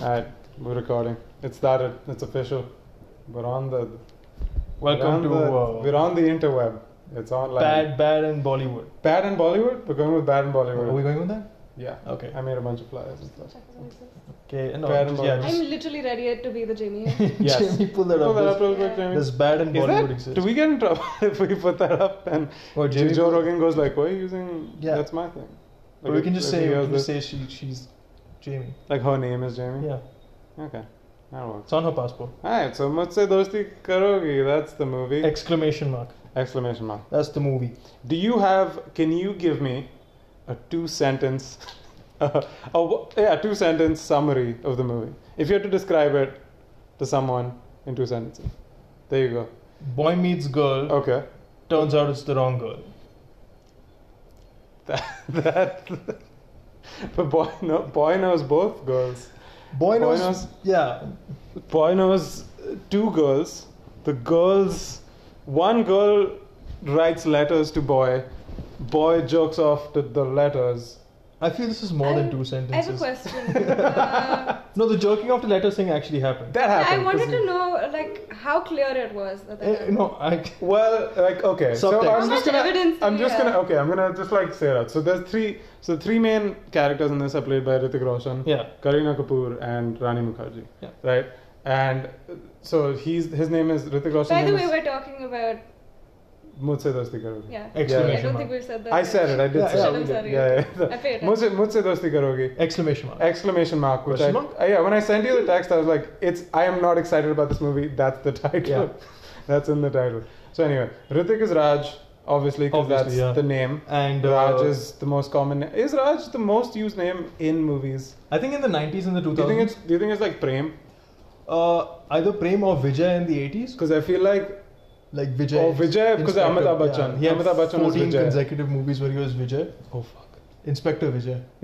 Alright, we're recording. It started. It's official. We're on the. we're on Welcome to the- we're uh, on the interweb. It's online. Bad Bad in Bollywood. Bad in Bollywood. We're going with bad in Bollywood. Are we going with that? yeah. Okay. I made a bunch of flyers and stuff. Okay, no, Bad in just- yeah, Bollywood. just, I'm literally ready to be the Jamie. Yes. Jamie, pull that Pull up. that up Does, real quick, Jamie. does Bad in Is Bollywood that- exist? Do we get in trouble if we put that up? And What, Jamie? Joe Rogan goes like, "Why are you using? Yeah. That's my thing." Or Like, we if- can just if say, he we goes can just with- say she, she's Jamie. like her name is Jamie. Yeah, Okay. That works. it's on her passport. Alright, so Mujhse Dosti Karogi. That's the movie. Exclamation mark. Exclamation mark. That's the movie. Do you have? Can you give me a two sentence, a, a- yeah, two sentence summary of the movie? If you had to describe it to someone in two sentences, there you go. Boy meets girl. Okay, Turns out it's the wrong girl. that, that but boy, no, boy knows both girls. Boy knows. knows- Yeah, Boy knows uh, two girls. The girls, one girl writes letters to boy. Boy jokes off to the letters. I feel this is more than I- two I have a sentences. question. Uh, no, the jerking off the letter thing actually happened. That I happened. wanted to know, like, how clear it was. That that Eh, no, I. Well, like okay, Subtext. so How I'm much just gonna, evidence do I'm we just have? gonna okay, I'm gonna just like say that. So there's three, so three main characters in this are played by Ritik Roshan, Yeah. Kareena Kapoor, and Rani Mukherjee, Yeah. right? And uh, so he's his name is Ritik Roshan. By the way, we're talking about Mujhse Dosti Karogi. yeah. I Exclamation don't mark. think we've said that. I said it. I did Yeah, say yeah, it. we did. Yeah, yeah. I paid it. Mujhse, Mujhse Dosti Karogi. Exclamation mark. Exclamation mark! Which I, Question mark? uh, yeah, when I sent you the text, I was like, "It's I am not excited about this movie." That's the title. Yeah. that's in the title. So anyway, Ritik is Raj, obviously, because that's Obviously, yeah. the name. And uh, Raj is the most common. na- Is Raj the most used name in movies? I think in the 90s and the 2000s. Do you think it's Do you think it's like Prem? Uh, either Prem or Vijay in the 80s. Because I feel like Like Vijay. Oh, Vijay, because Inspector- Amitabh Bachchan. Yeah, he had Amitabh Bachchan was 14 Vijay. consecutive movies where he was Vijay. oh fuck, Inspector Vijay.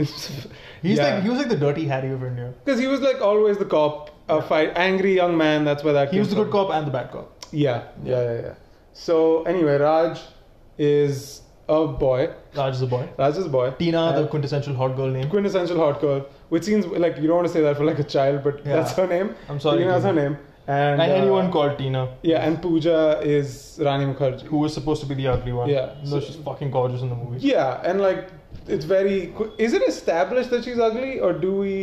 He's like he was like the dirty Harry of India. because he was like always the cop, a fight, angry young man. That's where that He came was the good from. cop and the bad cop. Yeah, yeah, yeah, yeah. So anyway, Raj is a boy. Raj is a boy. Raj is a boy. Tina, Yeah. the quintessential hot girl name. quintessential hot girl, which seems like you don't want to say that for like a child, but Yeah. that's her name. I'm sorry, Tina is her Tina. name, and, And, uh, anyone called Tina, Yeah, and Pooja is Rani Mukherjee. who was supposed to be the ugly one. Yeah. No, she's fucking gorgeous in the movie. Yeah, and like it's very. qu- Is it established that she's ugly, or do we?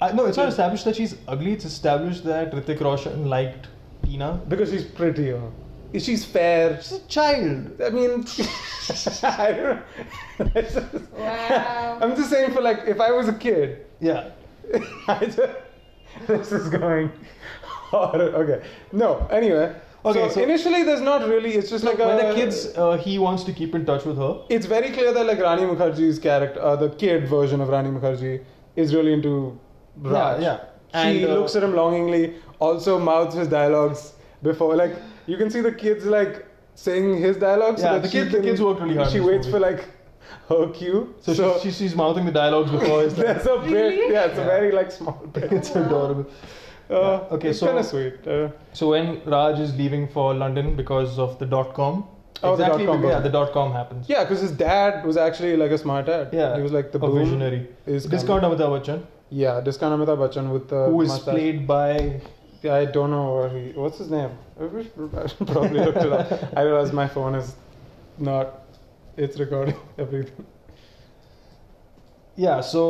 I, no, it's not established that she's ugly. It's established that Ritik Roshan liked Tina. Because she's prettier, she's fair. She's a child. I mean, I don't. It's just- Wow. I'm just saying for like if I was a kid, Yeah. I just, this is going. horror- Okay, no. Anyway, Okay, So, so- initially, there's not really. It's just like when a, the kids, uh, he wants to keep in touch with her. it's very clear that like Rani Mukherjee's character, uh, the kid version of Rani Mukherjee, is really into Raj. Yeah, yeah. She And, uh, looks at him longingly. Also mouths his dialogues before. Like you can see the kids like saying his dialogues. so Yeah, that the she kid- the can- kids worked really hard in She this waits movie. for like her cue. So, she, she, she's mouthing the dialogues before. It's like, there's a bit. Really? Yeah, it's a Yeah. very like small bit. it's adorable. Uh, Okay, it's so- kind of sweet. Uh, So when Raj is leaving for London because of the dot com, Oh, the exactly, dot-com yeah, bubble. the dot com happens. yeah, because his dad was actually like a smart dad. Yeah, he was like the a boom visionary. Is Discount coming. Amitabh Bachchan, Yeah, discount Amitabh Bachchan with the who is mustache. played by Yeah, I don't know what he. What's his name? I wish- I should probably look it up. I realize my phone is not. It's recording everything. yeah. So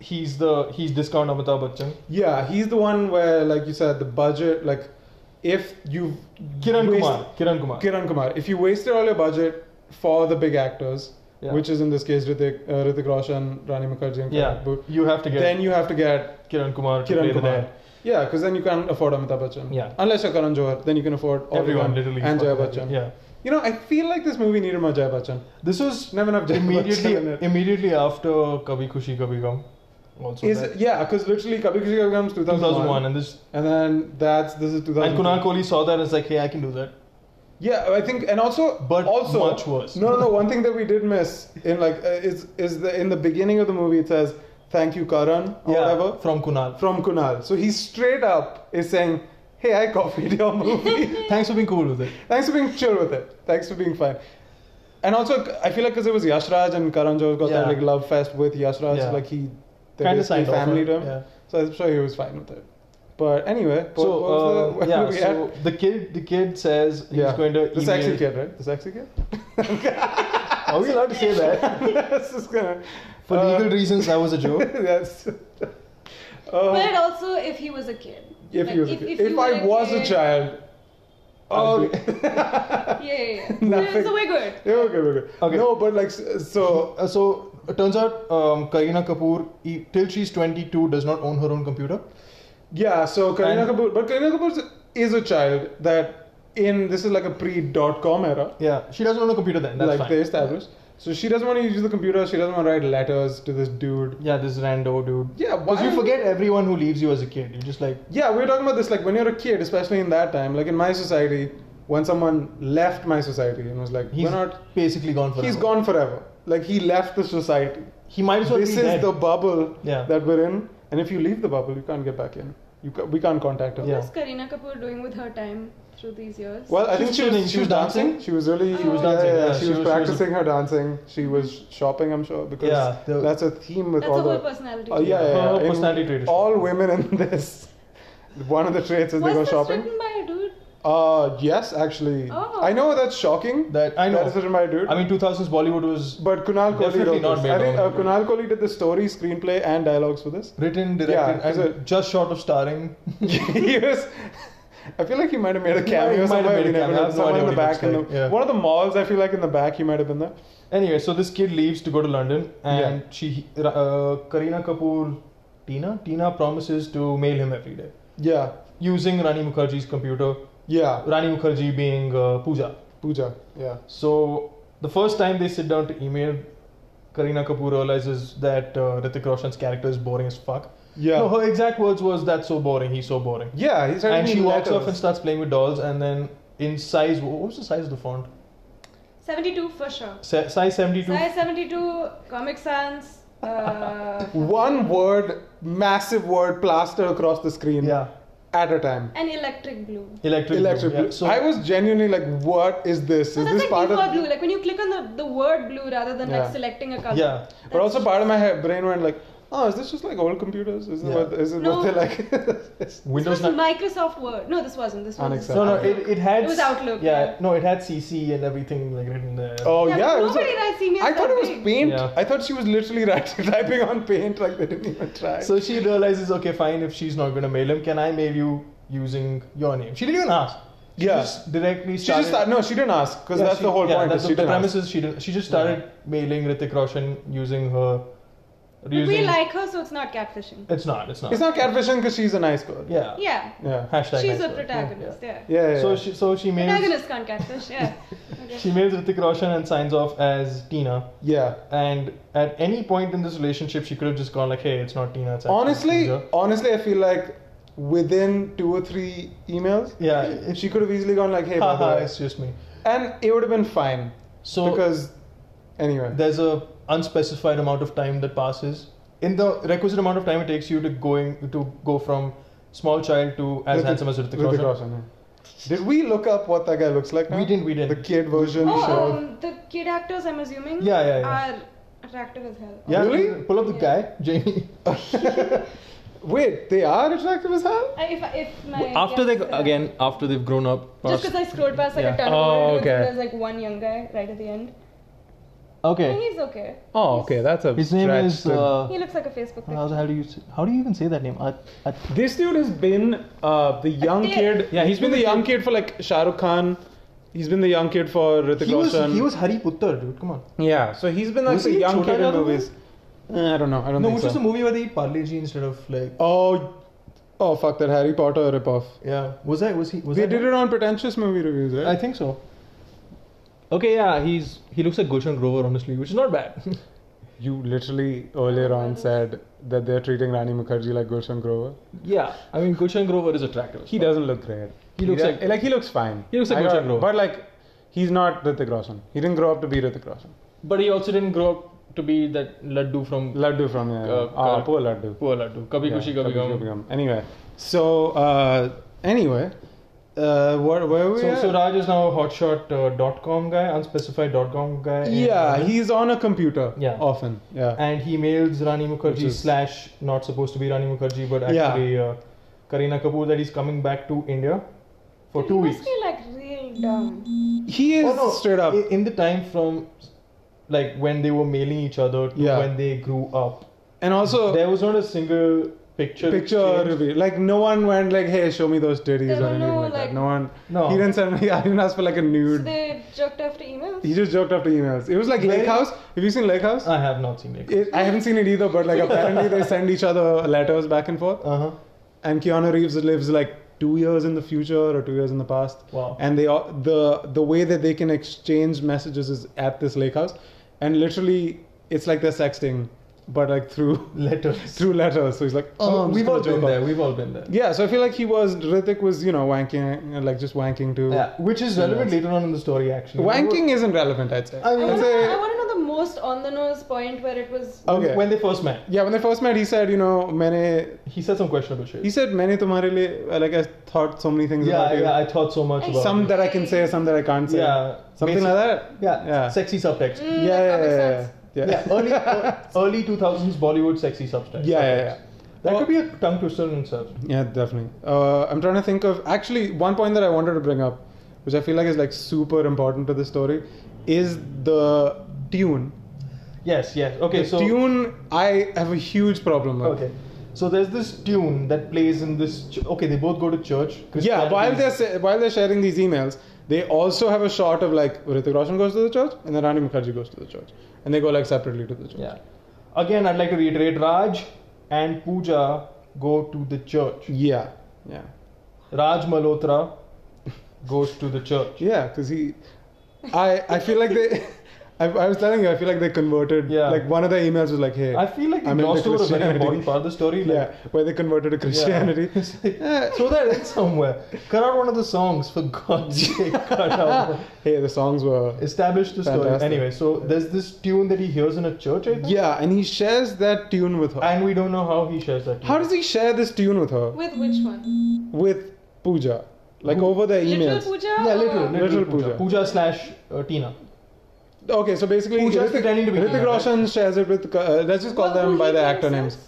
he's the he's discount Amitabh Bachchan. Yeah, he's the one where, like you said, the budget. Like, if you Kiran waste- Kumar. Kiran Kumar. Kiran Kumar. If you wasted all your budget for the big actors, Yeah. which is in this case Ritik, uh, Ritik Roshan, Rani Mukherjee, and Karan yeah, Kapoor, you have to get then you have to get Kiran Kumar to Kiran play Kumar. the dad. Yeah, because then you can't afford Amitabh Bachchan. Yeah. Unless you're Karan Johar, then you can afford all of Everyone them literally and Jaya fucking Bachchan. Yeah, You know, I feel like this movie needed more Jaya Bachchan. this was Never enough Jaya immediately Bachchan in it. immediately after Kabhi Khushi Kabhi Gum. Also, Is that- it, yeah, because literally Kabhi Khushi Kabhi Gum is 2001, 2001 and this and then that's this is 2000. and Kunal Kohli saw that and was like, hey, I can do that. Yeah, I think, and also, But also much worse. No, no, no. One thing that we did miss in like uh, is is the in the beginning of the movie it says thank you Karan or whatever from Kunal. from Kunal. So he straight up is saying, hey, I copied your movie. Thanks for being cool with it. Thanks for being chill with it. Thanks for being fine. And also, I feel like because it was Yash Raj and Karan Johar got that Yeah. like love fest with Yash Raj, Yeah. like he Kinda they're basically signed off on family it, to him. yeah. So So I'm sure he was fine with it. But anyway, what- So what was the- uh, what yeah, were we at? so the kid, the kid says he's yeah. going to the email. sexy kid, right? The sexy kid. Are we allowed to say that? That's just gonna Um, For uh, legal reasons, that was a joke. That's. but Uh, also, if he was a kid. if like, you was a if- kid. if if, you I were a was a kid- child, I'll oh, be- Yeah, yeah, yeah. Nothing. So we're good. yeah, okay, we're good. Okay. No, but like s- so. Uh, so it turns out um, Karina Kapoor, e- till she's 22, does not own her own computer. Yeah, so Karina And- Kapoor, but Karina Kapoor is a child that in this is like a pre-dot-com era, Yeah, she doesn't own a computer then. That's like fine. they established. So she doesn't want to use the computer. She doesn't want to write letters to this dude. Yeah, this rando dude. Yeah, why Because you don't- forget everyone who leaves you as a kid. You're just like, Yeah, we were talking about this like when you're a kid, especially in that time. Like in my society, when someone left my society and was like, he's "We're not," basically gone forever. he's gone forever. Like he left the society. He might as well this be is dead. the bubble Yeah. that we're in, and if you leave the bubble, you can't get back in. You ca- we can't contact her. Yeah. What's Karina Kapoor doing with her time through these years? Well, I She think was she was, chilling, she was dancing. She was really She was yeah, dancing, Yeah, yeah, She, she was, was- she was- practicing her dancing. She was shopping, I'm sure, because Yeah, the- that's a theme with That's all a whole the personality. Oh, yeah, trait. yeah, yeah. Her In personality trait is All women in this. One of the traits is Was they go this shopping. written by a dude? Uh, yes, actually. Oh. I know that's shocking. That I know. That is written by a dude. I mean, 2000s Bollywood was but Kunal Kohli Definitely wrote not this. made I think on uh, it. Kunal Kohli did the story, screenplay, and dialogues for this. written, Yeah, directed, is and it- just short of starring. he was. I feel like he might have made a He cameo might have somewhere. made a we never cameo. know. I have no Someone idea in the what he back. In the, looks like. Yeah. One of the malls, I feel like in the back, he might have been there. anyway, so this kid leaves to go to London, and Yeah. she, uh, Karina Kapoor, Tina, Tina promises to mail him every day Yeah. using Rani Mukherjee's computer. Yeah. Rani Mukherjee being uh, Pooja. Pooja. Yeah. So the first time they sit down to email, Karina Kapoor realizes that uh, Ritik Roshan's character is boring as fuck. Yeah. No, her exact words was, "That's so boring. He's so boring." yeah. He's and she walks letters. off and starts playing with dolls, and then in size, what was the size of the font? 72 for sure. Sa- size seventy-two. Size 72, Comic Sans. Uh, One word, massive word, plastered across the screen. Yeah. At a time. and electric blue. Electric. blue, Electric yeah. blue. So I was genuinely like, what is this? So is that's this like part default of. blue. Like when you click on the, the word blue rather than Yeah. like selecting a color. Yeah. But also part of my head, brain went like, oh, is this just like old computers? Is, Yeah. it, what, is it No. what they like? This Windows. was Not- Microsoft Word. No, this wasn't. This was Unacceptable. no, no. It, it had. It was s- Outlook, Yeah. yeah. No, it had CC and everything like written there. oh, Yeah, yeah. but it was a- nobody writes emails I thought that it was big. paint. Yeah. I thought she was literally writing, typing on paint like they didn't even try. So she realizes, okay, fine. If she's not gonna mail him, can I mail you using your name? She didn't even ask. She Yeah. Just directly. she just started- thought, no, she didn't ask because Yeah, that's she- the whole yeah, point. that's is the, she the didn't premise is she didn't. She just started mailing Ritik Roshan using her. But Using, we like her, so it's not catfishing. It's not. It's ask. not. It's not catfishing because she's a nice girl. Yeah. Yeah. Yeah. Yeah. Hashtag. She's nice a girl. protagonist, yeah. yeah, yeah. So she so she mails Protagonist can't catfish, yeah. Okay. she mails Ritik Roshan and signs off as Tina. yeah. And at any point in this relationship, she could have just gone like, "Hey, it's not Tina." It's actually Honestly, Pooja." honestly, I feel like within two or three emails, yeah, if it's she could have easily gone like, "Hey, by the haha, way," it's just me. and it would have been fine So because anyway, there's a unspecified amount of time that passes in the requisite amount of time it takes you to going to go from small child to as Ritik- handsome as Ritik Ritik Roshan. Roshan, yeah. Did we look up what that guy looks like? now? We didn't. We The didn't. kid version. Oh, showed- um, the kid actors, I'm assuming, Yeah, yeah, yeah. are attractive as hell. yeah, Really? Pull up the guy, Jamie. Wait, they are attractive as hell. I, if, if my after they guess is correct. again after they've grown up. Just because I scrolled past like Yeah. a ton of Oh, old dudes, okay. and there's like one young guy right at the end. I think okay. he's okay. Oh, okay, that's a. His name stretch is. to- Uh, He looks like a Facebook how, picture. do you how do you even say that name? At, at, This dude has been uh, the young Yeah. kid. Yeah, he's been the young kid for like Shah Rukh Khan. He's been the young kid for Ritik he was Roshan. he was Hari Puttar, dude. Come on. yeah, so he's been like Was the he in young Chhota kid in Jaadoo? movies. Uh, I don't know. I don't No, think which so. was the movie where they eat Parle G instead of like. Oh, oh fuck that Harry Potter ripoff. Yeah. Was that was he? Was They that did it on pretentious movie reviews, right? I think so. Okay, yeah, he's he looks like Gulshan Grover, honestly, which is not bad. you literally earlier on said that they're treating Rani Mukherjee like Gulshan Grover. yeah, I mean Gulshan Grover is attractive. He doesn't look great. He looks does- like- he looks fine. He looks like I Gulshan got- Grover. But like he's not Ritik Roshan. He didn't grow up to be Ritik Roshan. but he also didn't grow up to be that Laddu from Laddu from yeah. Uh, Ah, correct. poor Laddu. poor Laddu. Kabhi Yeah, Kushi Kabhi Kabhi Gum. Gum. Anyway, so uh, anyway, Uh, where, where were we? So, at? so Raj is now a hotshot uh, dot com guy, unspecified dot com guy. and- yeah, he's on a computer uh, Yeah. often. Yeah. and he mails Rani Mukherjee Which is- slash not supposed to be Rani Mukherjee, but Yeah. actually uh, Karina Kapoor that he's coming back to India for two He weeks. must be like real dumb. he is Oh, no, straight up. i- in the time from like when they were mailing each other to Yeah. when they grew up. and also, there was not a single picture. picture exchanged. reveal. Like, no one went, like, hey, show me those titties There or were anything no, like that. like- No one. No. He didn't send me, I didn't ask for, like, a So nude. they jerked after emails. He just joked after emails. It was like Very- Lake House. Have you seen Lake House? I have not seen it. It, I haven't seen it either, but like apparently they send each other letters back and forth. Uh huh. And Keanu Reeves lives like two years in the future or two years in the past. Wow. And they all, the the way that they can exchange messages is at this lake house, and literally it's like they're sexting, but like through Letters. through letters. So he's like, Oh, oh, I'm just we've all gonna been jerk there. off." We've all been there. Yeah, so I feel like he was Rithik was you know wanking like just wanking too. Yeah, which is relevant later on in the story actually. Wanking isn't relevant, I'd say. I I mean, want I'd to say- know the most on the nose point where it was. Okay. when they first met. yeah, when they first met, he said, you know, मैंने He said some questionable shit. He said, "मैंने तुम्हारे लिए like I thought so many things yeah, about yeah, you. I thought so much about some it. that I can say, some that I can't say. Yeah, Mm, something basic- like that. yeah, Yeah. sexy subtext. Mm, yeah, that yeah, makes yeah, sense. yeah, Yeah, early ear- early two thousands Bollywood sexy subtext. Yeah, yeah, yeah. That Well- could be a tongue twister in itself. Yeah, definitely. Uh, I'm trying to think of actually one point that I wanted to bring up, which I feel like is like super important to the story, is the tune. Yes, yes. Okay, the so tune I have a huge problem with. okay, so there's this tune that plays in this. Ch- okay, they both go to church. Yeah, while Christianity- they're sa- while they're sharing these emails, they also have a shot of like Ritik Roshan goes to the church and then Rani Mukherjee goes to the church, and they go like separately to the church. yeah. Again, I'd like to reiterate: Raj and Pooja go to the church. Yeah, yeah, Raj Malhotra goes to the church. yeah. Because he, I, I feel like they, I, I was telling you, I feel like they converted. Yeah. Like one of the emails was like, hey, I feel like they I'm into glossed over a very Christianity. important part of the story. Like, yeah, where they converted to Christianity. Yeah. so that in somewhere. Cut out one of the songs for God's sake. Cut out. hey, the songs were. Establish the story. Fantastic. Anyway, so there's this tune that he hears in a church, I think. Yeah, and he shares that tune with her. And we don't know how he shares that. Tune. How does he share this tune with her? With which one? With Pooja, like Who- over the Little emails. Pooja? Yeah, little, or- little, Little Pooja. Pooja. Pooja slash uh, Tina. Okay, so basically, Pooja's Ritik, pretending to be Ritik Tina, right? Roshan shares it with. Uh, let's just call Who- them who by he their thinks actor is? names.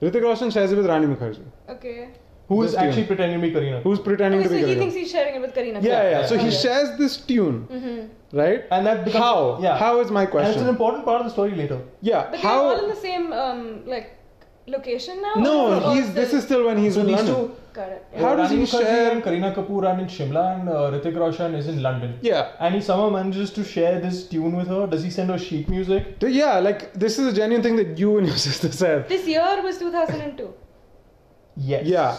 Ritik Roshan shares it with Rani Mukherjee, Okay. Who is This tune. actually pretending to be Karina. who's pretending Okay, to so be. he Karina. thinks he's sharing it with Karina. yeah, yeah. Yeah. So he Okay. shares this tune, Mhm. right? and that Uh, becomes. How? Yeah. How is my and it's question? an important part of the story later. yeah. But how? they're all in the same um, like location now. no, Or he's. This is still when he's so in these London. two. Got it. How uh, does Rani he Mukherjee share- And Karina Kapoor are in Shimla and uh, Ritik Roshan is in London. Yeah. And he somehow manages to share this tune with her. Does he send her sheet music? Th- Yeah, like this is a genuine thing that you and your sister said. This year was 2002. Yes. Yeah,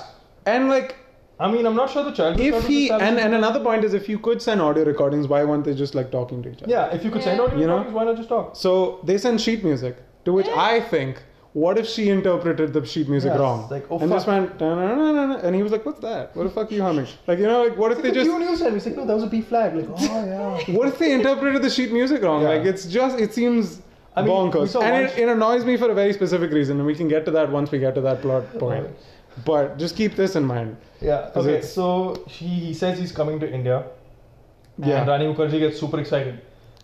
and like I mean, I'm not sure the child. if he and, and another point is if you could send audio recordings, why weren't they just like talking to each other? yeah, if you could send Yeah. out your You know? recordings, why not just talk? So they send sheet music, to which Yeah. I think, what if she interpreted the sheet music Yeah, wrong? it's like, oh, and this fuck. man, "Da-na-na-na-na," and he was like, "What's that? What the fuck are you humming?" Like you know, like what if they just you knew said it's like no, that was a B flag. Like oh yeah. what if they interpreted the sheet music wrong? Yeah. Like it's just it seems I mean, we bonkers, saw and one it, sh- it annoys me for a very specific reason, and we can get to that once we get to that plot point. But just keep this in mind. yeah. 'Cause Okay. it's- So he, he says he's coming to India, Yeah. and Rani Mukherjee gets super excited,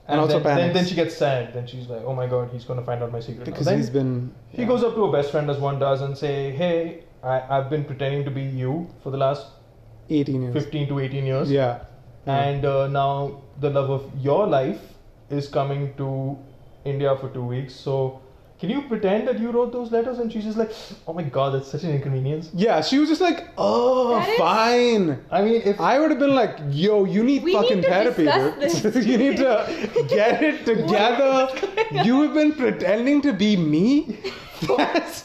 and, also then, then panics. then she gets sad. Then she's like, oh my god, he's gonna find out my secret. now." Because Then he's been. he goes up to her best friend as one does and say, hey, I, I've been pretending to be you for the last 18 years. 15 to 18 years. Yeah. and uh, now the love of your life is coming to India for two weeks. So, can you pretend that you wrote those letters? And she's just like, oh my god, that's such an inconvenience. Yeah, she was just like, oh, That is- fine. I mean, if I would have been like, yo, you need We fucking need to therapy, discuss dude. you need to get it together. you have been pretending to be me? That's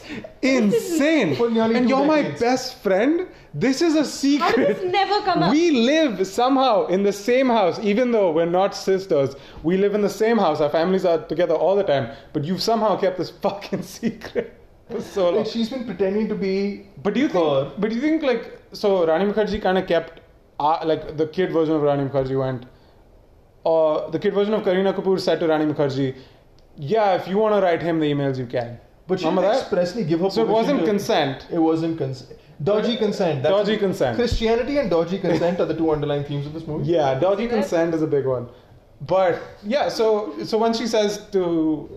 insane. For nearly and two you're my decades. best friend? This is a How did this secret. never come up? We live somehow in the same house, even though we're not sisters. We live in the same house. Our families are together all the time. But you've somehow kept this fucking secret for so long. like, she's been pretending to be, But do you think? Her. But do you think like so? Rani Mukherjee kind of kept uh, like the kid version of Rani Mukherjee went, or the kid version of Karina Kapoor said to Rani Mukherjee, "Yeah, if you want to write him the emails, you can." but she Remember didn't that? expressly give her. So it permission wasn't to- consent. It wasn't consent. Dodgy consent. That's Dodgy consent. Christianity and dodgy consent are the two underlying themes of this movie. Yeah, dodgy See that? consent is a big one. But yeah, so so when she says to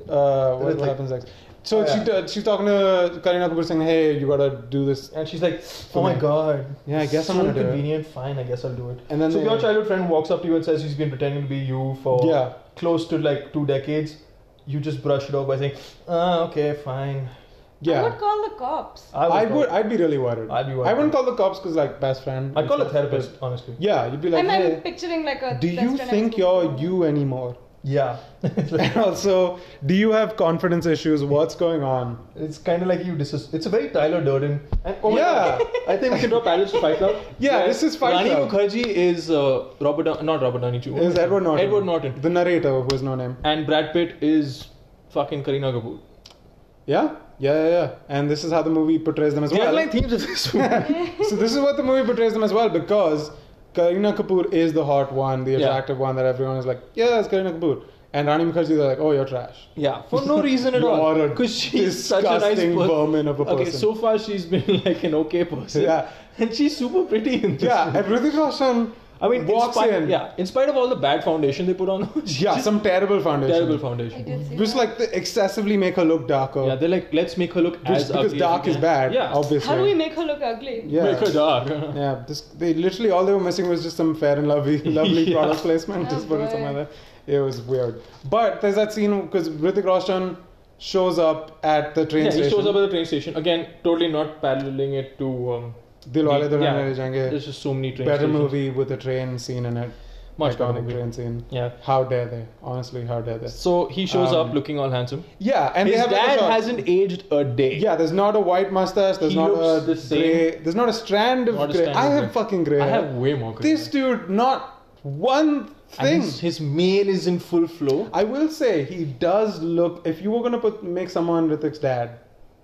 uh, what, what It's like- happens next? So Oh, she yeah. ta- she's talking to Karina Kapoor saying, "Hey, you gotta do this." And she's like, "Oh my me. god." Yeah, I guess so I'm gonna do it." convenient. Fine, I guess I'll do it. And then so they- your childhood friend walks up to you and says he's been pretending to be you for Yeah. close to like two decades. You just brush it off by saying, "Ah, okay, fine." I Yeah, would call the cops. I I go- would. I'd be really worried. I'd be I worried. wouldn't call the cops because like best friend. I'd call a therapist, honestly. Yeah, you'd be like, I'm, I'm "Hey, picturing like a. do you Western think expert. you're you anymore?" Yeah. it's, like- And also, do you have confidence issues? What's going on? it's kind of like you disas- It's a very Tyler Durden. And oh my Yeah. God, I think we should do a parallel to Fight Club. Yeah, where this is Fight Rani Club. Mukherjee is uh, Robert, Down- not Robert Downey Jr. Is Edward Norton? Edward Norton. the narrator who has no name. And Brad Pitt is fucking Karina Kapoor. Yeah, yeah, yeah, yeah. And this is how the movie portrays them as The well. underlying themes of this movie. so this is what the movie portrays them as well because Karina Kapoor is the hot one, the Yeah. attractive one that everyone is like, yeah, it's Karina Kapoor. And Rani Mukherjee, they're like, oh, you're trash. yeah, for no reason at You all. are a Because she's such a nice disgusting person. vermin of a Okay, person. so far she's been like an okay person. Yeah. And she's super pretty in this. Yeah, movie. and Hrithik Roshan I mean, walks in spite, in. yeah, in spite of all the bad foundation they put on, her, she's Yeah, just some terrible foundation. terrible I foundation. did see Which that. like they excessively make her look darker. Yeah, they're like, let's make her look which, as because ugly dark as we is can. bad, Yeah, obviously. How do we make her look ugly? Yeah. make her dark. Yeah, this, they literally all they were missing was just some fair and lovely, lovely Yeah. product placement. Oh, just put it boy. somewhere there. It was weird. But there's that scene because Hrithik Roshan shows up at the train yeah, station. he shows up at the train station again. Totally not paralleling it to. Um, Dilwale Yeah. Dulhaniya Le Jayenge. There's just so many train Better stations. movie with a train scene in it. Much better Iconic movie. train scene. Yeah. How dare they? Honestly, how dare they? So he shows Um, up looking all handsome. Yeah, and they His have like, a dad shot. hasn't aged a day. Yeah, there's not a white mustache. There's He not a looks the same. gray. There's not a strand of Not a gray. strand I of have gray. fucking gray. I hair. have way more. gray This dude, not one hair. And thing. His, his mane is in full flow. I will say he does look. If you were gonna put make someone Rithik's dad,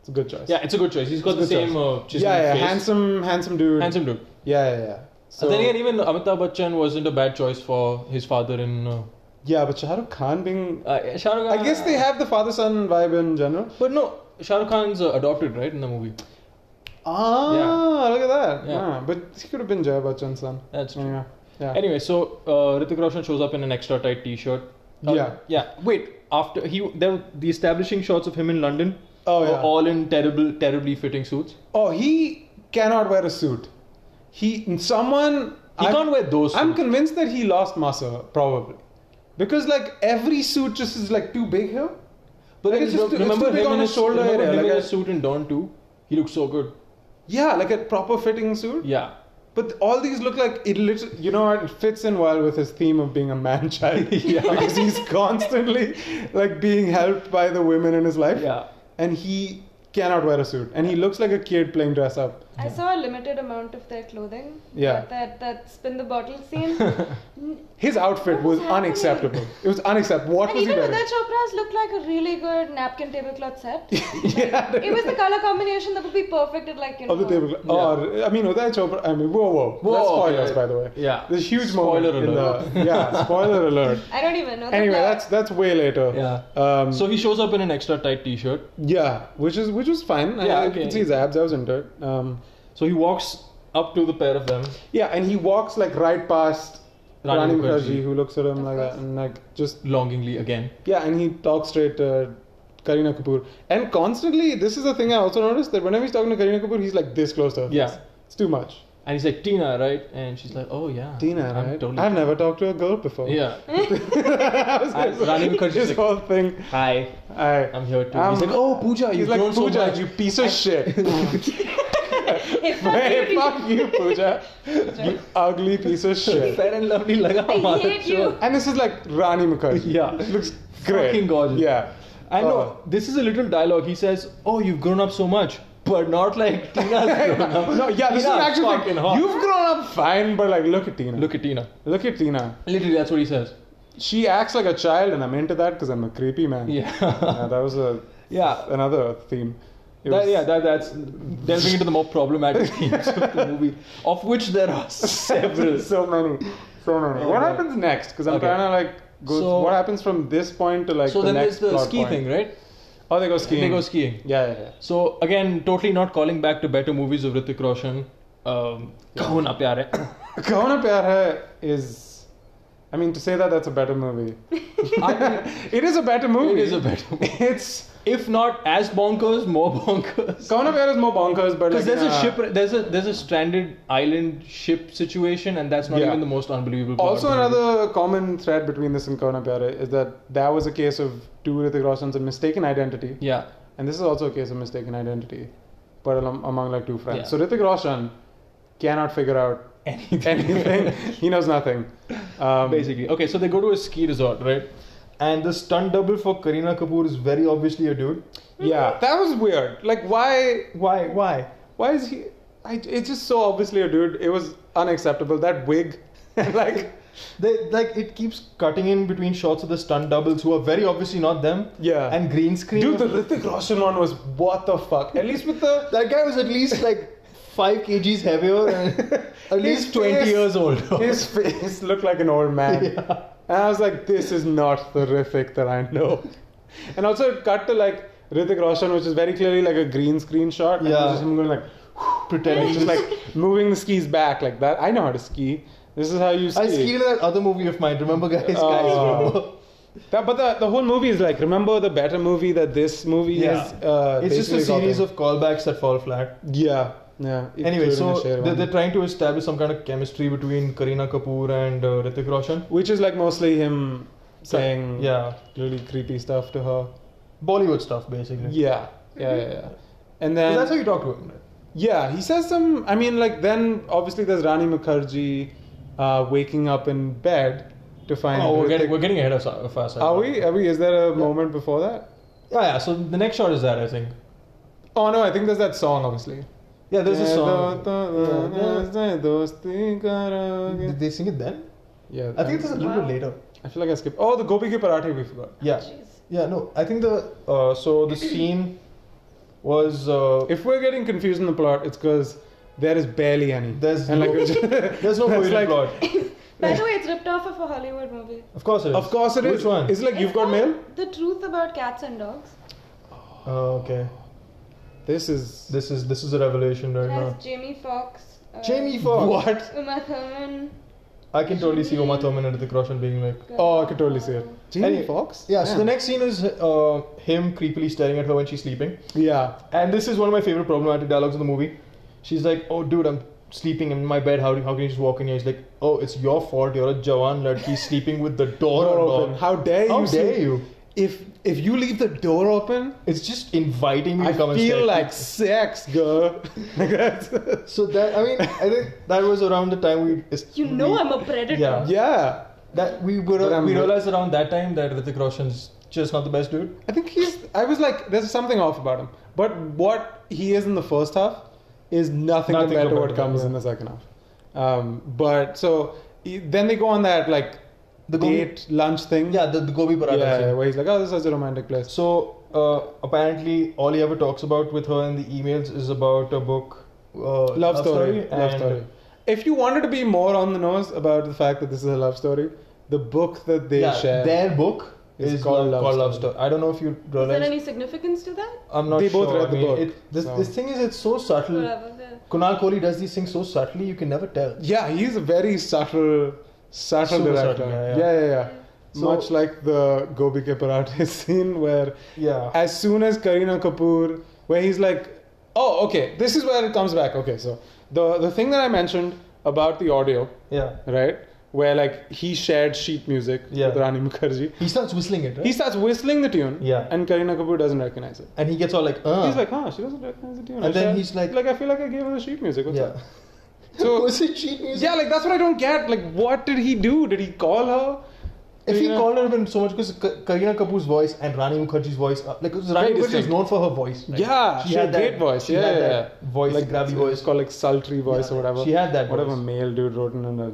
it's a good choice. Yeah, it's a good choice. He's got It's a the good same uh, chiseled yeah, yeah. face. Handsome, handsome dude. handsome dude. Yeah, yeah, yeah. So and then again, even Amitabh Bachchan wasn't a bad choice for his father in. Uh, yeah, but Shah Rukh Khan being, uh, Shah Rukh I Khan. guess they have the father-son vibe in general. But no, Shah Rukh Khan's uh, adopted, right, in the movie. Ah, look at that. Yeah. Ah, but he could have been Jaya Bachchan's son. That's true. Anyway, yeah. Anyway, so uh, Ritik Roshan shows up in an extra tight T-shirt. Uh, Yeah. Yeah. Wait. After he, there were the establishing shots of him in London. Oh, were yeah. All in terrible, terribly fitting suits. Oh, he cannot wear a suit. He someone He can't wear those I'm suits. convinced that he lost muscle probably because like every suit just is like too big here. But like, it's just too, it's too big him on in his shoulder remember area. him Like in a, his suit in Dawn Two. He looked so good. yeah, like a proper fitting suit. Yeah. But all these look like it. Literally, you know what? It fits in well with his theme of being a man child. Yeah. because he's constantly like being helped by the women in his life. Yeah. and he cannot wear a suit, and he looks like a kid playing dress up. I saw a limited amount of their clothing. Yeah. That that, that spin the bottle scene. N- His outfit What was, was happening? unacceptable. It was unacceptable. What and was he even wearing? Uday Chopra's looked like a really good napkin tablecloth set. yeah, it was the color combination that would be perfect at like you know. of the table. Or I mean, Uday Chopra. I mean, whoa, whoa. Whoa, That's okay. spoilers, by the way. Yeah. There's a huge Spoiler moment alert. in the yeah. Spoiler alert. I don't even know. the Anyway, plot. that's that's way later. Yeah. Um, So he shows up in an extra tight T-shirt. yeah, which is which was fine. I- Yeah, I, okay. could see his abs. I was into it. Um, So he walks up to the pair of them. yeah, and he walks like right past Rani Rani Mukherjee. Mukherjee, who looks at him like that, course. and like just longingly again. Yeah, and he talks straight to Karina Kapoor. And constantly, this is the thing I also noticed that whenever he's talking to Karina Kapoor, he's like this close to her. Yeah. face. It's too much. And he's like, Tina, right? And she's like, oh, yeah. Tina, I'm right? Totally I've never talked to a girl before. Yeah. I was And Rani Mukherjee's His like- whole thing. Hi. I, I'm here too. I'm- he's like, oh, Pooja, he's you've like, grown so Pooja, much. you piece of shit. It's not hey, really- fuck you, Pooja. you ugly piece of shit. Fair and lovely laga "Oh, I हमारा hate show. you. And this is like Rani Mukherjee. Yeah. Looks great. Fucking gorgeous. Yeah. I know. Uh, this is a little dialogue. He says, oh, you've grown up so much. But not like Tina's grown up. no, yeah, this is Tina's an actual fucking thing. hot. You've grown up fine, but like, look at Tina. Look at Tina. Look at Tina. Literally, that's what he says. She acts like a child, and I'm into that because I'm a creepy man. Yeah. Yeah, that was a yeah. another theme. It That, was- yeah, that, that's delving into the more problematic themes of the movie, of which there are several. so many, so many. Oh, what yeah. happens next? Because I'm Okay. trying to like go. So- what happens from this point to like so the then next there's the plot ski point? thing, right? Oh, they go skiing. They go skiing. Yeah, yeah, yeah. So again, totally not calling back to better movies of Ritik Roshan. Um, Kaho Na Pyar Hai. Kaho Na Pyar Hai is. I mean, to say that that's a better movie. I- It is a better movie. is a better movie. it's. if not as bonkers, more bonkers. Kaho Na Pyar is more bonkers, but. Because like, there's a uh, ship, there's a there's a stranded island ship situation, and that's not Yeah. even the most unbelievable. part Also, of the movie. another common thread between this and Kaho Na Pyar Hai is that that was a case of two Hrithik Roshans and mistaken identity. Yeah, And this is also a case of mistaken identity, but along- among like two friends. Yeah. So Hrithik Roshan cannot figure out anything. anything. he knows nothing. Um, Basically, okay. So they go to a ski resort, right? And the stunt double for Karina Kapoor is very obviously a dude. Yeah, that was weird. Like, why? Why? Why? Why is he? I, it's just so obviously a dude. It was unacceptable. That wig, like, They like it keeps cutting in between shots of the stunt doubles who are very obviously not them. Yeah. And green screen. dude, the Hrithik Roshan one was what the fuck. At least with the that guy was at least like five kgs heavier and at least twenty face- years older. his face looked like an old man. And I was like, this is not the Hrithik that I know. And also it cut to like Hrithik Roshan, which is very clearly like a green screen shot. And it was Yeah. just him going like, pretending just like moving the skis back like that. I know how to ski. This is how you ski. I skied that other movie of mine. Remember, guys? Oh. guys, remember? That- but the, the whole movie is like, remember the better movie that this movie Yeah. is? Uh, it's just a basically series called? of callbacks that fall flat. Yeah. Yeah. Anyway, Including so the Sher they're, one. they're trying to establish some kind of chemistry between Kareena Kapoor and uh, Ritik Roshan. Which is like mostly him saying Yeah, really creepy stuff to her. Bollywood stuff basically. Yeah. Yeah, yeah, yeah. And So then that's how you talk to him. right? Yeah, he says some. I mean, like then obviously there's Rani Mukherjee uh, waking up in bed to find. Oh, we're Hrithik- getting we're getting ahead of, of ourselves. Are we? Are we? Is there a moment before that? Yeah, yeah. So the next shot is that I think. Oh no, I think there's that song obviously. Yeah, there's a Yeah, song. do- do- do- dosti karoge. Did they sing it then? Yeah, I think it was a little Wow. bit later. I feel like I skipped. Oh, the Gopi Ki Parathe we forgot. Yeah. Jeez. Yeah, no, I think the uh, so the scene was uh, If we're getting confused in the plot, it's because there is barely any. There's and like no- there's no that's coherent like- plot. By the way, it's ripped off of a Hollywood movie. Of course it is. Of course it is. Which one? It's like It's you've got called mail. The truth about cats and dogs. Oh, okay. This is This is this is a revelation It right has now. Jamie Fox. Uh, Jamie Foxx. What? Uma Thurman. I can totally see Uma Thurman and Hrithik Roshan being like. Oh, I could totally see it. Jamie Anyway, Fox. Yeah. So the next scene is uh, him creepily staring at her when she's sleeping, Yeah. and this is one of my favorite problematic dialogues in the movie. She's like, "Oh, dude, I'm sleeping in my bed. How do, how can you just walk in here?" He's like, "Oh, it's your fault. You're a jawan ladki sleeping with the door Door unlocked." open. How dare How you? dare sleep- you? If if you leave the door open, It's just inviting me I to come and stare. feel like sex, girl. So that I mean I think that was around the time we You know we, I'm a predator. Yeah. yeah, that we But were I'm- we realized around that time that Ritik Roshan's just not the best dude. I think he's. I was like, there's something off about him. But what he is in the first half is nothing, Nothing compared to compared what to that, comes yeah. in the second half. Um, but so he- then they go on that like The go- date lunch thing. Yeah, the, the Gobi Paratha. yeah, scene. where he's like, oh, this is such a romantic place. So uh, apparently all he ever talks about with her in the emails is about a book. Uh, Love, story. love and- story. If you wanted to be more on the nose about the fact that this is a love story, the book that they yeah, share. their book It's is, called called, Love love, Story. story. I don't know if you Is there realize. any significance to that? I'm not They sure. both read I the mean, book, It, this, so- this thing is it's so Hmm. subtle. Whatever. yeah. Kunal Kohli does these things so subtly you can never tell. Yeah, he's a very subtle, subtle Super director. subtle, yeah, yeah, yeah, yeah. yeah. So- Much like the Gobi Ke Parathe scene, where Yeah. as soon as Karina Kapoor, where he's like, "Oh, okay, this is where it comes back." Okay, so the the thing that I mentioned about the audio, yeah. right, where like he shared sheet music Yeah. with Rani Mukherjee, He starts whistling it, right? he starts whistling the tune, Yeah. and Karina Kapoor doesn't recognize it. and he gets all like, uh. He's like, "Huh, she doesn't recognize the tune." And I then shared- he's like- "Like I feel like I gave her the sheet music." What's yeah. up? So was it sheet music? Yeah, like that's what I don't get. Like, what did he do? Did he call her? If he Kareena- called her in so much because Ka- Kareena Kapoor's voice and Rani Mukherjee's voice, are, like 'cause Rani Very Mukherjee is distinct. known for her voice. right? Yeah, she, had, a great voice. She yeah, had yeah, that yeah. voice, like like, grabby It's voice. called like sultry voice or Yeah, whatever. she had that Whatever voice. male dude wrote in a,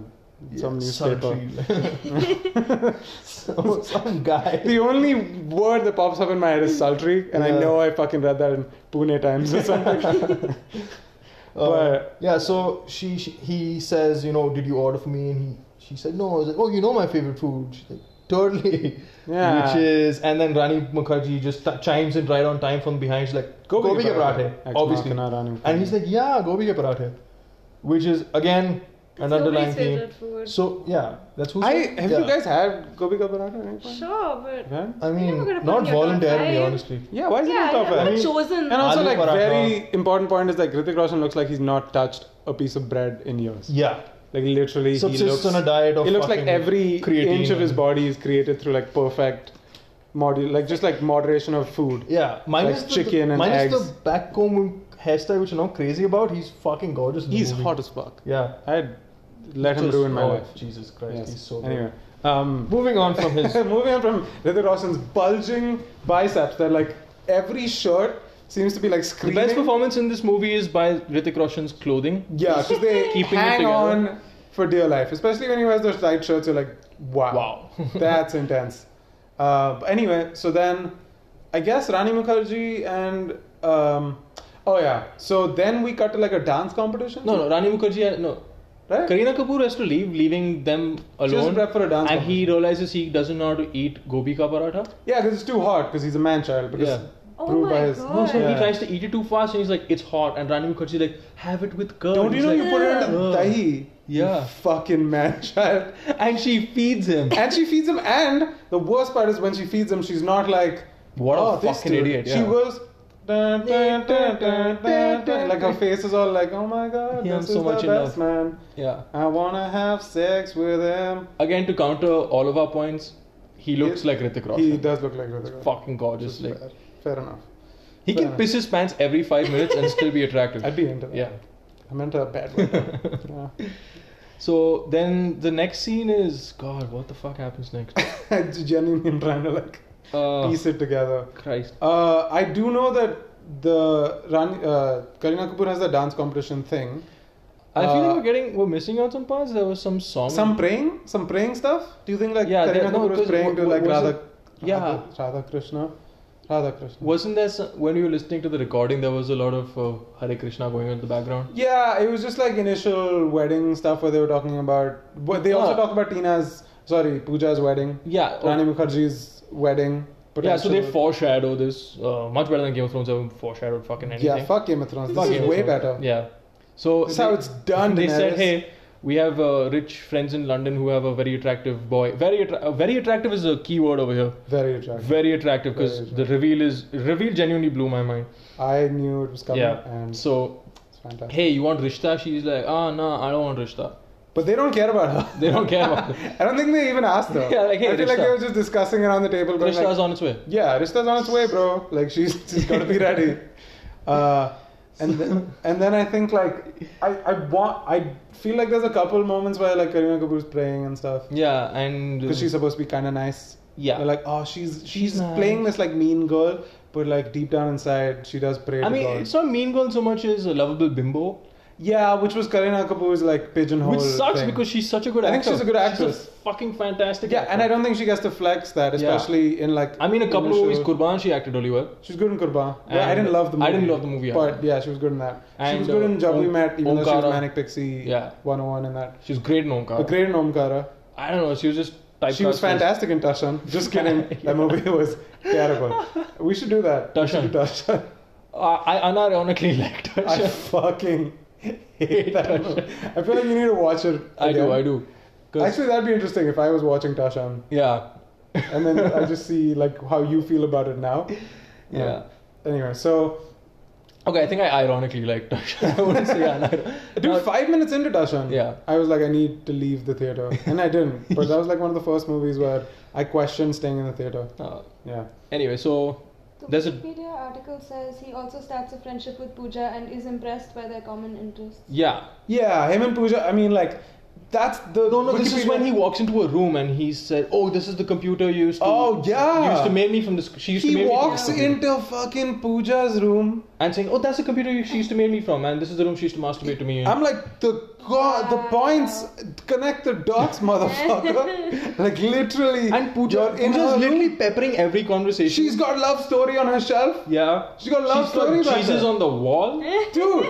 some newspaper. Sultry. some, some guy. The only word that pops up in my head is sultry, and I Yeah. know I fucking read that in Pune Times or something. Uh, But- yeah, so she, she he says, you know, did you order for me? And he she said no. I was like, oh, you know my favorite food. She's like, Totally. Yeah. Which is, and then Rani Mukherjee just t- chimes in right on time from behind. She's like, Gobi, Gobi ke parathe, Ex obviously. Machina running And he's like, yeah, Gobi ke parathe. Which is, again, an It's underlying nobody's theme. favorite food. So, yeah, that's who's. I have you guys had gobi ka paratha at any point? sure, but Yeah. I You're never gonna mean, put not in your top voluntarily, five. honestly. Yeah, why is yeah, it I've not top never five? mean- chosen. And also, Aloo like, paratha. very important point is like Hrithik Roshan looks like he's not touched a piece of bread in years. Yeah. Like literally, he Subsists looks. on a diet of He looks like fucking every creatine inch of his and- body is created through like perfect module, like just like moderation of food. Yeah, minus Like the, chicken the, and minus eggs. the backcomb hairstyle, which I'm not crazy about. He's fucking gorgeous. In the He's movie. hot as fuck. Yeah, I'd let him Just- ruin my oh, life. Jesus Christ, Yes. he's so. good. anyway, um, moving on from his. moving on from Hrithik Roshan's bulging biceps, that like every shirt seems to be like the screaming. best performance in this movie is by Ritik Roshan's clothing. Yeah, because they Keeping it hang together. on for dear life, especially when he wears those tight shirts. You're like, wow, Wow. that's intense. Uh, but anyway, so then I guess Rani Mukherjee and um, oh yeah, so then we cut to like a dance competition. No, no, Rani Mukherjee. No, right? Kareena Kapoor has to leave, leaving them She was alone. prepped for a dance and he realizes he doesn't know how to eat gobi ka paratha. Yeah, because it's too hot because he's a man child. Because Yeah. Oh my proved by his, God. No, so Yeah. he tries to eat it too fast, and he's like, "It's hot." And Rani Mukherjee like, "Have it with curd." Don't you He's know like, you put it in the "Ugh." dahi? Yeah. You fucking man child. And she feeds him. And she feeds him, and the worst part is when she feeds him, she's not like, What a "Oh, this fucking dude." idiot, She yeah. goes, dun, dun, dun, dun, dun, dun. like her face is all like, oh my god, Yeah, I'm this so is much the in best man. Yeah. I wanna have sex with him. Again, to counter all of our points, he looks like Ritik Roshan. He does look like Hrithik. Roshan. Fucking gorgeous. Like Fair- Fair enough. he Fair can enough. piss his pants every five minutes and still be attractive. I'd be into that. yeah. I'm into that bad one. yeah. So then the next scene is God. What the fuck happens next? I genuinely am trying to like Uh, piece it together. Christ. Uh, I do know that the Rani, uh, Karina Kapoor has the dance competition thing. I feel Uh, like we're getting we're missing out some parts. There was some song. some praying, some praying stuff. Do you think like Yeah, Kareena there- no, Kapoor was because praying what- to like what was Radha, it? Yeah. Radha, Radha Krishna, Radha Krishna? Wasn't there some, when you were listening to the recording? There was a lot of uh, Hare Krishna going on in the background. yeah, it was just like initial wedding stuff where they were talking about. But they also Ah. talk about Tina's, sorry, Pooja's wedding, Yeah. oh, Rani Mukherjee's wedding. yeah. So they potential- foreshadow this uh, much better than Game of Thrones ever foreshadowed fucking anything. Yeah, fuck Game of Thrones. Fuck This is Game of way Thrones. better. Yeah. So This is how it's done. They Daenerys. said, hey, we have uh, rich friends in London who have a very attractive boy. Very attra- uh, very attractive is a key word over here. very attractive. Very attractive Very because the attractive. reveal is reveal genuinely blew my mind. I knew it was coming, yeah. and so it's fantastic. hey, you want Rishta? She's like, ah, oh, no, I don't want Rishta. But they don't care about her. They don't care about her. I don't think they even asked her. Yeah, like, hey, I feel like Rishta. they were just discussing around the table. going, like, Rishta's on its way. Yeah, Rista's on its way, bro. Like she's she's gotta be ready. Uh, and then, and then I think like I, I want I feel like there's a couple moments where like Kareena Kapoor's praying and stuff Yeah, and because she's supposed to be kind of nice. yeah. They're like oh she's she's, She's nice. playing this like mean girl, but like deep down inside she does pray. I to mean, God. it's not mean girl so much as a lovable bimbo, yeah, which was Kareena Kapoor's like pigeonhole. which sucks thing. because she's such a good I think actor. she's a good She's actress. a fucking fantastic. yeah, actor. and I don't think she gets to flex that, Yeah. especially in like. I mean, a couple of initial- movies, Kurban, she acted really well. She's good in Kurban. And I didn't love the movie. I didn't love the movie either. But yeah, she was good in that. she And, was good in uh, Jab We Om- Met, even though she was Omkara. Manic Pixie Yeah. 101 in that. She's great in Omkara. But great in Omkara. I don't know. She was just typecast. She was as- fantastic in Tashan. Just kidding. That movie was terrible. We should do that. We should do Tashan. I, I unironically liked her. I fucking hate Hate that movie. I feel like you need to watch it. I do, again. I do. 'Cause- Actually, that'd be interesting if I was watching Tashan yeah, and then I just see like how you feel about it now. yeah. Anyway, so Okay, I think I ironically liked her. I wouldn't say unir- Dude, Now- five minutes into Darshan, Yeah. I was like, I need to leave the theater, and I didn't. But that was like one of the first movies where I questioned staying in the theater. Uh, Yeah, anyway, so The There's a- Wikipedia article says he also starts a friendship with Pooja and is impressed by their common interests. yeah. yeah. Him and Pooja. I mean, like, that's the. No, no. This is Wikipedia- when he walks into a room and he said, "Oh, this is the computer you used to. Oh, yeah. you used to mail me from the. sc- She used to He mail me from walks the computer." into fucking Pooja's room. and saying, "Oh, that's the computer you- she used to mail me from, and this is the room she used to masturbate to me in." I'm like the god, the Wow. points connect the dots, motherfucker. like literally, and Pooja, you're in her Pooja's room. literally peppering every conversation. She's got love story on her shelf, yeah. She got love She's story got back Eh? Jesus then. on the wall. dude.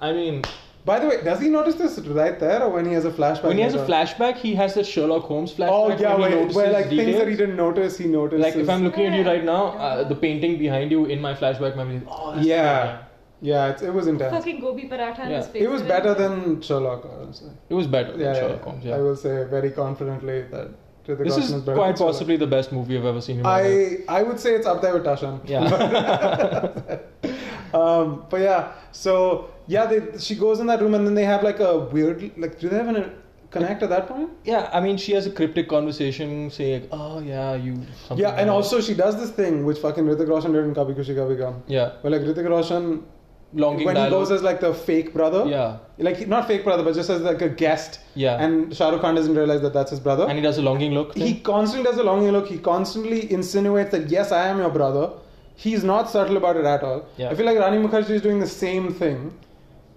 I mean, By the way, does he notice this right there, or when he has a flashback? When he has a later on? flashback, he has that Sherlock Holmes flashback. Oh yeah, where he where, where notices like things that he details. didn't notice, he notices. Like if I'm looking at you Yeah. right now, uh, the painting behind you in my flashback might be. Oh, that's yeah, right. yeah, it's, it was intense. Fucking gobi paratha in Yeah. his face. It was better than Sherlock. I would say. It was better Yeah, than Sherlock Holmes. I Yeah. will say very confidently that to the This Godson is better quite than Sherlock. possibly the best movie I've ever seen in my life. I I would say it's up there with Tashan. Yeah. Um, but yeah, so yeah, they, she goes in that room and then they have like a weird like. Do they have a connect at that point? yeah. I mean, she has a cryptic conversation saying, "Oh yeah, you." Something yeah, and like- also she does this thing which fucking Ritik Roshan did in Kabhi Kushi Kabhi Gam. Yeah. Where like Ritik Roshan, Longing when he dialogue. goes as like the fake brother. yeah. Like he- not fake brother, but just as like a guest. Yeah. And Shah Rukh Khan doesn't realize that that's his brother. And he does a longing look. he thing. constantly does a long look. He constantly insinuates that yes, I am your brother. He's not subtle about it at all. Yeah. I feel like Rani Mukherjee is doing the same thing,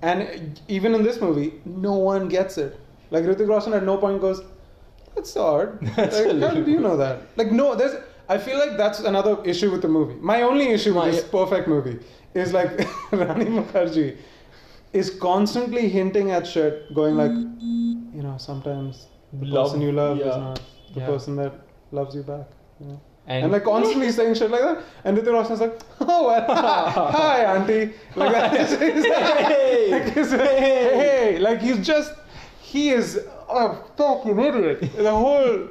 and even in this movie, no one gets it. Like Ritik Roshan at no point goes, "That's odd. That's like, a how little- did you know that?" Like no, there's. I feel like that's another issue with the movie. My only issue with My- this perfect movie is like Rani Mukherjee is constantly hinting at shit, going like, you know, sometimes the Love- person you love is yeah. not the Yeah. person that loves you back. You know? And, and, like constantly saying shit like that. And Ritik Roshan's like, oh, well, hi, auntie. Like that. He's like- Hey! like, he's like, hey, hey. Like he's just, he is a fucking idiot. The whole,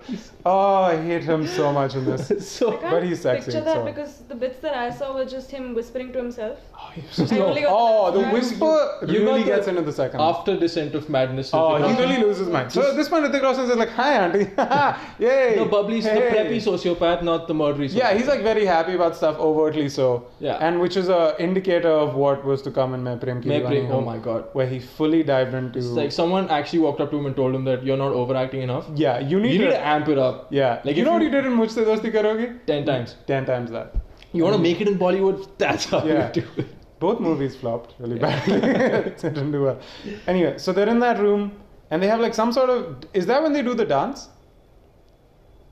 oh, I hate him so much in this. so. But he's sexy, Picture that so- because the bits that I saw were just him whispering to himself. I No. only got Oh, the last one. whisper You got really the- gets into the second. one. After Descent of Madness. Oh, he Ritik Roshan- really loses mind. So at this point, Ritik Roshan is like, "Hi, auntie, yay!" The bubbly's Hey. the preppy sociopath, not the murdery. Sociopath. Yeah, he's like very happy about stuff overtly so. Yeah. And which is a indicator of what was to come in Main Prem Ki Main Diwani Prem- Ho, oh my God. Where he fully dived into. It's like someone actually walked up to him and told him that you're not overacting enough. yeah, you You need, need to. to amp it up. yeah, Like you if know what you- you did in Mujhse Dosti Karogi? Ten times. Ten times that. You want to make it in Bollywood? That's how Yeah. you do it. Both movies flopped really badly. it didn't do well. Anyway, so they're in that room and they have like some sort of. Is that when they do the dance?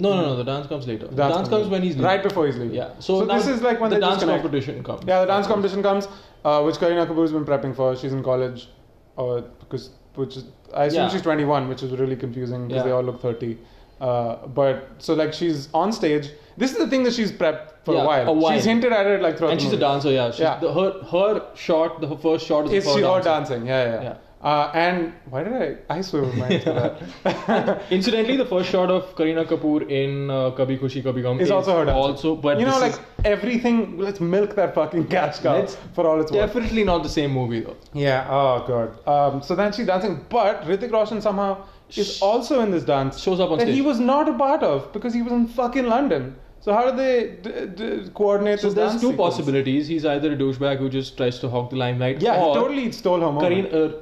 No, no, no. The dance comes later. The Dance comes dance, comes, later. when he's leaving. Right before he's leaving. Yeah. So, So now this is like when the they dance disconnect. competition comes. Yeah, the dance competition comes, uh, which Kareena Kapoor's been prepping for. She's in college, or because which is, I assume Yeah. she's 21, which is really confusing because Yeah. they all look 30. Uh, but so like she's on stage. This is the thing that she's prepped for Yeah, a, while. a while. She's hinted at it like throughout. And the she's a movie. dancer. Yeah. She's, Yeah. The, her her shot. The her first shot is, Is for she her dancing. dancing? Yeah, yeah. yeah. Uh, and why did I I swear my mind to that. Incidentally, the first shot of Kareena Kapoor in uh, Kabhi Khushi Kabhi Gham Is also her dancing. Also, but you know, this like is everything. Let's milk that fucking cash cow Let's for all it's worth. definitely not the same movie though. Yeah. Oh god. Um, so then she's dancing, but Ritik Roshan somehow is also in this dance. Shows up on that he stage. was not a part of because he was in fucking London. So how did they d- d- coordinate So this there's dance two sequence? possibilities. He's either a douchebag who just tries to hog the limelight, Yeah, or he totally stole her moment. Kareena uh,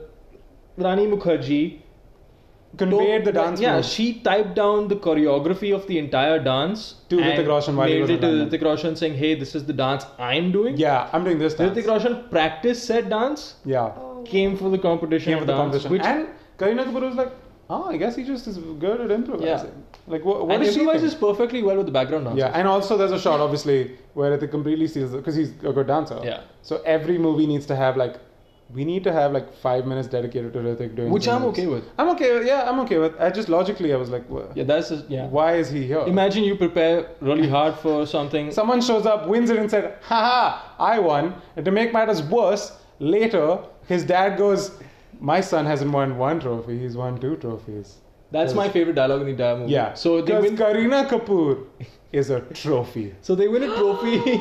Rani Mukherjee conveyed the told- dance. uh, Yeah, move. she typed down the choreography of the entire dance To and Hrithik Roshan while he mailed was in it to London. Hrithik Roshan saying, "Hey, this is the dance I'm doing." Yeah, I'm doing this dance. Hrithik Roshan practiced said dance, yeah. Oh. came for the competition, Came for the dance, competition. which and Kareena Kapoor was like, oh, I guess he just is good at improvising. Like, wha- what and does she think? improvises perfectly well with the background dancers. Yeah, and also there's a shot obviously where it completely steals because he's a good dancer. Yeah. So every movie needs to have like, we need to have like five minutes dedicated to Hrithik doing. Which I'm things. okay with. I'm okay with. Yeah, I'm okay with. I just logically I was like, wha- Yeah, that's just, yeah. why is he here? Imagine you prepare really hard for something. Someone shows up, wins it, and said, "Ha ha, I won." And to make matters worse, later his dad goes, "My son hasn't won one trophy. He's won two trophies." That's my favorite dialogue in the entire movie. Yeah. Uh, So they because win. Kareena Kapoor is a trophy. So they win a trophy.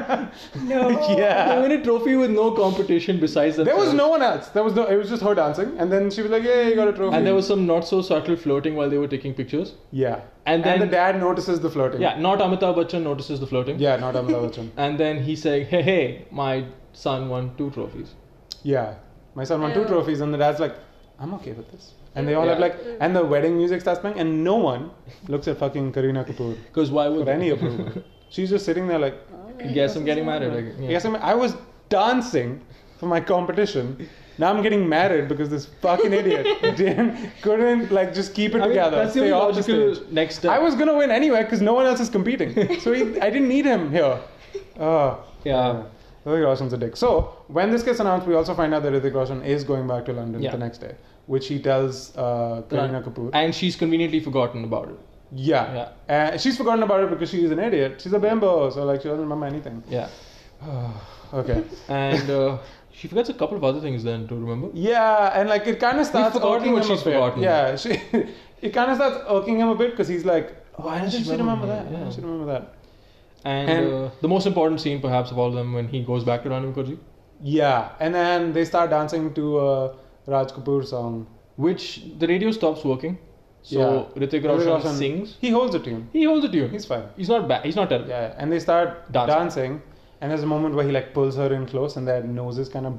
No. yeah. they win a trophy with no competition besides There was themselves. no one else. There was no. It was just her dancing, and then she was like, "Yeah, you got a trophy." And there was some not so subtle flirting while they were taking pictures. yeah. And then- the dad notices the flirting. Yeah, not Amitabh Bachchan notices the flirting. Yeah, not Amitabh Bachchan. And then he said, hey, hey, my son won two trophies. Yeah, my son won two Yeah. trophies, and the dad's like, "I'm okay with this." And they all Yeah. have like, and the wedding music starts playing, and no one looks at fucking Kareena Kapoor Because why would for any approval. She's just sitting there like, Oh, I guess I'm getting married. Like, yeah. "Yes, I'm, I was dancing for my competition." Now I'm getting married because this fucking idiot didn't, couldn't like just keep it I mean, together. that's the stay only off the logical stage. next step. I was gonna win anyway because no one else is competing. so he, I didn't need him here. Oh, Yeah. Hrithik Roshan's a dick. So when this gets announced, we also find out that Hrithik Roshan is going back to London Yeah. the next day, which he tells uh, Kareena Kapoor. And she's conveniently forgotten about it. yeah, and she's forgotten about it because she's an idiot. She's a bimbo, so like she doesn't remember anything. Yeah. Okay. And uh, she forgets a couple of other things then, to remember? Yeah, and like it kind of starts forgotten irking what him a she's bit. forgotten. Yeah, she, it kind of starts irking him a bit because he's like, Why why does didn't she she remember remember that? me? Why didn't she Yeah. remember that? And, And- uh, the most important scene, perhaps, of all of them when he goes back to Ranveer Koji, Yeah, and then they start dancing to a Raj Kapoor song. which the radio stops working. So Yeah. Ritik Hrithik Roshan, Roshan- sings. He holds a tune. He holds a tune. He's He's, fine. not bad. He's not terrible. Yeah, and they start Dancing. dancing. and there's a moment where he like pulls her in close, and their noses kind of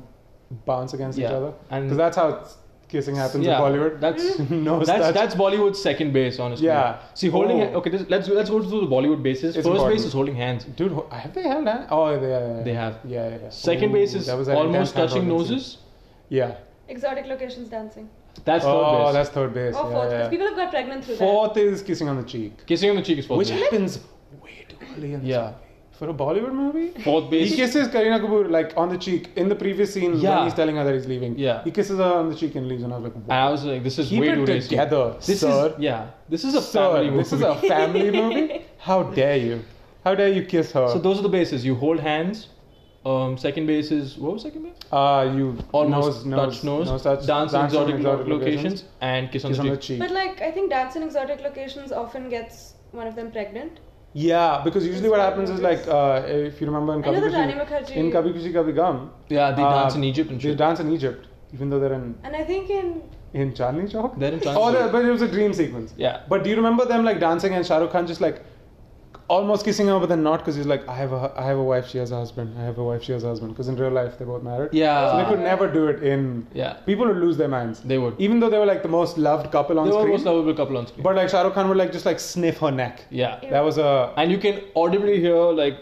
bounce against each Yeah, other. and- because that's how it's- kissing happens Yeah, in Bollywood. that's- no That's, that's Bollywood's second base, honestly. Yeah. See, holding Oh. ha- okay. This, let's let's go through the Bollywood bases. It's First important. base is holding hands. dude. ho- Have they held hands? Oh, they, yeah, yeah, They yeah. have. Yeah, yeah. yeah. Second Ooh, base is Oh, that was an intense almost touching hand-holding scene. noses. Yeah. Exotic locations dancing. That's third oh, base. that's third base. Or yeah, fourth, yeah. because people have got pregnant through Fourth is kissing on the cheek, Kissing on the cheek is fourth which base. happens way too early in this Yeah. movie. For a Bollywood movie? Fourth He base. kisses Kareena Kapoor like on the cheek in the previous scene Yeah. when he's telling her that he's leaving. Yeah. He kisses her on the cheek and leaves, and I was like, and I was like, this is Keep way it too racy. together, This sir. is yeah. This is a Sir, family movie. this is a family movie. How dare you? How dare you kiss her? so those are the bases. You hold hands. Um, second base is what was second base? uh, you nose, Almost nose, touch nose. nose touch, dance in exotic, on locations, and kiss on kiss on the cheek. the there. cheek. But like, I think dance in exotic locations often gets one of them pregnant. Yeah, because usually what It's happens is fabulous. like uh, if you remember in I know Kabhi that Rani Kushi, Mukherjee- in Kabhi Kushi Kabhi Gum, Yeah, they dance uh, in Egypt and They shit. dance in Egypt, even though they're in And I think in in Chandni Chowk. They're in Chandni Oh, Chowk. they- but it was a dream sequence. Yeah. But do you remember them like dancing and Shah Rukh Khan just like almost kissing her, but then not because he's like, I have a I have a wife, she has a husband. I have a wife, she has a husband. Because in real life they're both married. Yeah. So they could never do it in. Yeah. People would lose their minds. They would. Even though they were like the most loved couple on They were screen. most lovable couple on screen. But like Shah Rukh Khan would like just like sniff her neck. yeah. Ew. That was a And you can audibly hear like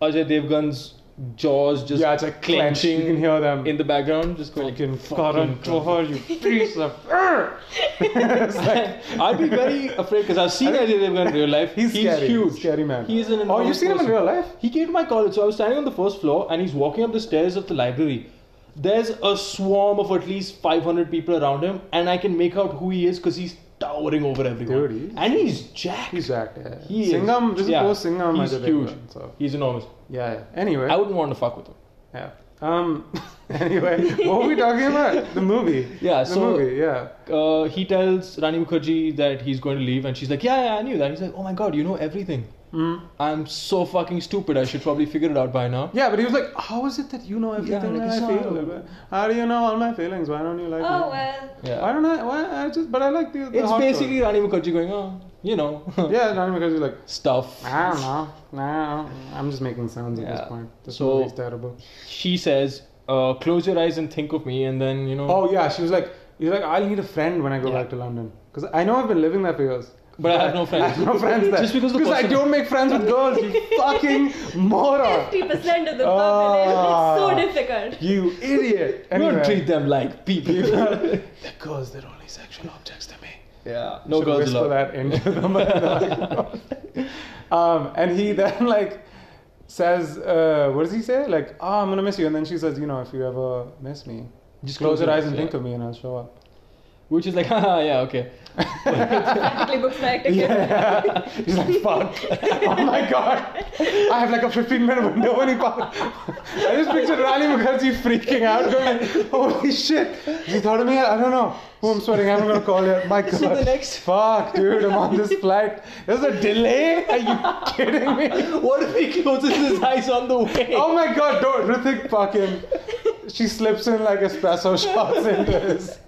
Ajay Devgan's jaws just yeah, it's like clenched. clenching You can hear them. in the background, just going. Fucking Karan Johar, you piece of It's like- I'd be very afraid because I've seen Ajay Devgan in real life. He's, scary. huge. Scary man. He is an Oh, you've enormous seen him in person. real life? He came to my college, so I was standing on the first floor, and he's walking up the stairs of the library. There's a swarm of at least 500 people around him, and I can make out who he is because he's towering over everyone. Dude, he's- and he's jacked. He's jacked. Yeah. He is- Singham, this yeah, is post Singham. He's Ajay huge. Devgn, so He's enormous. yeah, yeah. Anyway. I wouldn't want to fuck with him. yeah. Um. Anyway, what were we talking about? The movie. Yeah, The so- movie. Yeah. Uh, he tells Rani Mukherjee that he's going to leave, and she's like, "Yeah, yeah, I knew that." He's like, "Oh my god, you know everything. Mm. I'm so fucking stupid. I should probably figure it out by now." Yeah, but he was like, "How is it that you know everything like, that I it's feel? not- How do you know all my feelings? Why don't you like me? oh well, Yeah. Why don't I? Why I just? But I like the. the It's hot girl. basically Rani Mukherjee going, "Oh, you know, Yeah, not because you're like, stuff." I don't know. Nah, I'm just making sounds at Yeah. this point. This So- movie's terrible. She says, uh, "Close your eyes and think of me," and then you know. Oh yeah, she was like, you're like, I'll need a friend when I go Yeah. back to London because I know I've been living there for years. But I have no friends. I have no friends there. Just because the I person- don't make friends with girls. You fucking moron. fifty percent of the Ah. population. It's so difficult. You idiot. You Anyway. Don't treat them like people. the girls, they're only sexual objects to me. yeah. No Should girls whisper that allowed. into them. um, and he then like says, uh, what does he say? Like, ah, I'm gonna miss you. And then she says, you know, if you ever miss me, just close your eyes and yeah. think of me, and I'll show up. Which is like, haha, yeah, okay. Practically books my ticket. Yeah. He's like, fuck. oh my god. I have like a 15 minute window when he parked. I just pictured Rani Mukherjee freaking out, going, like, holy shit. He thought of me, I don't know. Oh, I'm sweating, I'm gonna call you. My god. So the next- Fuck, dude, I'm on this flight. There's a delay? Are you kidding me? What if he closes his eyes on the way? Oh my god, don't. Rithik fucking. She slips in like espresso shots into his.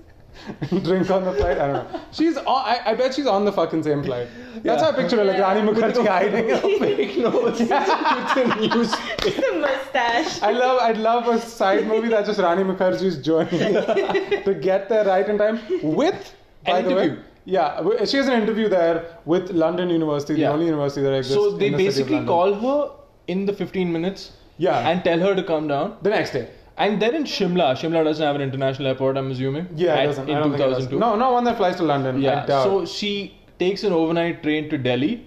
Drink on the flight. I don't know. She's. On, I, I bet she's on the fucking same flight. That's how Yeah. I picture her, like Rani Mukherjee hiding. Fake nose with the newspaper. The mustache. I love I'd love a side movie that's just Rani Mukherjee's journey to get there right in time with by An the way. interview. Yeah, w- she has an interview there with London University, Yeah. the only university that exists. So they in the city of basically London. call her in the 15 minutes Yeah. and tell her to come down. the next day. And they're in Shimla. Shimla doesn't have an international airport, I'm assuming. Yeah, At- it doesn't. In I don't think it 2002. does. No, no one that flies to London. Yeah. I doubt. So she takes an overnight train to Delhi,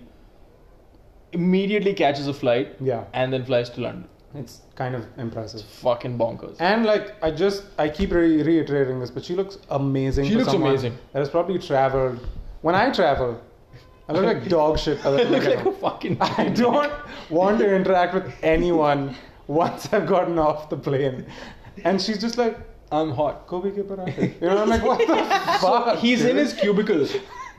immediately catches a flight, yeah, and then flies to London. It's kind of impressive. Fucking bonkers. And like I just I keep re- reiterating this, but she looks amazing. She for looks someone amazing. That has probably traveled. When I travel, I look like dog shit. by the I time I look get like a home. fucking. I don't want to interact with anyone once I've gotten off the plane. And she's just like, I'm hot. Kobe ke parathe. You know, I'm like, what the fuck? He's in dude? his cubicle,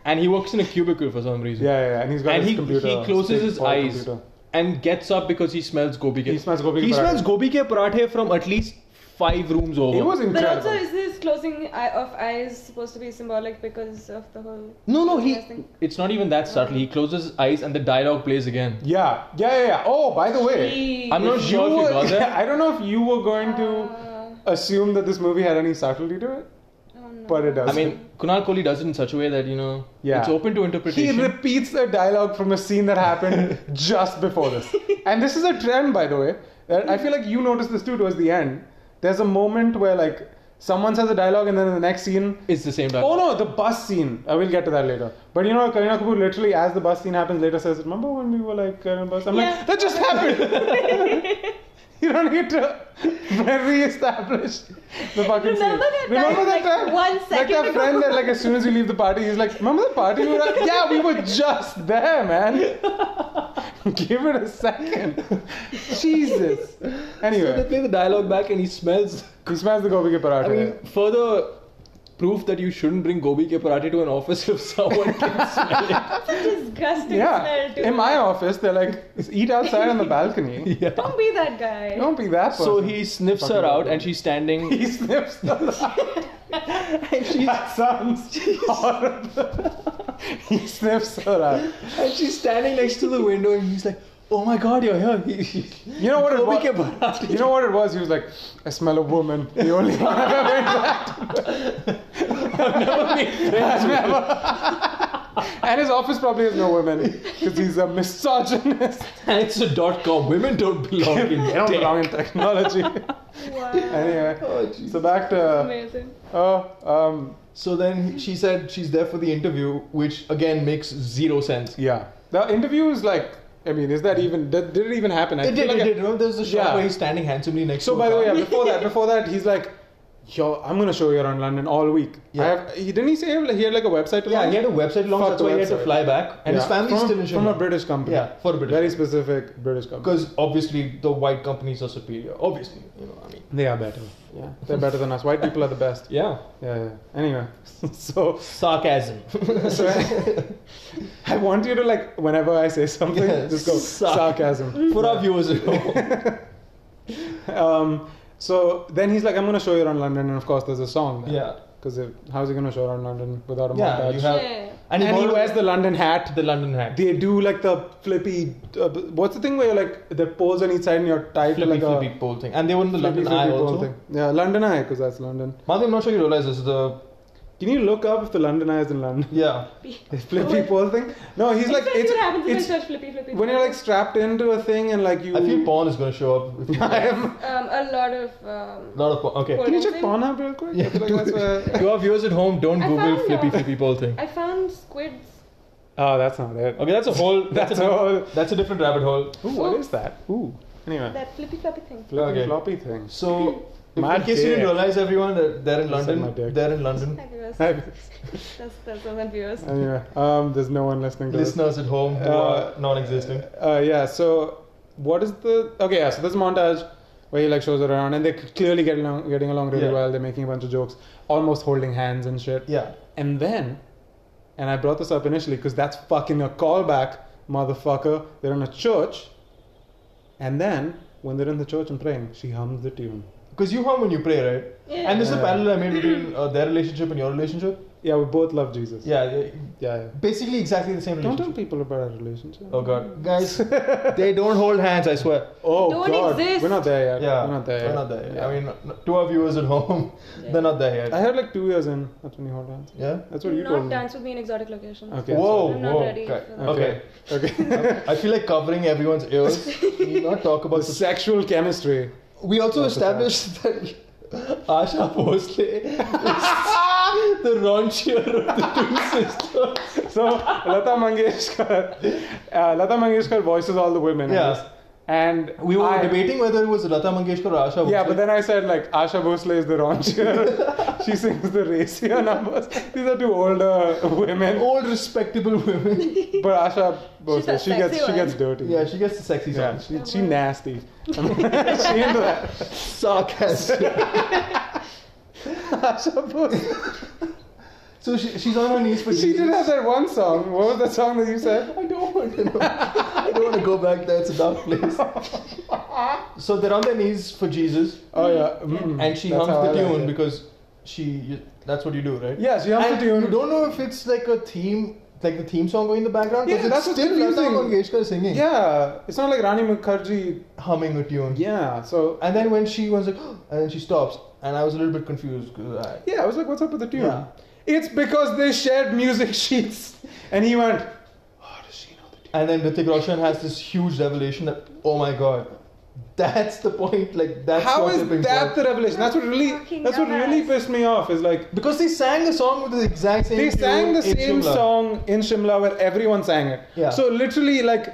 and he works in a cubicle for some reason. Yeah, yeah, yeah, and he's got and his he, computer. he closes big his ball eyes computer. and gets up because he smells gobi ke. He smells gobi ke He parathe. smells gobi ke parathe from at least five rooms over. It was But incredible. also, is this closing eye of eyes supposed to be symbolic because of the whole? no, no, he. Interesting. It's not even that subtle. He closes his eyes and the dialogue plays again. yeah, yeah, yeah, yeah. Oh, by the way, I'm not You sure if were- you got that. I don't know if you were going to Uh, assume that this movie had any subtlety to it. oh no. But it does. I mean, Kunal Kohli does it in such a way that you know Yeah. it's open to He interpretation. repeats the dialogue from a scene that happened just before this. And this is a trend, by the way. that I feel like you noticed this too towards the end. There's a moment where, like, someone says a dialogue, and then in the next scene, it's the same Oh dialogue. no, the bus scene. I will get to that later. But you know, Kareena Kapoor literally, as the bus scene happens, later says, "Remember when we were like uh, bus?" Yeah. I'm like, that just happened. you don't need to re-establish the fucking Remember scene. that remember time, that like, time? one Like second that ago? friend that, like, as soon as you leave the party, he's like, "Remember the party we were at? Yeah, we were just there, man." Give it a second. Jesus. So they Anyway, play the dialogue back and he smells. he smells the gobi ke paratha. I mean, further proof that you shouldn't bring gobi ke parathe to an office if someone can smell it. That's a disgusting Yeah. smell too. In my office, they're like, eat outside on the balcony. Yeah. Don't be that guy. Don't be that person. So he sniffs her Fucking out gobi. and she's standing. He sniffs the and she's That sounds horrible. he sniffs her out. and she's standing next to the window and he's like, "Oh my God, you're here." He- he- You know what it Gobi was? ke parathe. You know what it was? He was like, I smell a woman. The only one I've ever interacted with. I've never And his office probably has no women because he's a misogynist. and it's a dot com. Women don't belong in they don't tech. belong in technology. Wow. anyway, Oh, jeez. so back uh, to Amazing. oh um So then she said she's there for the interview, which again makes zero sense. Yeah. The interview is like, I mean, is that even, did, did it even happen? I It feel did, like it I- did. Remember, there's the shot Yeah. where he's standing handsomely next So to by the way, car. yeah, before that, before that, he's like, yo, I'm going to show you around London all week. I Yeah. have, he, didn't he say he had like a website to yeah, launch? he had a website launch, Fuck that's the why he had to website. fly back, and his Yeah. family's from, still in From a Sri British company. Yeah, for a British Very specific British company. Because obviously the white companies are superior. Obviously, you know, I mean. They are better. Yeah. They're better than us. White people are the best. Yeah. Yeah, yeah. Anyway, so, Sarcasm. so I want you to like, whenever I say something, Yeah, just go suck. sarcasm. for our viewers, you know. Um, so then he's like, I'm gonna show you around London, and of course there's a song. There. Yeah. Because how's he gonna show around London without a Yeah, montage? you have- Yeah. and he bought wears the London hat. the London hat. They do like the flippy. Uh, what's the thing where you're like the poles on each side and you're tied flippy, to like flippy a pole thing. And they were in the flippy, London flippy Eye pole also. thing. Yeah, London Eye, because that's London. Madhu, I'm not sure you realize this. The Can you look up if the London Eye is in London? yeah, The flippy pole thing. No, he's like Especially it's, Oh. what happens it's if I search flippy flippy. when you're like strapped into a thing and like you. I feel porn is going to show up. If you I am. um, a lot of um, lot of porn. Okay. Can you check Pornhub real quick? I feel like that's where. To our viewers at home, don't I Google found flippy out. flippy ball thing. I found squids. Oh, that's not it. Okay, that's a whole. That's That's, a whole. all. That's a different rabbit hole. Ooh, what is that? Ooh. Anyway. That flippy floppy thing. Flippy Okay. floppy thing. So, if, My in case you didn't dick. realize, everyone, that they're in Just said my London. dick. They're in London. Thank you, guys. Hey. That's that's all that viewers. anyway, um, there's no one listening to Listeners at home who Uh, are non-existent. this. Uh, yeah. So, what is the? Okay, yeah. So this montage where he like shows her around, and they're clearly getting along, getting along really Yeah. well. They're making a bunch of jokes, almost holding hands and shit. Yeah. And then, and I brought this up initially because that's fucking a callback, motherfucker. They're in a church, and then when they're in the church and praying, she hums the tune. Because you hum when you pray, right? Yeah. And this is a Yeah. parallel I made between uh, their relationship and your relationship. Yeah, we both love Jesus. Yeah. they- Yeah. yeah. Basically, exactly the same Don't tell relationship. people about our relationship. Oh God, guys, they don't hold hands. I swear. Oh Don't God, exist. we're not there yet. Yeah. we're not there. We're yet. not there. yet. Yeah. I mean, n- to our viewers at home, they're not there yet. I heard like two years in. That's when you hold hands. Yeah. That's what you Not told me. dance with me in exotic locations. Okay. Oh, Whoa, I'm not whoa. ready Okay. for that. okay. Okay. I feel like covering everyone's ears. We need not talk About about this. sexual chemistry. We also Not the established that Asha Bhosle is the raunchier of the two sisters. So Lata Mangeshkar, uh, Lata Mangeshkar voices all the women. in Yeah. this. And We were I- debating whether it was Lata Mangeshkar or Asha Bhosle. Yeah, but then I said like Asha Bhosle is the raunchier. she sings the racier numbers. These are two older women, old respectable women. but Asha Bhosle the she gets sexy she gets one. dirty. yeah, she gets the sexy yeah, songs. she, she nasty. I mean, she into that. Sarcastic. Asha Bhosle. so she, she's on her knees for She Jesus. did have that one song. What was that song that you said? I don't want to know. I don't want to go back there. It's a dark place. so they're on their knees for Jesus, Oh yeah, mm, and she that's how hums the I like tune it. because she. You, that's what you do, right? yeah, she hums And the tune. You don't know if it's like a theme, like the theme song going in the background. 'cause Yeah, it's that's what's still Lata confusing. Mangeshkar singing, Yeah, it's not like Rani Mukherjee. humming a tune. Yeah, so And then when she was like, and then she stops, and I was a little bit confused. 'cause I, yeah, I was like, what's up with the tune? Yeah. It's because they shared music sheets, and he went, "How does she know the tune?" and then Hrithik Roshan has this huge revelation that, oh my god, that's the point. Like that's How your is tipping that point. the revelation? That's what really, Fucking that's what really dumbass. pissed me off. Is like Because they sang the song with the exact same. they tune sang the in same Shimla. song in Shimla where everyone sang it. Yeah. So literally, like,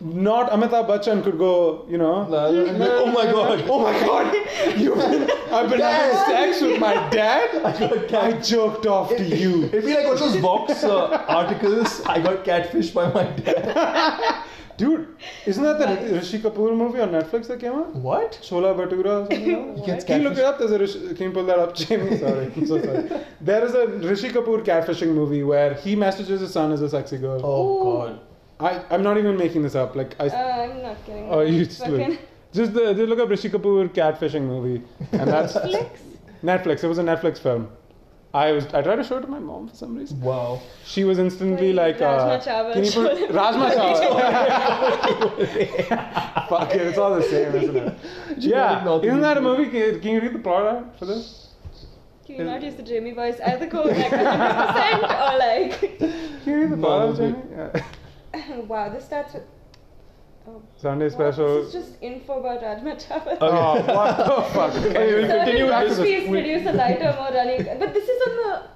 not Amitabh Bachchan could go, you know. La- la- la- la- oh my god! Oh my god! You've been, I've been having Dad. sex with my dad. got I cat- joked off to you. It'd be like one of those Vox uh, articles. I got catfished by my dad. Dude, isn't that the Rishi Kapoor movie on Netflix that came out? What? Shola Bhatura or something? like Gets that? Can you look catfished. it up? There's a Rishi, can you pull that up, Jamie? Sorry, I'm so sorry. There is a Rishi Kapoor catfishing movie where he messages his son as a sexy girl. Oh Ooh. god! I, I'm not even making this up. Like I, Uh, I'm not kidding. oh, you just fucking look. Just, the, just look up Rishi Kapoor catfishing movie, and that's flicks. Netflix. It was a Netflix film. I was I tried to show it to my mom for some reason. Wow. She was instantly Wait, like Rajma uh, chawal. Can you put Rajma chawal? Fuck it, it's all the same, isn't it? Generic yeah, North isn't that a Indian movie? Can, can you read the plot out for this? Can you not use the Jamie voice? Either go like 100% or like. Can you read the plot out, No, Jamie? Yeah. wow, this starts with. Oh, Sunday wow, special. This is just info about Rajma Chawal. Oh, what the fuck? Okay, we'll Sir, continue can back you to this. please produce a lighter, more running. But this is on the. I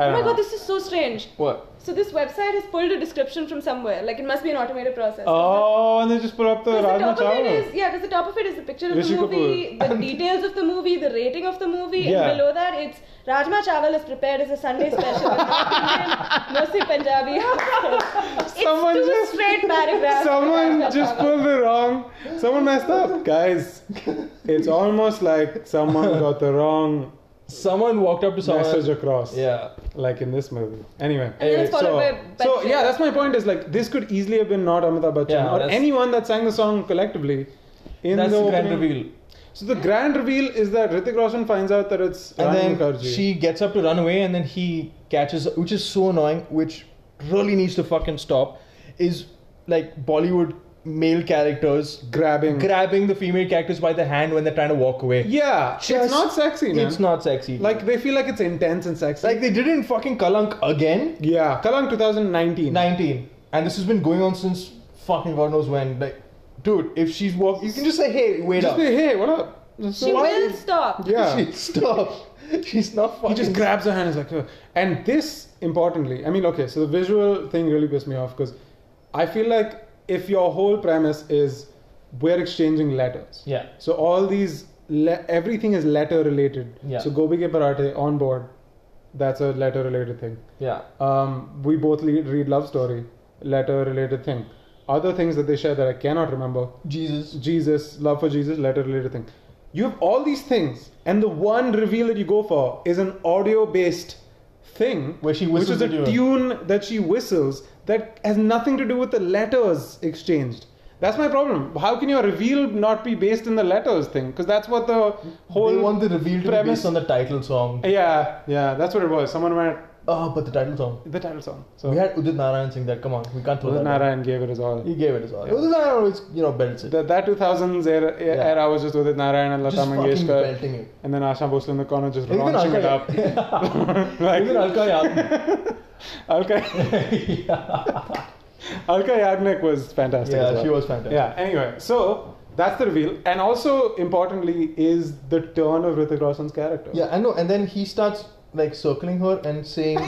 Oh don't my know. god, this is so strange. What? So this website has pulled a description from somewhere. Like it must be an automated process. Oh, and they just put up the Because the top Rajma of it is Chawal. yeah, because the top of it is the picture of Rishi the movie, the details of the movie, the rating of the movie, Yeah. and below that it's Rajma Chawal is prepared as a Sunday special. with North Indian, mostly Punjabi. Someone it's two just- straight paragraphs. Someone just pulled the wrong. Someone messed up, guys. It's almost like someone got the wrong Someone walked up to someone. message across. uh, Yeah. like in this movie. Anyway, And then it's followed so, by so Bachchan. yeah, that's my point. Is like this could easily have been not Amitabh Bachchan Yeah, or that's- anyone that sang the song collectively. In That's the grand opening. reveal. So the grand reveal is that Hrithik Roshan finds out that it's And Rani then Mukherjee. she gets up to run away, and then he catches, which is so annoying, which really needs to fucking stop. Is like Bollywood male characters grabbing. grabbing the female characters by the hand when they're trying to walk away. yeah, Just- it's not sexy. Man. It's not sexy. like they feel like it's intense and sexy. like they did it in fucking Kalank again, yeah, Kalang 2019. 19, and this has been going on since fucking God knows when. Like, dude, if she's walk, you can just say, hey, wait Just up. say hey, what up? So She why- will stop. Yeah. She- stop. She's not fucking. He just grabs her hand and is like, "Ugh." and this importantly, I mean, okay, so the visual thing really pissed me off because I feel like if your whole premise is we're exchanging letters, Yeah. so all these le- everything is letter related. Yeah. So Gobi Ke Parate on board, that's a letter related thing. Yeah. Um, we both le- read love story, letter related thing. Other things that they share that I cannot remember, Jesus. Jesus, love for Jesus, letter related thing. You have all these things, and the one reveal that you go for is an audio based thing Where she which whistles is the a tune. tune that she whistles that has nothing to do with the letters exchanged. That's my problem. How can your reveal not be based in the letters thing? Because that's what the whole they want the reveal to be premise- based on the title song. yeah, yeah, that's what it was. Someone went Oh, but the title song. the title song. So We had Udit Narayan sing that. Come on, we can't throw Udit that. Narayan gave it his all. out. He gave it his all. Udit Narayan always, you know, belts it. That, that 2000s era, Yeah. era was just Udit Narayan and Lata just fucking Mangeshkar. belting it. And then Asha Bhosle in the corner just Even launching it up. Alka- Even like, Alka Yagnik. Alka, Alka Yagnik was fantastic. Yeah, as well. she was fantastic. Yeah, anyway, so that's the reveal. And also, importantly, is the turn of Hrithik Roshan's character. Yeah, I know. And then he starts like circling her and saying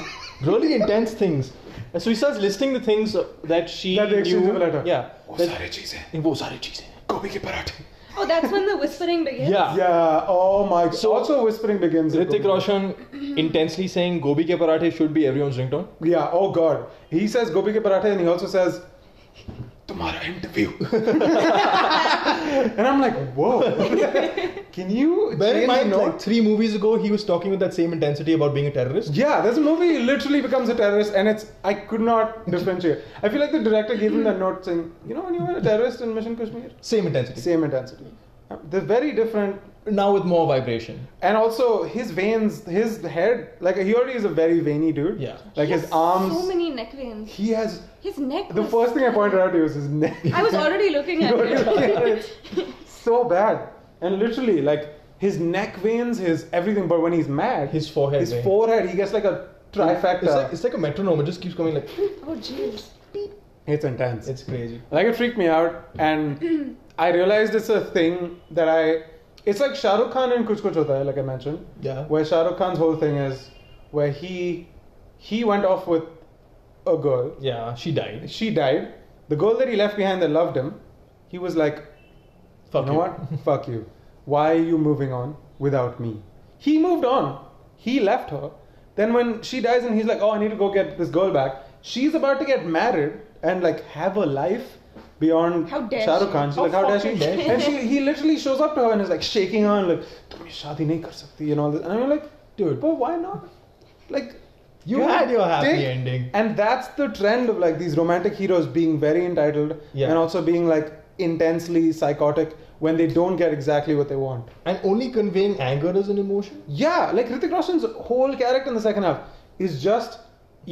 really intense things. So he starts listing the things that she That they exchanged knew. over letter. Yeah. that- cheese. In वो सारी चीजें gobi ke parathe. Oh, that's when the whispering begins. Yeah. Yeah. Oh my. God. So- also, whispering begins. with Ritik Gobi. Roshan intensely saying gobi ke parathe should be everyone's ringtone. Yeah. Oh God. He says Gobi ke parathe, and he also says Tumhara interview. And I'm like, whoa. Can you Bear change in mind, the note? like three movies ago, he was talking with that same intensity about being a terrorist. yeah, this movie literally becomes a terrorist, and it's I could not differentiate. I feel like the director gave him that note saying, you know, when you were a terrorist in Mission Kashmir, Same intensity. same intensity. Uh, They're very different, Now with more vibration. and also his veins, his head, like he already is a very veiny dude. Yeah. like He his has arms. So many neck veins. he has His neck. the was- first thing I pointed out to you was his neck. I was already looking at it. It's so bad. And literally, like his neck veins, his everything. But when he's mad, His forehead his vein. forehead, he gets like a trifecta. It's like, it's like a metronome. It just keeps coming like Oh, jeez. It's intense. it's crazy. like it freaked me out, and I realized it's a thing that I. It's like Shah Rukh Khan and Kuch Kuch Hota Hai, like I mentioned, Yeah. where Shah Rukh Khan's whole thing is where he he went off with a girl. Yeah, she died. She died. The girl that he left behind that loved him, he was like, Fuck you know you. what? Fuck you. Why are you moving on without me? He moved on. He left her. Then when she dies and he's like, oh, I need to go get this girl back. She's about to get married and like have a life beyond How dare Shah she. Oh, Rukh Khan. She's How like, how dare she? fucking dare she. And she, he literally shows up to her and is like shaking her and like, Tum ye shaadi nahi kar sakti and all this. And I'm like, dude, but why not? Like, You you're had a your happy dick. ending. And that's the trend of like these romantic heroes being very entitled Yeah. and also being like intensely psychotic when they don't get exactly what they want. And only conveying anger as an emotion. Yeah, like Hrithik Roshan's whole character in the second half is just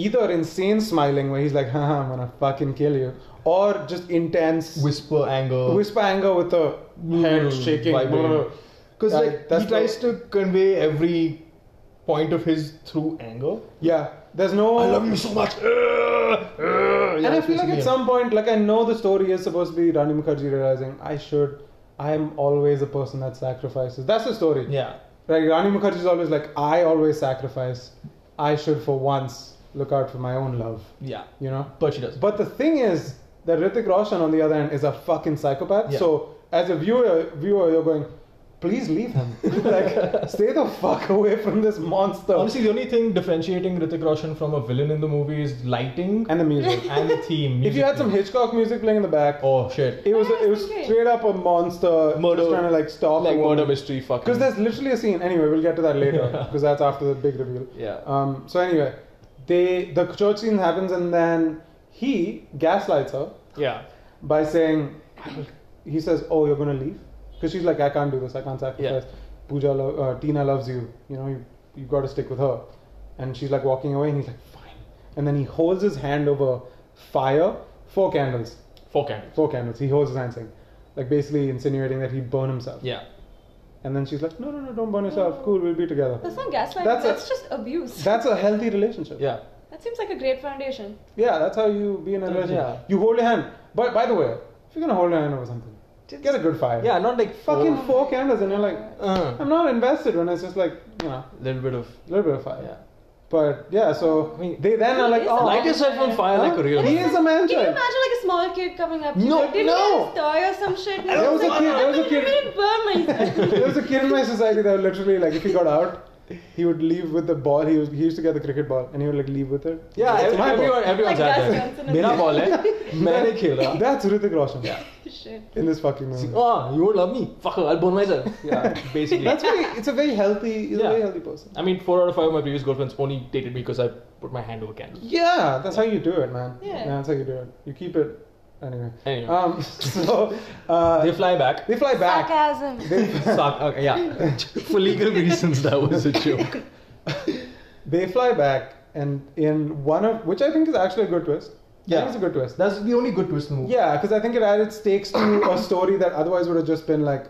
either insane smiling where he's like, haha, I'm gonna fucking kill you, or just intense Whisper Hmm. anger. whisper anger with a head shaking. Because Yeah, like that's he tries the- to convey every point of his through anger. Yeah, there's no. I love you so much. Uh, and I feel like at some point, like I know the story is supposed to be Rani Mukherjee realizing I should, I'm always a person that sacrifices. That's the story. yeah. Like Rani Mukherjee is always like I always sacrifice. I should for once look out for my own love. Yeah. You know. But she doesn't. But the thing is that Ritik Roshan on the other hand is a fucking psychopath. Yeah. So as a viewer, viewer, you're going. Please leave him. like, stay the fuck away from this monster. Honestly, the only thing differentiating Ritik Roshan from a villain in the movie is lighting and the music. and the theme. if you had some music Hitchcock music playing in the back, theme. oh shit, It was Yeah, it was it's okay. straight up a monster Murder. just trying to like stop like murder mystery, fucking. because there's literally a scene. Anyway, we'll get to that later because that's after the big reveal. Yeah. Um. So anyway, they the church scene happens and then he gaslights her yeah, by saying he says, "Oh, you're gonna leave," because she's like, "I can't do this. I can't sacrifice." Pooja, lo- uh, Tina loves you. You know, you you got to stick with her. And she's like walking away, and he's like, "Fine." And then he holds his hand over fire, four candles four candles. four candles. He holds his hand saying, like basically insinuating that he burn himself. Yeah, And then she's like, no, no, no, don't burn yourself. Cool, we'll be together. That's not gaslighting. That's That's, a- just abuse. That's a healthy relationship. yeah. that seems like a great foundation. Yeah, that's how you be in a Yeah. relationship. You hold your hand. But by the way, if you're gonna hold your hand over something, get a good fire. Yeah, not like Fucking fucking four candles, and you're like, uh, I'm not invested when it's just like, you know, little bit of a little bit of fire. yeah. But yeah, so I mean, they then are like, He is oh, a Light Light yourself yourself on on fire huh? like a real he is a man Can you child. imagine like a small kid coming up? to No, you, like, Did no. you get a toy or some shit? And There was he's a like, kid- there "I'm gonna was a kid- burn myself." there was a kid in my society that would literally like if he got out he would leave with the ball he, was, he used to get the cricket ball and he would like leave with it Yeah, It's every, my ball. everyone, everyone's Like had Gus that. Johnson and मेरा that. ball है मैंने खेला that's Hrithik Roshan Shit. in this fucking movie oh you won't love me fucker I'll burn myself yeah basically that's very it's a very healthy he's a oh, Yeah. very healthy person I mean four out of five of my previous girlfriends only dated me because I put my hand over candles yeah that's how you do it man Yeah. that's how you do it you keep it anyway Anyway. um so uh, they fly back they fly back Sarcasm. Suck. Okay, yeah. For legal reasons, that was a joke. they fly back and in one of which I think is actually a good twist I Yeah. think it's a good twist That's the only good twist in the movie. Yeah, because I think it added stakes to a story that otherwise would have just been like,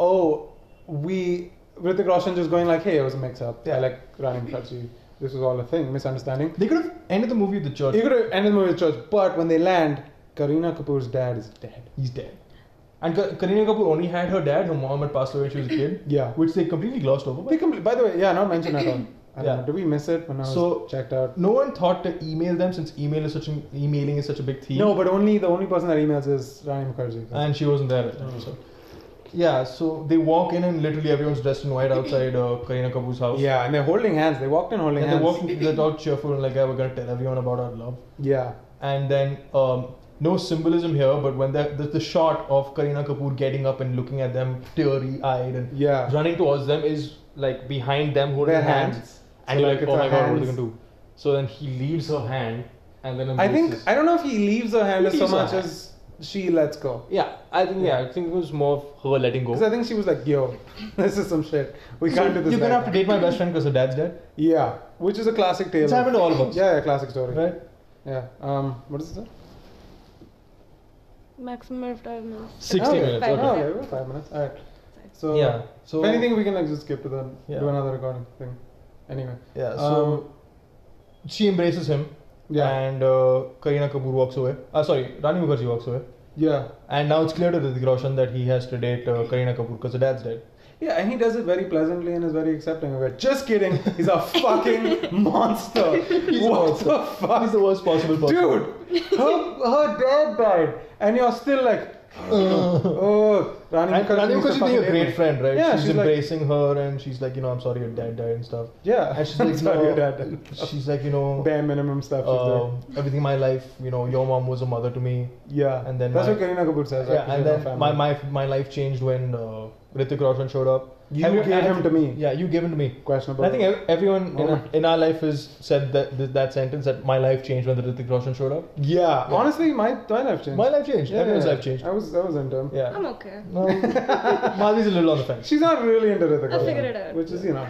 oh, we Ritik Roshan just going like, hey, it was a mix-up. Yeah, like Rani Mukherjee. This was all a thing, misunderstanding. They could have ended the movie with the church. You could have ended the movie with church, but when they land, Kareena Kapoor's dad is dead. He's dead. And Ka- Kareena Kapoor only had her dad. Her mom had passed away when she was a kid. Yeah. Which they completely glossed over. They compl- by the way, yeah, not mentioned at all. I don't Yeah. know. Did we miss it when I was So- checked out? No one thought to email them since email is such an emailing is such a big theme. No, but only the only person that emails is Rani Mukherjee. and she wasn't there at the time. So. Yeah, so they walk in and literally everyone's dressed in white outside uh, Karina Kapoor's house. yeah, and they're holding hands. They walked in holding and they hands. walk in, they're all cheerful and like, yeah, we're gonna tell everyone about our love. Yeah, And then um, no symbolism here, but when the, the the shot of Karina Kapoor getting up and looking at them teary-eyed and yeah. running towards them is like behind them holding Their hands. hands. So, And you're like, like, it's oh my our god, what are they hands. gonna do? So then he leaves her hand and then I think embraces- I don't know if he leaves her hand He as so leaves her much hand. as she lets go. yeah, I think yeah, I think it was more of her letting go. Because I think she was like, "Yo, this is some shit. We So can't do this." You're gonna right have to now." date my best friend because her dad's dead, Yeah, which is a classic tale. It's of- happened to all of us. Yeah, yeah, classic story. right? Yeah. Um, what is it? Maximum of five minutes. 60 oh, yeah. minutes, Oh, okay. yeah, we're five minutes. All right. So yeah. So if anything, we can like just skip to that. Yeah. Do another recording thing. Anyway. yeah. So um, she embraces him. yeah. And uh, Karina Kapoor walks away. Uh, sorry, Rani Mukherjee walks away. Yeah. And now it's clear to Hrithik Roshan that he has to date uh, Karina Kapoor because her dad's dead. Yeah, and he does it very pleasantly and is very accepting of it. Just kidding. He's a fucking monster. what a the fuck? He's the worst possible person. Dude, her, her dad died, and you're still like, oh, Rani And Rani needs to Mukherjee fucking being a date me. great friend, right? Yeah, she's, she's like- embracing her and she's like, you know, I'm sorry your dad died and stuff. Yeah, And she's like, sorry, no. your dad died. She's like, you know, Bare minimum stuff. She's uh, like, everything in my life, you know, your mom was a mother to me. yeah, and then that's my- what Karina Kapoor says. right? Yeah, She's and no then family. my, my my life changed when uh, Hrithik Roshan showed up. You Everyone- gave I him think- to me. Yeah, you gave him to me. questionable. I think ev- everyone in, Oh our- in our life has said that that- that sentence that my life changed when the Hrithik Roshan showed up. yeah. honestly, my my life changed. My life changed. yeah, Everyone's yeah. life changed. I was I was into him. Yeah. I'm okay. No, Madhuri's a little on the fence. She's not really into Hrithik. I'll Roshan, figure it out. Which is you know,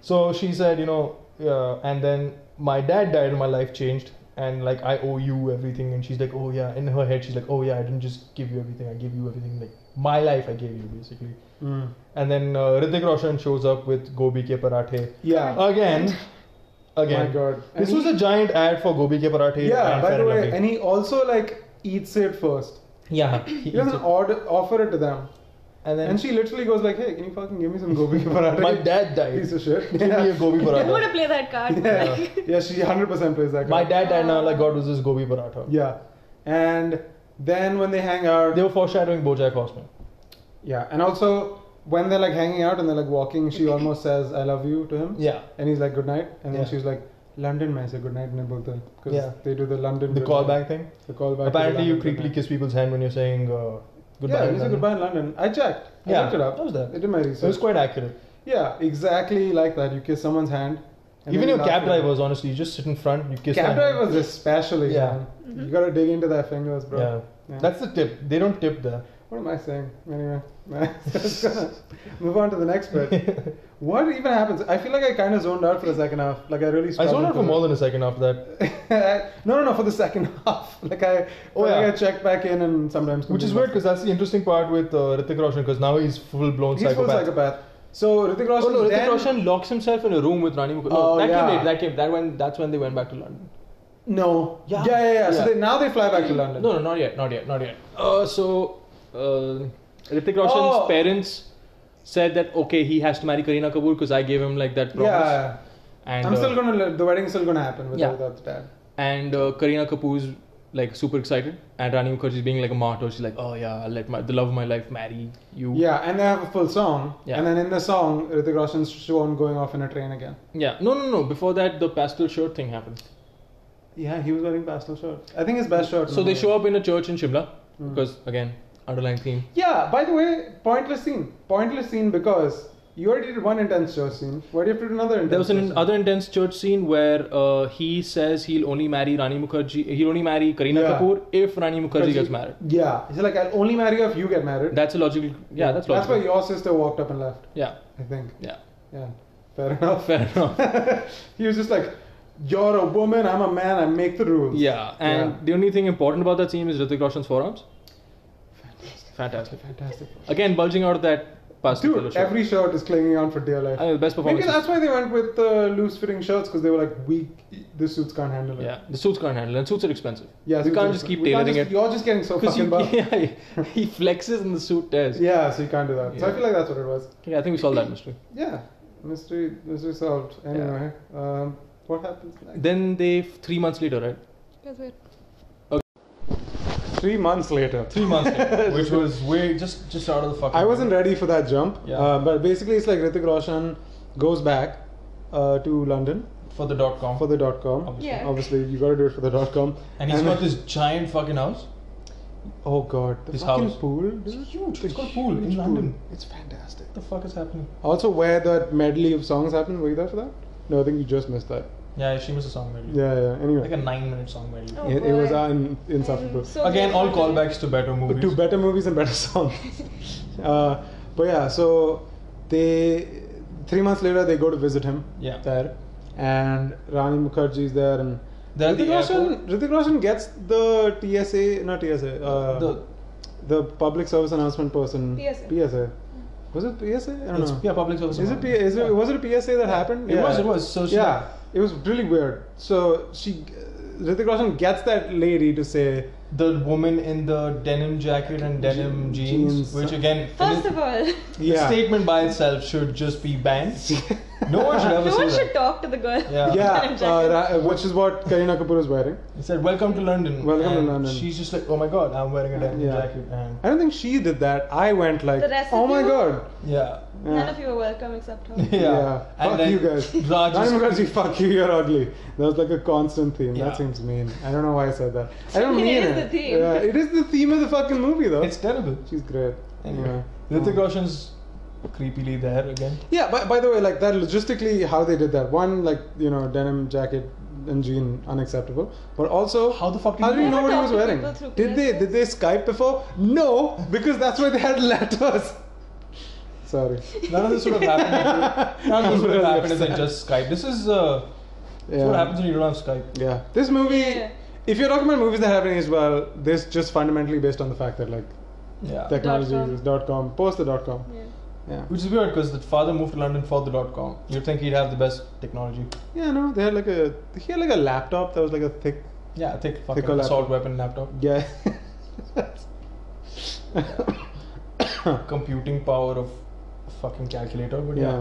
So she said, you know, yeah, and then my dad died and my life changed. And like I owe you everything, and she's like, oh yeah. In her head, she's like, oh yeah, I didn't just give you everything. I gave you everything. Like my life, I gave you basically. mm. And then uh, Hrithik Roshan shows up with Gobi Ke Parathe yeah. again, Oh My again. God, This And was a giant ad for Gobi Ke Parathe. he- yeah. and By Fair the and way, Lovely. and he also like eats it first. yeah, he He eats doesn't it. order offer it to them. and then And she literally goes like, "Hey, can you fucking give me some gobi ke paratha?" my dad died. piece of shit. Give me a Gobi I want Paratha. to play that card. yeah. yeah, she hundred percent plays that. My card. dad died, and all I got was this Gobi Paratha. Yeah, and then when they hang out, They were foreshadowing BoJack Horseman. yeah, and also when they're like hanging out and they're like walking, she almost says "I love you" to him, Yeah, and he's like "Good night," and then Yeah. she's like "London," mein se good night ne bolte because Yeah. they do the London the good night. callback thing. The callback. Apparently, you creepily kiss people's hand when you're saying uh, Goodbye, goodbye. yeah, it's a London. goodbye in London. I checked. I Yeah, looked it up. I was there. I did my So it's research. quite accurate. Yeah, exactly like that. You kiss someone's hand. and Even then you your laugh cab at them. drivers, honestly, you just sit in front, you kiss Cab their hand. drivers especially. Yeah. man. You gotta dig into their fingers, bro. Yeah. Yeah. that's the tip. They don't tip there. What am I saying? Anyway, let's move on to the next bit. What even happens? I feel like I kind of zoned out for the second half. Like I really. I zoned struggled out for to- more than a second after that, no, no, no. For the second half, like I, Oh, like yeah. I check back in and sometimes. which is weird because that's the interesting part with uh, Hrithik Roshan because now he's full blown he's psychopath. full psychopath. So Hrithik Roshan. Oh no, then- Hrithik Roshan locks himself in a room with Rani Mukherjee. No, Oh, that yeah. came late. That came. That when that's when they went back to London. No. Yeah. Yeah, yeah, yeah. So Yeah. they, now they fly back to London. No, no, not yet, not yet, not yet. Uh, so uh, Hrithik Roshan's Oh. parents said that okay, he has to marry Karina Kapoor because I gave him like that promise. Yeah. And I'm uh, still gonna. let- The wedding's still gonna happen with or Yeah. without the dad. and uh, Karina Kapoor's like super excited, and Rani Mukherjee's being like a martyr. She's like, oh yeah, I'll let my the love of my life marry you. Yeah, and they have a full song. Yeah. And then in the song, Hrithik Roshan's shown going off in a train again. Yeah. No, no, no. Before that, the pastel shirt thing happened. Yeah, he was wearing pastel shirt. I think his best shirt. So they show up in a church in Shimla Hmm. because again, underlying theme. Yeah. By the way, pointless scene. Pointless scene because you already did one intense show scene. Why do you have to do another intense? There was an show other intense church scene where uh, he says he'll only marry Rani Mukherjee. He'll only marry Karina Yeah. Kapoor if Rani scene? Mukherjee gets married. Yeah. He's like, I'll only marry you if you get married. That's a logical. Yeah, that's That's why logical. your sister walked up and left. yeah, I think. yeah. Yeah. Fair enough. Fair enough. he was just like, you're a woman. I'm a man. I make the rules. yeah, and Yeah. the only thing important about that scene is Hrithik Roshan's forearms. Fantastic. Fantastic. Again, bulging out of that pastel Dude, shirt. every shirt is clinging on for dear life. I mean, the best Maybe performance. that's why they went with uh, loose-fitting shirts because they were like, we the suits can't handle it. yeah, the suits can't handle, it, and suits are expensive. Yeah, we suits can't are- just keep we can't tailoring just- it You're just getting so because fucking buff. he, yeah, he he flexes and the suit tears. Yeah, so you can't do that. So I Yeah. feel like that's what it was. Okay, I think we solved that mystery. Yeah. Mystery, mystery solved. Anyway, um, what happens next? Then they three months later, right? That's it. Three months later. Three months, ago, which was way just just out of the fucking. I wasn't ready for that jump. Yeah. Uh, but basically, it's like Ritik Roshan goes back uh, to London for the dot com. for the dot com. Obviously. Yeah. Obviously, you gotta do it for the dot com. and he's got this giant fucking house. Oh god, the His fucking house. pool. dude. It's huge. The It's got a pool in huge London. It's fantastic. What the fuck is happening? Also, where that medley of songs happened, were you there for that? No, I think you just missed that. Yeah, she missed a song medley. Yeah, yeah. Anyway, Like a nine minute song medley. Oh, it, it was boy. uh, in, insufferable. I'm so Again, all glad you did. callbacks to better movies. to better movies and better songs. uh, but yeah, so they three months later they go to visit him Yeah. there, and Rani Mukherjee is there, and They're at the Ritik Roshan, airport. Ritik Roshan gets the TSA, not TSA, uh, The- the public service announcement person. PSA. PSA. Was it PSA? I don't it's, know. yeah, public service. Is it, P- announcement. is it Yeah. was it a PSA that happened? It was, it was. So she- yeah, it was really weird. So she, Ritik Roshan gets that lady to say, the woman in the denim jacket and denim Je- jeans, jeans. which again, First this- of all, this yeah, statement by itself should just be banned. no one should ever no one say should that. talk to the girl. Yeah. yeah, Denim uh, jacket. ra- which is what Karina Kapoor is wearing. It said, "Welcome to London." Welcome to and London. She's just like, "Oh my god, I'm wearing a denim Yeah. jacket," and I don't think she did that. I went like, The rest oh of my you? god. yeah, Yeah. None of you are welcome except her. yeah. And fuck then you guys. Raj Rani is- Mukherjee, fuck you, you're ugly. That was like a constant theme. Yeah. That seems mean. I don't know why I said that. I don't It mean it. is the theme. Yeah, it is the theme of the fucking movie though. it's terrible. She's great. Anyway, Hmm. Yeah. Ritik Roshan's creepily there again. Yeah, by, by the way, like that logistically, how they did that. One, like, you know, denim jacket and jean, unacceptable. But also, How the fuck do how you do you know know? what he was Never wearing? talk to people through Did they PSA. did they Skype before? No, because that's why they had letters. Sorry. None of this would have happened. None of this would have really happened if they just Skype. This is uh, this is what happens when you don't have Skype. Yeah. This movie, Yeah. if you're talking about movies that happen as well, this just fundamentally based on the fact that like Yeah. technology Uh, Dot com. is dot com, post the dot com. Yeah. Yeah. Which is weird because the father moved to London for the dot com. You'd think he'd have the best technology. Yeah. No, they had like a he had like a laptop that was like a thick. Yeah, thick fucking Thicker assault weapon laptop. Yeah. Computing power of a fucking calculator. But yeah.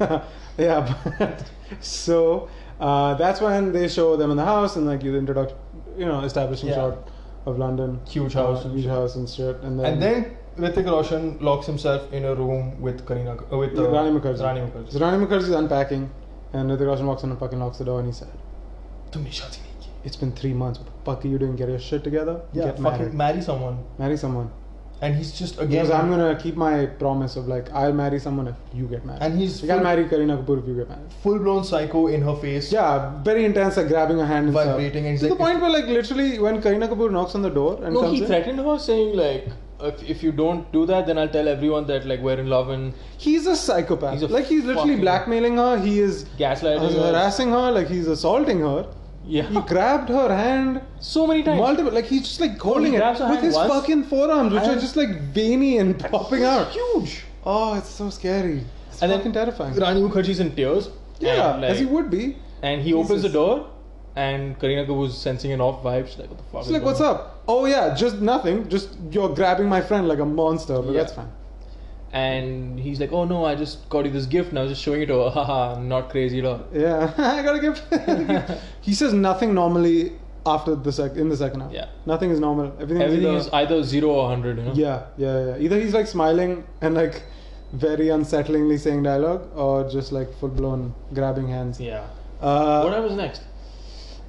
yeah. yeah. But, so uh, that's when they show them in the house and like you introduct, you know, establishing Yeah. shot of London, Huge house uh, and huge shit. house and shit, and then And then Ritik Roshan locks himself in a room with Karina uh, with uh, Rani Mukherjee. Rani Mukherjee. So Rani Mukherjee is unpacking, and Ritik Roshan walks in and fucking locks the door, and he said, तुमने शादी नहीं की. "It's been three months. What the fuck are you doing? Get your shit together. Yeah, Get fucking married. marry someone. marry someone. And he's just again. Because I'm gonna keep my promise of like I'll marry someone if you get married. And he's like, I'll full- marry Karina Kapoor if you get married. full blown psycho in her face. Yeah, very intense, like grabbing her hand and stuff. Vibrating and he's to the like- point where like literally when Karina Kapoor knocks on the door and No, comes he in, threatened her, saying like, if, if you don't do that, then I'll tell everyone that like we're in love and he's a psychopath. He's a like he's literally fucking- blackmailing her. He is gaslighting. her. harassing her. Like he's assaulting her. He Yeah, grabbed her hand. so many times. Multiple, like he's just like holding he it grabs her with hand his once fucking forearms, which are and- just like veiny and popping out. Huge. Oh, it's so scary. It's And then- fucking terrifying. Rani Mukherjee's in tears. yeah, and, like- as he would be. And he opens the Jesus. door, and Karina Kapoor's sensing an off vibe. She's like, what the fuck? It's is like, going what's up? on?" Oh yeah, just nothing. Just you're grabbing my friend like a monster, but Yeah. that's fine. And he's like, oh no, I just got you this gift, and I was just showing it to her. Haha, I'm not crazy at all. Yeah, I gotta give. he says nothing normally after the sec in the second half. Yeah. nothing is normal. Everything, Everything either- is either zero or hundred. You know? Yeah, yeah, yeah. Either he's like smiling and like very unsettlingly saying dialogue, or just like full blown grabbing hands. Yeah. Uh, what happens next?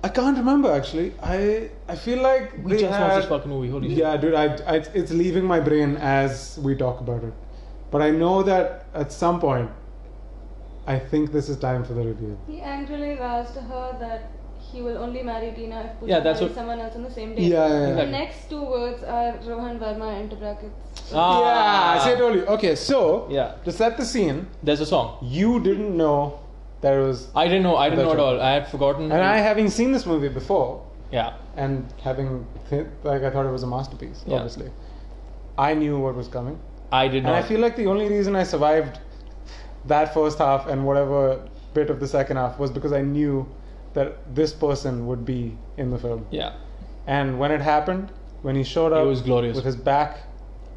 I can't remember actually. I I feel like We they just watched had- this fucking movie. Holy shit. Yeah, dude, I, I it's leaving my brain as we talk about it, but I know that at some point, I think this is time for the review. He angrily asked her that he will only marry Tina if Pooja Yeah, that's marries what- someone else on the same day. Yeah, yeah, yeah. The next two words are Rohan Verma into brackets. Yeah, I Ah. said earlier. Okay, so Yeah. to set the scene, There's a song. you didn't know that it was, I didn't know. I didn't know That's at all. I had forgotten. and I having seen this movie before, Yeah. and having th- like I thought it was a masterpiece. Yeah. Obviously, I knew what was coming, I did and not. I feel like the only reason I survived that first half and whatever bit of the second half was because I knew that this person would be in the film. Yeah. And when it happened, when he showed It up, was glorious. with his back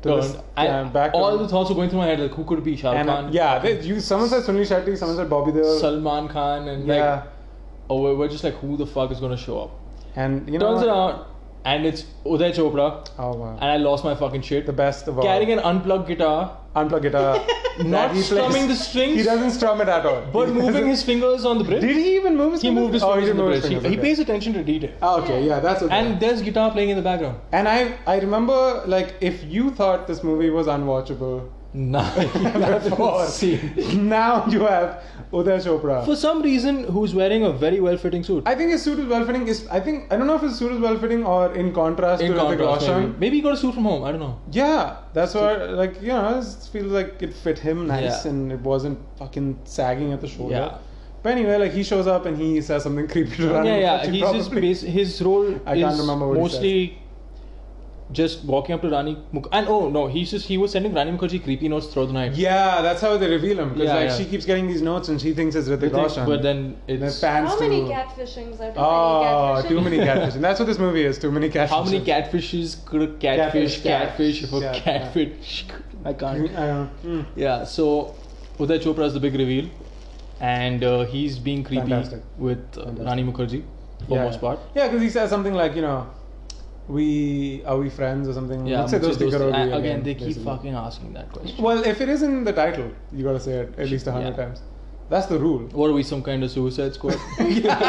to this I, uh, back all around. the thoughts were going through my head like who could it be Shah Rukh and uh, Khan yeah, they, you. Someone said Sunil Shetty, someone said Bobby Deol. Salman Khan and yeah, like oh we're, we're just like who the fuck is gonna show up and you know, what? turns it out and it's Uday Chopra oh wow, and I lost my fucking shit the best of all. carrying an unplugged guitar unplug guitar, not he plays- strumming the he strings doesn't strum it at all. but He moving doesn't- his fingers on the bridge Did he even move his? he fingers? moved his Oh, fingers didn't on the move bridge his he, fingers, he okay. pays attention to detail Ah, okay, yeah, that's okay. and there's guitar playing in the background And I I remember like if you thought this movie was unwatchable, nah, see now you have Uday Chopra. for some reason who's wearing a very well fitting suit I think his suit is well fitting. Is I think I don't know if his suit is well fitting or in contrast in to Hrithik contrast maybe. Roshan. maybe he got a suit from home I don't know Yeah, that's what like you know it feels like it fit him nice Yeah. and it wasn't fucking sagging at the shoulder. Yeah. But anyway, like he shows up and he says something creepy to Ranveer. yeah, yeah. Kutty He's just probably. bas- his role I is can't remember what he mostly just walking up to Rani Muk- and oh no, he's just he was sending Rani Mukherjee creepy notes throughout the night. Yeah, that's how they reveal him because Yeah, like yeah. she keeps getting these notes and she thinks it's Hrithik Roshan. but then And it it's pans How many to- catfishings are too Oh, many catfishings? too many catfish. And that's what this movie is. Too many catfish. how many catfishes could a Catfish, catfish catfish if a yeah, yeah. catfish? I can't. Uh, mm, Yeah. So Uday Chopra is the big reveal, and uh, he's being creepy Fantastic. with uh, Fantastic. Rani Mukherjee for yeah, most yeah. part. Yeah, because he says something like, you know, we are we friends or something. Yeah. Let's say Mukherjee those goes- Dikarodi and again, they keep basically. fucking asking that question. Well, if it is in the title, you gotta say it at least a hundred Yeah. times. That's the rule. What are we? Some kind of suicide squad?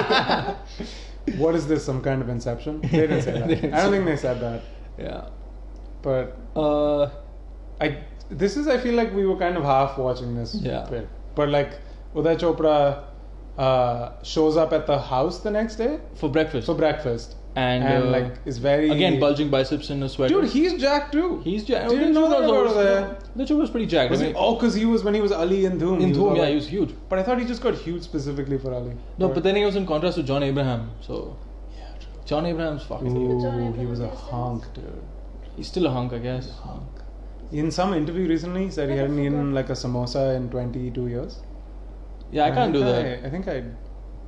What is this? Some kind of inception? They didn't say They that. didn't I don't say think they said that. yeah. But Uh, I, this is. I feel like we were kind of half watching this. Yeah. bit. But like, Uday Chopra uh, shows up at the house the next day for breakfast. for breakfast. and, and uh, like is very again bulging biceps in a sweater. Dude, he's Jack too. he's jacked. Didn't know that about there. The chip was pretty jacked. Was I he, mean, oh, because he was when he was Ali in Doom. in Thum, all yeah, like- he was huge. But I thought he just got huge specifically for Ali. No, but then he was in contrast to John Abraham. So John Abraham's fucking. Ooh, John he was a Abraham hunk, dude. He's still a hunk, I guess. In some interview recently, he said he I hadn't eaten forgot. like a samosa in 22 years. Yeah, I And can't do think that I, I think I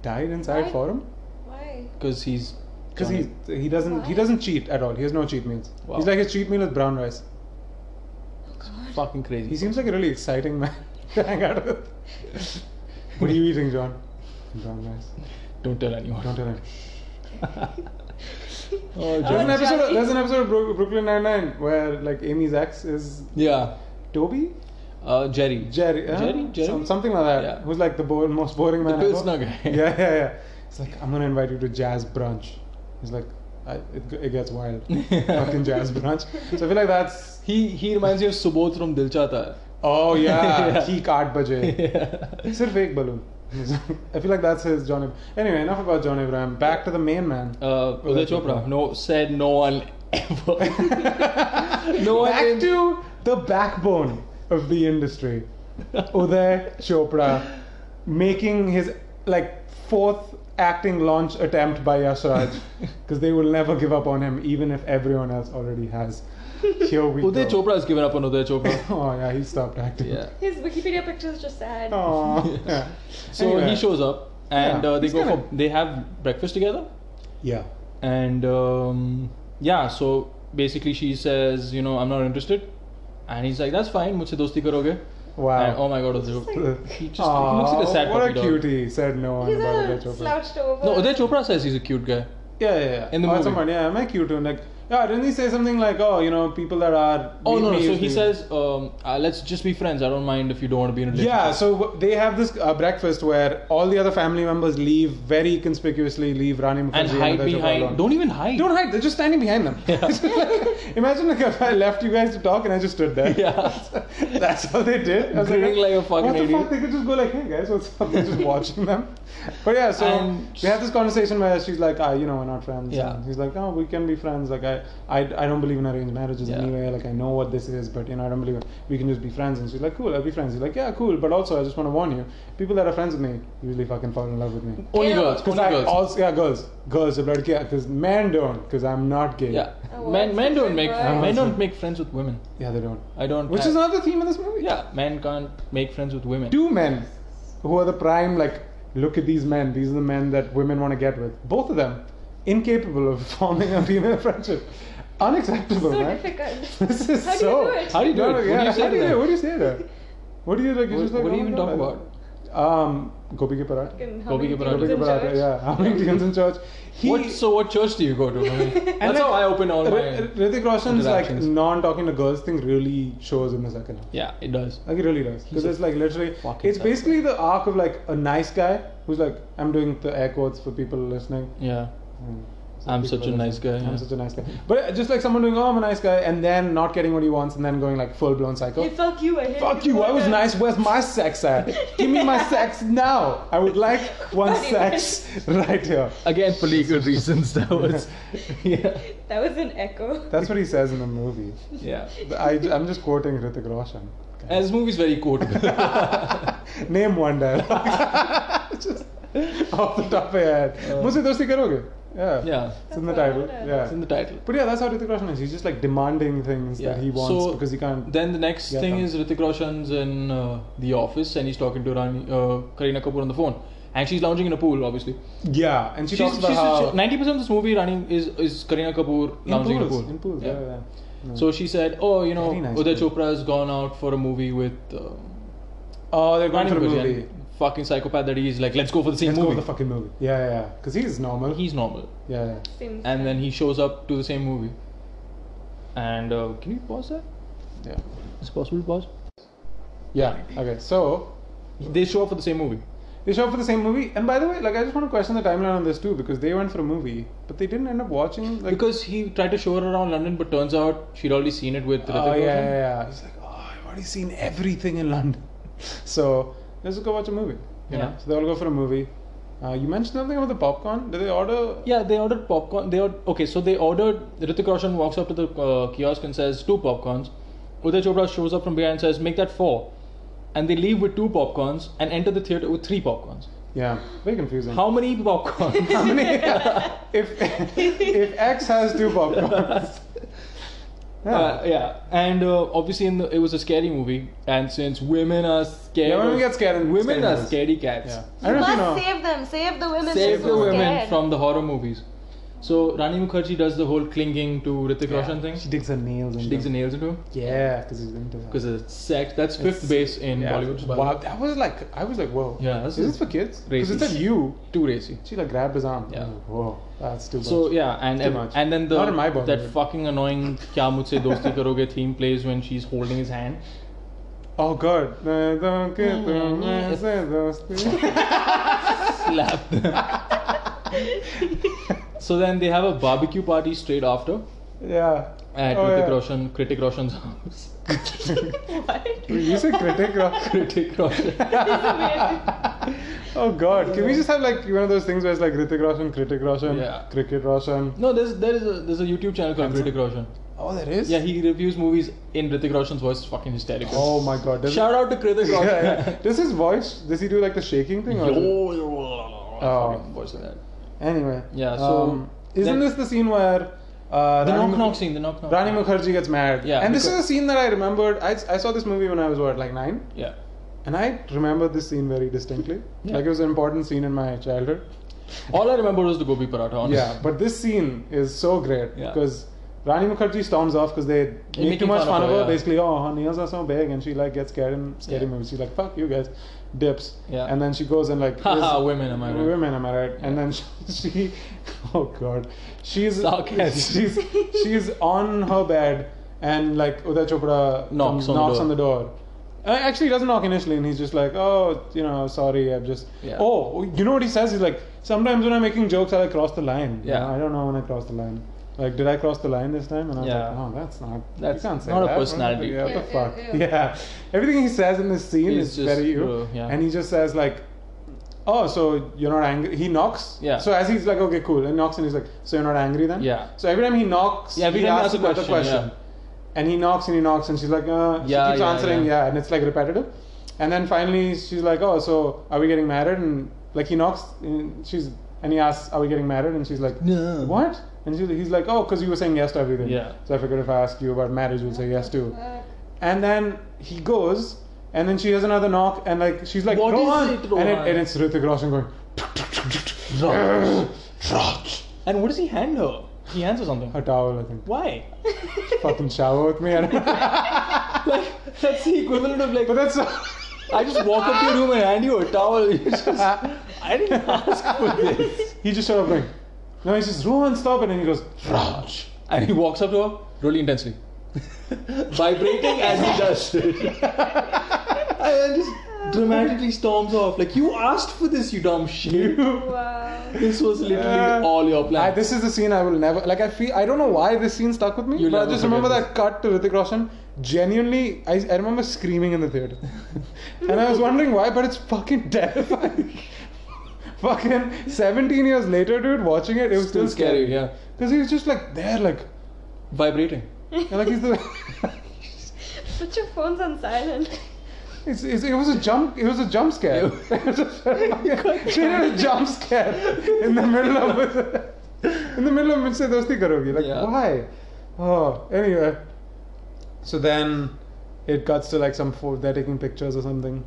died inside Why? for him Why? because he's because Johnny. he he doesn't he Why? doesn't cheat at all. He has no cheat meals. Wow. He's like his cheat meal is brown rice. fucking crazy. He seems like a really exciting man to hang out with. what are you eating, John? Brown rice. Don't tell anyone. Don't tell him. Oh, There's John. an episode. Jackie. There's an episode of Bro- Brooklyn Nine Nine where like Amy's ex is Yeah, Toby, uh, Jerry. Jerry, huh? Jerry? Jerry? Some- something like that. Yeah. Who's like the bo- most boring The man. Pilsner ever. guy. Yeah, yeah, yeah. It's like I'm gonna invite you to jazz brunch. He's like, I, it, g- it gets wild. Fucking jazz brunch. So I feel like that's. He he reminds me of Subodh from Dil Chahta. Oh yeah, Yeah. he card budget. Hai. Sirf ek balloon. I feel like that's his John. Ab- Anyway, enough about John Abraham. Back to the main man. Uh, Uday Uday Chopra. Chopra. No, said no one ever. no one Back in- to the backbone of the industry. Uday Chopra making his like fourth acting launch attempt by Yash Raj because they will never give up on him even if everyone else already has. Here we Uday go. Chopra has given up on Uday Chopra. Oh yeah, he stopped acting. yeah. His Wikipedia picture is just sad. Oh yeah. So he Anyway. shows up and Yeah, uh, they he's go gonna- for they have breakfast together Yeah. and um, yeah. So basically, she says, you know, I'm not interested, and he's like, that's fine. Mujhse dosti karoge. Wow. And, oh my god, Uday Chopra. He just he looks like a Aw, sad What puppy a dog. cutie! Said no one He's about a Uday Chopra. slouched over. No, Uday Chopra says he's a cute guy. Yeah, yeah, yeah. In the oh, movie. Someone, yeah, am I cute? And like, yeah, didn't he say something like, oh, you know, people that are. Oh we- no, no. we So he usually- says, um, uh, let's just be friends. I don't mind if you don't want to be in a relationship. Yeah, so w- they have this uh, breakfast where all the other family members leave very conspicuously, leave Rani Mukherjee And Uday hide Chopra alone. behind. Don't even hide. Don't hide. They're just standing behind them. Imagine like if I left you guys to talk and I just stood there. Yeah. That's how they did. I was Grinning like a fucking what the idiot. fuck? They could just go like, hey guys, what's up? They're just watching them. But yeah, so And- we have this conversation where she's like, ah, you know, we're not friends. Yeah. And he's like, oh, we can be friends. Like I, I, I don't believe in arranged marriages Yeah. anyway. Like I know what this is, but you know, I don't believe it. We can just be friends. And she's like, cool, I'll be friends. He's like, yeah, cool. But also, I just want to warn you, people that are friends with me usually fucking fall in love with me. Only Yeah. girls. Because Only I girls. also yeah girls girls about yeah because men don't because I'm not gay Yeah, Oh, men what's men the don't third make word? men don't make friends with women. yeah they don't I don't. which I- is another theme in this movie yeah, men can't make friends with women. two men who are the prime like look at these men these are the men that women want to get with both of them incapable of forming a female friendship unacceptable, so man. difficult. This is How do you so. do it? How do you do No, no, it? What do yeah, you say how to do them? What do you say that? What do you like? you What- just like, what do oh you even my talk God. about? Um, Gopi Ke Parathe. Fucking how Gopi many ke parathe. demons Gopi in ke Parathe, church? yeah. How many demons in church? He, what, so what church do you go to? I mean, that's like- how I open all my. R- Hrithik Roshan's like interactions. non-talking to girls thing really shows in the second half. yeah, it does. Like it really does because a it's like literally fucking it's psycho. basically the arc of like a nice guy who's like I'm doing the air quotes for people listening. Yeah. Mm. I'm people such a are nice guy, I'm yeah. such a nice guy. But just like someone doing oh I'm a nice guy and then not getting what he wants and then going like full blown psycho. Hey, fuck you. I hate Fuck you, I was nice. Where's my sex at? Give me my sex now. I would like one Funny. sex right here. Again, for legal reasons, that was. Yeah. That was an echo. That's what he says in the movie. Yeah. I, I'm just quoting Hrithik Roshan. And this movie's very quotable. Name one dialogue. just off the top of your head. मुझसे दोस्ती करोगे? Yeah. Uh. yeah. It's in the title. Yeah. It's in the title. but yeah, that's how Hrithik Roshan is. He's just like demanding things that he wants So because he can't. Then the next Yeah, thing come. is Ritik Roshan's in uh, the office and he's talking to Rani, uh, Karina Kapoor on the phone, and she's lounging in a pool, obviously. yeah, and she she's talks about how ninety percent of this movie, Rani is is Karina Kapoor in lounging pools, in a pool. in pools. Yeah, yeah. yeah. So she said, "Oh, you know, Very nice Uday pool. Chopra's gone out for a movie with um, oh, they're going Rani for a Kapoor, movie. and fucking psychopath that he is. Like, let's go for the same Let's go movie. with the fucking movie. Yeah, yeah, yeah. Because he's normal. He's normal, yeah, yeah. Seems and then he shows up to the same movie. And uh, can you pause that? Yeah. Is it possible to pause? Yeah. Okay. So They show up for the same movie. they show up for the same movie. And by the way, like I just want to question the timeline on this too because they went for a movie, but they didn't end up watching. Like, because he tried to show her around London, but turns out she'd already seen it with oh Ritik yeah, Roshan. yeah, yeah. He's like, oh, I've already seen everything in London, so let's just go watch a movie. You know. Yeah. So they all go for a movie. Uh, you mentioned something about the popcorn. Did they order? Yeah, they ordered popcorn. They ordered, okay, so they ordered. Ritik Roshan walks up to the uh, kiosk and says two popcorns. Uday Chopra shows up from behind and says make that four, and they leave with two popcorns and enter the theater with three popcorns. Yeah. Very confusing. How many popcorns? I mean, if if X has two popcorns. Yeah. Uh, yeah, and uh, obviously in the, it was a scary movie, and since women are scared, Yeah, women of- get scared in Women scary are movies. scaredy cats. yeah. I You don't know if must you know. save them. Save the women. save She's the so women scared. from the horror movies. So Rani Mukherjee does the whole clinging to Ritik Roshan thing. She She digs her nails. in digs the them. nails into him Yeah, because he's into because it's sex. That's fifth It's- base in Bollywood. Wow, that was like I was like, whoa. Yeah, is this this is for kids? Because it said racist. you. Too racy. She like grabbed his arm. I Yeah. was Like, whoa, that's too much. So yeah, and Too much. and then the Not in my Bollywood. that fucking annoying "Kya Mujhse Dosti Karoge" theme plays when she's holding his hand. oh god. I don't Hmm, get the message, those things. Slap them. so then they have a barbecue party straight after yeah. at Oh, Ritik yeah. Roshan, Kritik Roshan's house. What? You said critic. Ro- Kritik Roshan. oh god. Can we just have like one of those things where it's like Ritik Roshan, Critic Roshan, Yeah. Cricket Roshan? No, there's there is a there's a YouTube channel called Kritik Roshan. Oh, there is. Yeah, he reviews movies in Ritik Roshan's voice. It's fucking hysterical. Oh my god. Does Shout out to Kritik Yeah, Roshan. yeah. Does his voice? Does he do like the shaking thing? Or is it- Yo, yo, yo, yo, Oh. fucking voice like that. Anyway. Yeah, so um, isn't then- this the scene where uh, The Rani knock Muk- knock scene, the knock knock. Rani Mukherjee gets married? Yeah, And this is because- a scene that I remembered. I, I saw this movie when I was what like nine, Yeah. and I remember this scene very distinctly. Yeah. Like it was an important scene in my childhood. All I remember was the gobi paratha. Honestly. Yeah, but this scene is so great Yeah. because. Rani Mukherjee storms off because they make too making much fun of fun of her. her, yeah. Basically, oh, her nails are so big, and she like gets scared in scary Yeah. movies. She's like, "Fuck you guys," dips, Yeah. and then she goes and like, Haha, is- women, am I right? Women, am I right? And then she, she, oh god, she's Sarcasm. she's she's on her bed, and like Uday Chopra Knocks come- on the knocks door. on the door. Uh, actually, he doesn't knock initially, and he's just like, oh, you know, sorry, I've just. Yeah. Oh, you know what he says? He's like, sometimes when I'm making jokes, I like cross the line. You Yeah. know, I don't know when I cross the line. Like, did I cross the line this time? And I was Yeah. like, no, that's not. That's you can't say not a that. personality. Yeah, what the Yeah, fuck? yeah, Yeah. Everything he says in this scene He's is just, very you. uh, yeah. And he just says, like, oh, so you're not angry. He knocks. Yeah. So as he's like, okay, cool. And knocks and he's like, so you're not angry then? Yeah. So every time he knocks, Yeah, every he time he asks asks a another question, question. And he knocks and he knocks and she's like, uh, she Yeah, keeps yeah, answering, yeah. yeah. And it's like repetitive. And then finally she's like, oh, so are we getting married? And like he knocks and she's, and he asks, are we getting married? And she's like, No. what? And she's, he's like, oh, because you were saying yes to everything. Yeah. So I figured if I ask you about marriage, you'll say yes too. Uh, And then he goes, and then she has another knock, and like she's like, What is Rohan! it, And, it, Rohan? and it's Ritik Roshan going, Raj. And what does he hand her? He answers something. A towel, I think. Why? Fucking shower with me. I don't know. Like that's the equivalent of like But that's. I just walk up to your room and hand you a towel. You just, I didn't ask for this. he just showed up like. No, he says, Rohan, stop it. And he goes, Raj. And he walks up to her really intensely, vibrating as he does it, and then just dramatically storms off. Like you asked for this, you dumb shit. Wow. This was literally Uh, Yeah. all your I, plan. this is the scene I will never like. I feel I don't know why this scene stuck with me, You'll but I never just remember that forget cut to Ritik Roshan. Genuinely, I, I remember screaming in the theater, and I was wondering why, but it's fucking terrifying. fucking seventeen years later, dude, watching it, it was still, Still scary, yeah. Because he was just like there, like, Vibrating. and, like he's the. Put your phones on silent. It's, it's, it was a jump. It was a jump scare. it was a, she did a jump scare in the middle of in the middle of Mujhse Dosti Karogi. Like Yeah. why? Oh, anyway. So then, it cuts to like some four. They're taking pictures or something.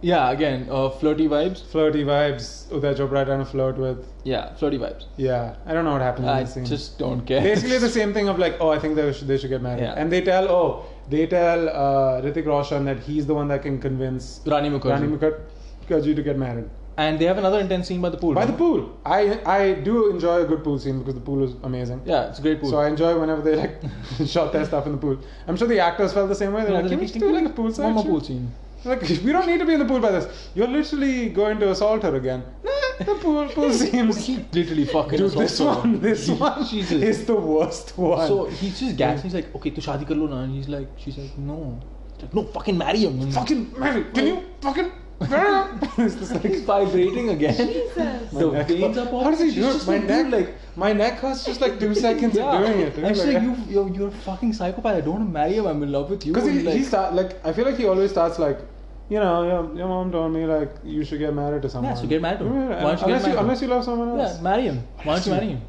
Yeah, again, uh, flirty vibes. Flirty vibes. Uday Chopra trying to flirt with. Yeah, flirty vibes. Yeah, I don't know what happened in I this scene. just don't care. Basically the same thing of like, oh, I think they should, they should get married, Yeah. and they tell oh, they tell uh, Ritik Roshan that he's the one that can convince Rani Mukherjee. Rani Mukherjee to get married. And they have another intense scene by the pool. By the remember? pool. I I do enjoy a good pool scene because the pool is amazing. Yeah, it's a great pool. So I enjoy whenever they like shot their stuff in the pool. I'm sure the actors felt the same way. They're Yeah, like, they're can we like, just do like a pool One scene? more pool scene. Like we don't need to be in the pool by this. You're literally going to assault her again. Nah, the pool pool scenes. He literally fucking Dude, assaults this her. one, this one Jesus. is the worst one. So he just gags. He's like, okay, tu shaadi kar lo na. And he's like, she's like, no. He's like, no, fucking marry him. And fucking Mary, can you fucking? it's just like He's vibrating again. Jesus. the veins are popping. How does he She's do it? just My like, neck, dude, like, like my neck hurts just like two seconds yeah. of doing it. dude. And she's Like, like, you, you're, you're a fucking psychopath. I don't want to marry him. I'm in love with you. Because he, And, like, he start like I feel like he always starts like, you know, your, your mom told me like you should get married to someone. so get married to him. Yeah, Why don't you unless get married to you him? unless you love someone else. yeah, marry him. Why don't you marry him?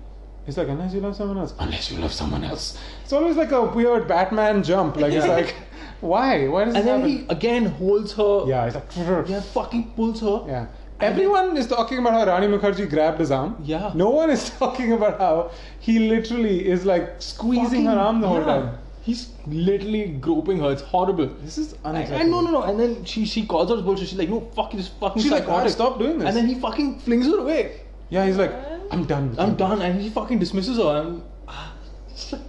He's like unless you love someone else. Unless you love someone else. It's always like a weird Batman jump. Like it's Yeah. like, why? Why does And this then happen? he again holds her. yeah, he's like. Yeah, fucking pulls her. Yeah. Everyone is talking about how Rani Mukherjee grabbed his arm. Yeah. No one is talking about how he literally is like squeezing Fucking- her arm the whole yeah. time. He's literally groping her. It's horrible. This is And, unacceptable. and no, no, no. And then she she calls out his bullshit. She's like, no, fuck, you, this fucking She's like, psychotic. "Ah, stop doing this. And then he fucking flings her away. yeah, he's like, I'm done. With I'm you." done. And he fucking dismisses her. I'm it's like,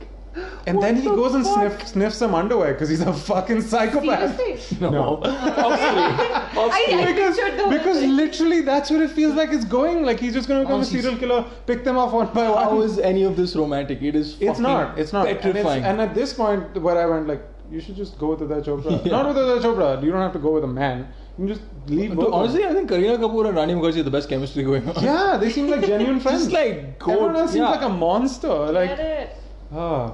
And what then he the goes and fuck? sniff, sniffs some underwear because he's a fucking psychopath. Seriously? No. No. Obviously. Obviously. I Because, pictured the whole because thing. literally that's what it feels like it's going. Like he's just going to become Oh, a she's- serial killer, pick them off one by one. How is any of this romantic? It is. It's fucking not. It's not. And it's- Petrifying. And, at this point, where I went, like, you should just go with Uday Chopra. Not with Uday Chopra. You don't have to go with a man. You can just leave. both Dude, of them. honestly, I think Kareena Kapoor and Rani Mukherjee are the best chemistry going on. yeah, they seem like genuine friends. Just like go. Everyone else yeah. seems like a monster. Get Like, it. ah.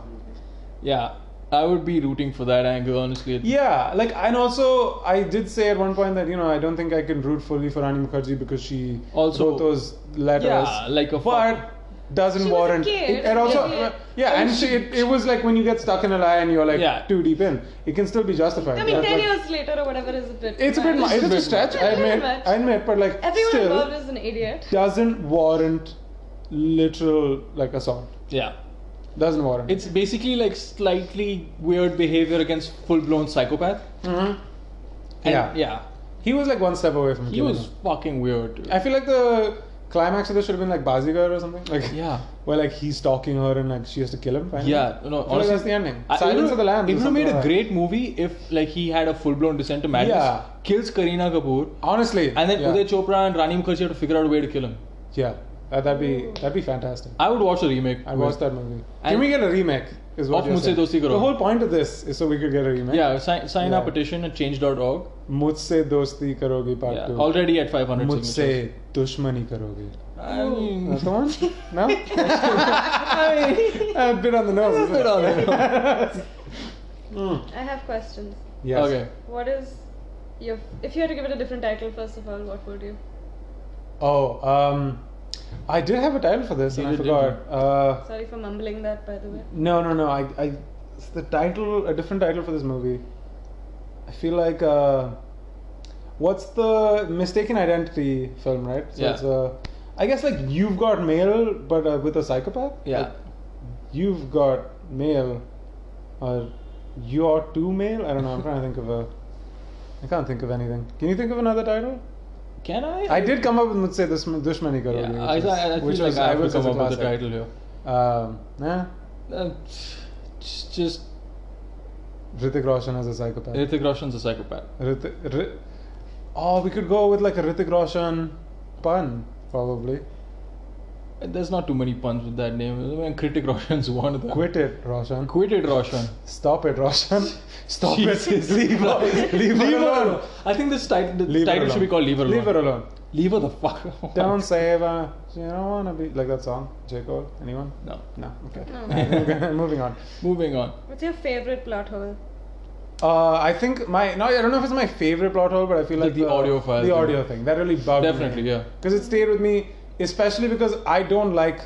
Yeah, I would be rooting for that angle, honestly. Yeah, like, and also, I did say at one point that, you know, I don't think I can root fully for Rani Mukherjee because she Also- wrote those letters. Yeah, like a fuck- But doesn't She was a warrant. kid. it- and also, Yeah. yeah, and she, it, it was like when you get stuck in a lie and you're like Yeah. too deep in, it can still be justified. I mean, That, 10 like, years later or whatever is a bit. It's a bit much. much. It's a a bit stretch. much. I It's a bit admit. much. I admit, but like Everyone involved still is an idiot. doesn't warrant literal like assault. Yeah. Doesn't warrant. It's basically like slightly weird behavior against full blown psychopath. Mhm. And Yeah. Yeah. He was like one step away from He killing was her. fucking weird, dude. I feel like the climax of this should have been like Bazigar or something. Like Yeah. Where like he's stalking her and like she has to kill him. Finally. Yeah, no, I feel like honestly, that's the ending. I- it Silence would've- of the Lambs. It or would have something made a like that. great movie if, like, he had a full-blown descent to madness, Yeah. kills Kareena Kapoor, Honestly. and then yeah. Uday Chopra and Rani Mukherjee have to figure out a way to kill him. Yeah. That, that'd be that'd be fantastic. I would watch a remake. I'd with- watch that movie. And- Can we get a remake? Is what Of you're Mujhse saying. Dosti Karo. The whole point of this is so we could get a remake. Yeah, sign, sign our Yeah. petition at change.org. Mujhse Dosti Karogi Part Yeah, 2. already at 500 signatures. मुझसे दुश्मनी करोगे I mean, That's the one? No? a bit on the nose. isn't Put it it? on there. I have questions. Yes. Okay. What is your. If you had to give it a different title, first of all, what would you? Oh, um, I did have a title for this You and I did, didn't forgot. Uh, Sorry for mumbling that, by the way. no, no, no. I, I, it's the title, a different title for this movie. I feel like, uh, what's the mistaken identity film, right? So Yeah. it's a, I guess like you've got mail, but uh, with a psychopath. Yeah. Like, You've got mail, or you're to mail. I don't know. I'm trying to think of a. I can't think of anything. Can you think of another title? Can I? I did come up with let's say this Dushmani Karodi, Yeah, I, which was- I, I which was- feel like I would will say come it's up a with the classic. title here. Um, yeah, Uh, just, just Hrithik Roshan as a psychopath. Hrithik Roshan's a psychopath. Hrithik, Hrithik, oh, we could go with like a Hrithik Roshan pun, probably. There's not too many puns with that name. I mean, Kritik Roshan's one of them. Quit it, Roshan. Quitted Roshan. Stop it, Roshan. Stop Jesus. it. Leave her, leave her alone. I think this title, the Leave her title should alone. be called Leave Her Alone. Leave her alone. Leave her the fuck alone. Don't save her. She don't wanna be like that song. J Cole. Anyone? No. No. Okay. No. Moving on. Moving on. What's your favorite plot hole? Uh, I think my no, I don't know if it's my favorite plot hole, but I feel Like like, the audio file the thing. audio thing that really bugged Definitely, yeah. because it stayed with me, especially because I don't like,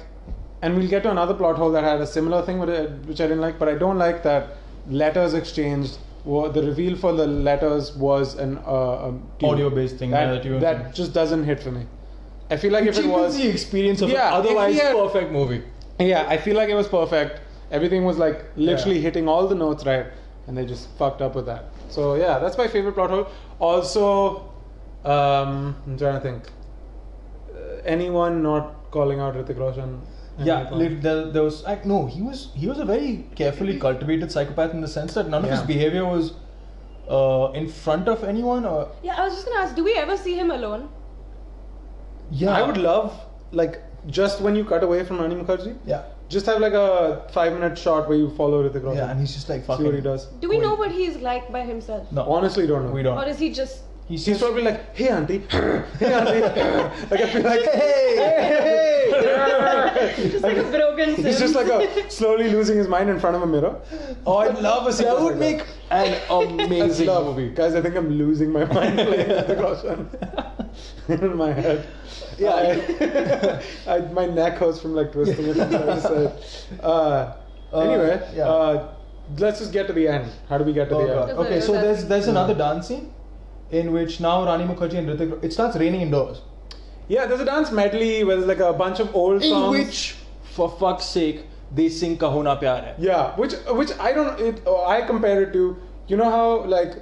and we'll get to another plot hole that had a similar thing, but it- which I didn't like. But I don't like that letters exchanged. Were, the reveal for the letters was an uh, um, tune. Audio-based thing, yeah, the That, tune thing. that just doesn't hit for me. I feel like if it was the experience of an Yeah, if otherwise otherwise we had- perfect movie. yeah, I feel like it was perfect. Everything was like literally hitting all the notes right, and they just fucked up with that. So yeah, that's my favorite plot hole. Also, um, I'm trying to think. Uh, anyone not calling out Hrithik Roshan? Yeah, li- there, there was I, no. He was he was a very carefully cultivated psychopath in the sense that none of his Yeah. behavior was uh, in front of anyone. Or Yeah, I was just gonna ask, do we ever see him alone? yeah, I would love like just when you cut away from Rani Mukherjee, Yeah, just have like a five-minute shot where you follow Hrithik Roshan. yeah, and he's just like see fucking. what he does. Do we Wait. know what he's like by himself? No, Honestly, don't know. we Or don't. is he just He's She's just probably like, hey auntie, hey auntie. like I feel like, Hey! hey, hey. just like a broken He's just like a slowly losing his mind in front of a mirror. Oh, I love a sequence that would like make an That's amazing love. movie. Guys, I think I'm losing my mind playing with the caution in my head. Yeah, I, I, my neck hurts from like twisting it. on the other side. Uh, Uh, anyway, yeah. uh, let's just get to the end. How do we get to Oh the god. end? That's Okay, a- so that's- there's there's another dance scene in which now Rani Mukherjee and Ritik. It starts raining indoors. Yeah, there's a dance medley where there's like a bunch of old In songs. which, for fuck's sake, they sing Kahona Pyar Hai. Yeah, which which I don't. It, oh, I compare it to you know how like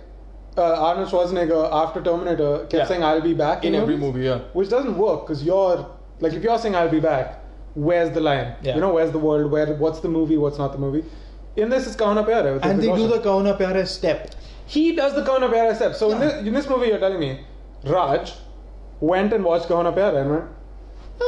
uh, Arnold Schwarzenegger after Terminator kept Yeah. saying "I'll be back" In every movies? movie, yeah. which doesn't work because you're like if you're saying I'll be back, where's the line? Yeah. You know, where's the world? Where what's the movie? What's not the movie? In this, it's Kahuna Pyar. And they do the Kahuna Pyar Hai step. he does the Kahuna Pyar step. So in, this, in this movie, you're telling me Raj went and watched Kahuna Pyar and went,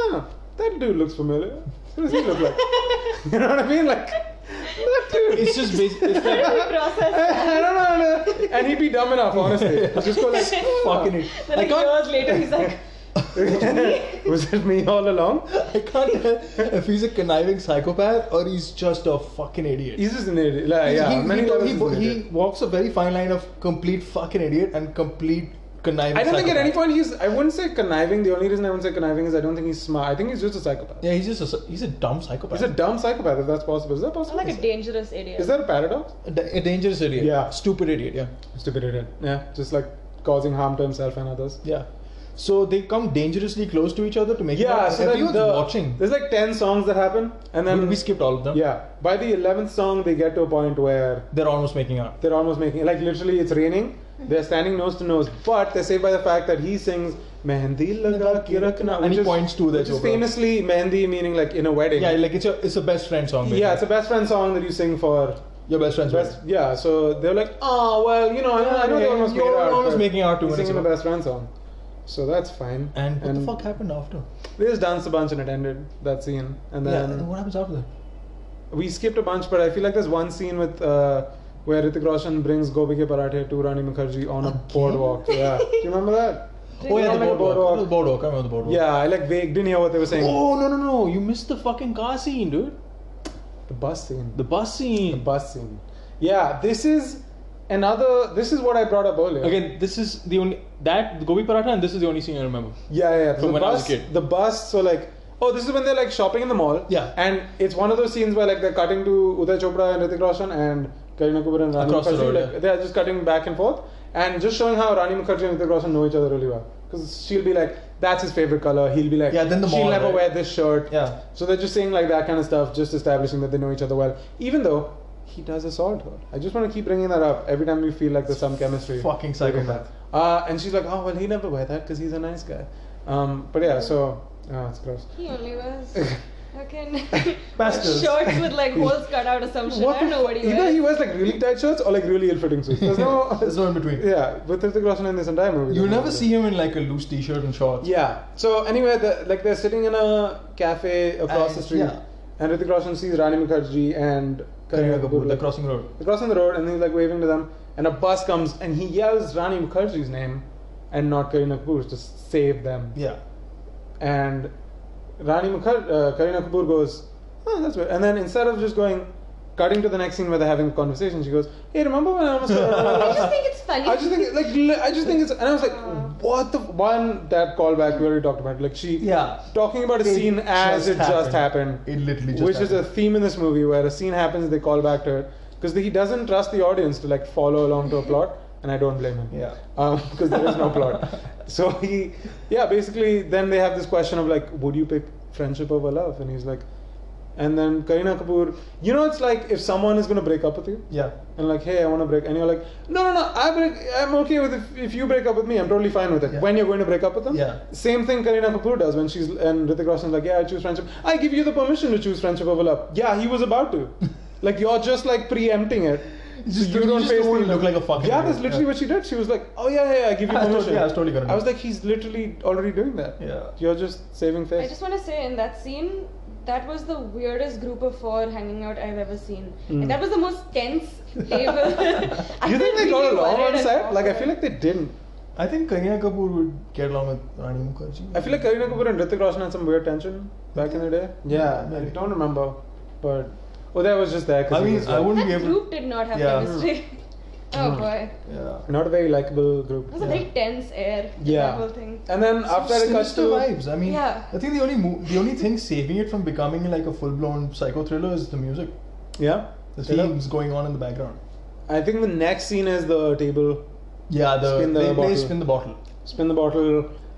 ah, that dude looks familiar. What does he look like? you know what I mean? Like that dude. It's just basically it's like, process. I don't know, I don't know. And he'd be dumb enough, honestly. Just go like, Fucking it. Then I like can't. years later, he's like, was it me all along? I can't tell if he's a conniving psychopath or he's just a fucking idiot. He's just an idiot. Like, yeah, he, many he, levels he- he's an he idiot. walks a very fine line of complete fucking idiot and complete conniving. I don't think at any psychopath. point he's. I wouldn't say conniving. The only reason I wouldn't say conniving is I don't think he's smart. I think he's just a psychopath. Yeah, he's just a, he's a dumb psychopath. He's a dumb psychopath. If that's possible, is that possible? like a dangerous idiot. is that a paradox? A da- a dangerous idiot. Yeah. Stupid idiot. Yeah. Stupid idiot. Yeah, just like causing harm to himself and others. Yeah. So they come dangerously close to each other to make it Yeah, out. so then everyone's the, watching. There's like ten songs that happen, and then we, we skipped all of them. yeah, by the eleventh song they get to a point where They're almost making out. they're almost making like literally it's raining they're standing nose to nose but they're saved by the fact that he sings mehndi laga ke rakhna And he which is- points to the which is Chopra. famously mehndi meaning like in a wedding Yeah, like it's a it's a best friend song. yeah basically. it's a best friend song that you sing for your best friend's best wedding. yeah so they're like oh well you know I know, I know they Yeah, almost you're made out almost but making out to he's when it's singing the over. best friend song so that's fine And what the fuck happened after? they just danced a bunch and it ended that scene and yeah, then and what happens after that? we skipped a bunch but I feel like there's one scene with uh, where Ritik Roshan brings Gobi Ke Parathe to Rani Mukherjee on a Again? boardwalk yeah do you remember that Oh yeah, Remember the the boardwalk. boardwalk? The boardwalk. I remember the boardwalk. Yeah, I like vague didn't hear what they were saying. oh no no no! You missed the fucking car scene, dude. The bus scene. The bus The scene. bus scene. Yeah, this is another. This is what I brought up earlier. Again, this is the only that Gobi Paratha, and this is the only scene I remember. Yeah, yeah. yeah. From the when I bus, was a kid. The bus. So like, oh, this is when they're like shopping in the mall. Yeah. And it's one of those scenes where like they're cutting to Uday Chopra and Ritik Roshan and Karina Kapoor and Rani Across the Mukherjee. road, like, yeah. They're just cutting back and forth and just showing how Rani Mukherjee and Ritik Roshan know each other really well. because she'll be like, "That's his favorite color." He'll be like, Yeah, then the she'll mall, never right? wear this shirt." Yeah. So they're just saying like that kind of stuff, just establishing that they know each other well, even though he does assault her. I just want to keep bringing that up every time we feel like there's some chemistry. Fucking psychopath. Uh, and she's like, "Oh well, he never wear that because he's a nice guy." Um, but yeah, so oh, it's gross. He only wears fucking Pastels. shorts with like holes cut out or some shit. I don't know what he Either wears. he wears like really tight shirts or like really ill-fitting suits. There's no. There's no in between. yeah, with Hrithik Roshan in this entire movie. You'll there's no never difference. see him in like a loose t-shirt and shorts. Yeah. So anyway, the, like they're sitting in a cafe across And- the street, yeah. and Hrithik Roshan sees Rani Mukherjee and Kareena Kapoor, the like, crossing road. they're crossing the road, and he's like waving to them, and a bus comes, and he yells Rani Mukherjee's name, and not Kareena Kapoor's to save them. Yeah. And Rani Mukhar, uh, Kareena Kapoor goes, "Oh, that's weird." And then instead of just going, cutting to the next scene where they're having a conversation, she goes, "Hey, remember when I almost?" I just think it's funny. I just think like li- I just think it's and I was Uh. like what the f- one that callback we already talked about like she Yeah. talking about a It scene as just it just happened happened. It literally just which is a happened. theme in this movie where a scene happens they call back to it because he doesn't trust the audience to like follow along to a plot and I don't blame him Yeah. because there is no plot so he yeah basically then they have this question of like would you pick friendship over love and he's like and then Kareena Kapoor you know it's like if someone is gonna break up with you Yeah. and like, hey, I want to break. And you're like, no, no, no, I break. I'm okay with if, if you break up with me. I'm totally fine with it. Yeah. When you're going to break up with them, Yeah. Same thing Kareena Kapoor does when she's and Hrithik Roshan's like, yeah, I choose friendship. I give you the permission to choose friendship over love. Yeah, he was about to. like you're just like preempting it. It's So just- you just don't the- look like a fucking Yeah, idiot. that's literally Yeah. what she did. She was like, oh yeah, yeah, I give you I was permission. totally- I was totally gonna I was do it. like, he's literally already doing that. Yeah. You're just saving I face. just want to say in that scene, that was the weirdest group of four hanging out I've ever seen. Like, that was the most tense they were. I Hmm. you think felt they got really along worried on and set? Like I awkward. feel like they didn't. I think Kareena Kapoor would get along with Rani Mukherjee. I feel like Kareena Kapoor and Hrithik Roshan had some weird tension back in the day. Yeah, I maybe. don't remember, but well, that was just there. 'cause I he mean, was I like- wouldn't that be able. group did not have Yeah. chemistry. oh boy, Yeah. not a very likable group. it was a very tense air. Yeah. that whole thing. And then Some after it cuts sinister to vibes. I mean, Yeah. I think the only mo- the only thing saving it from becoming like a full blown psycho thriller is the music, yeah, the Straight up. themes going on in the background. I think the next scene is the table Yeah, the, Spin the they, they bottle. spin the bottle. spin the bottle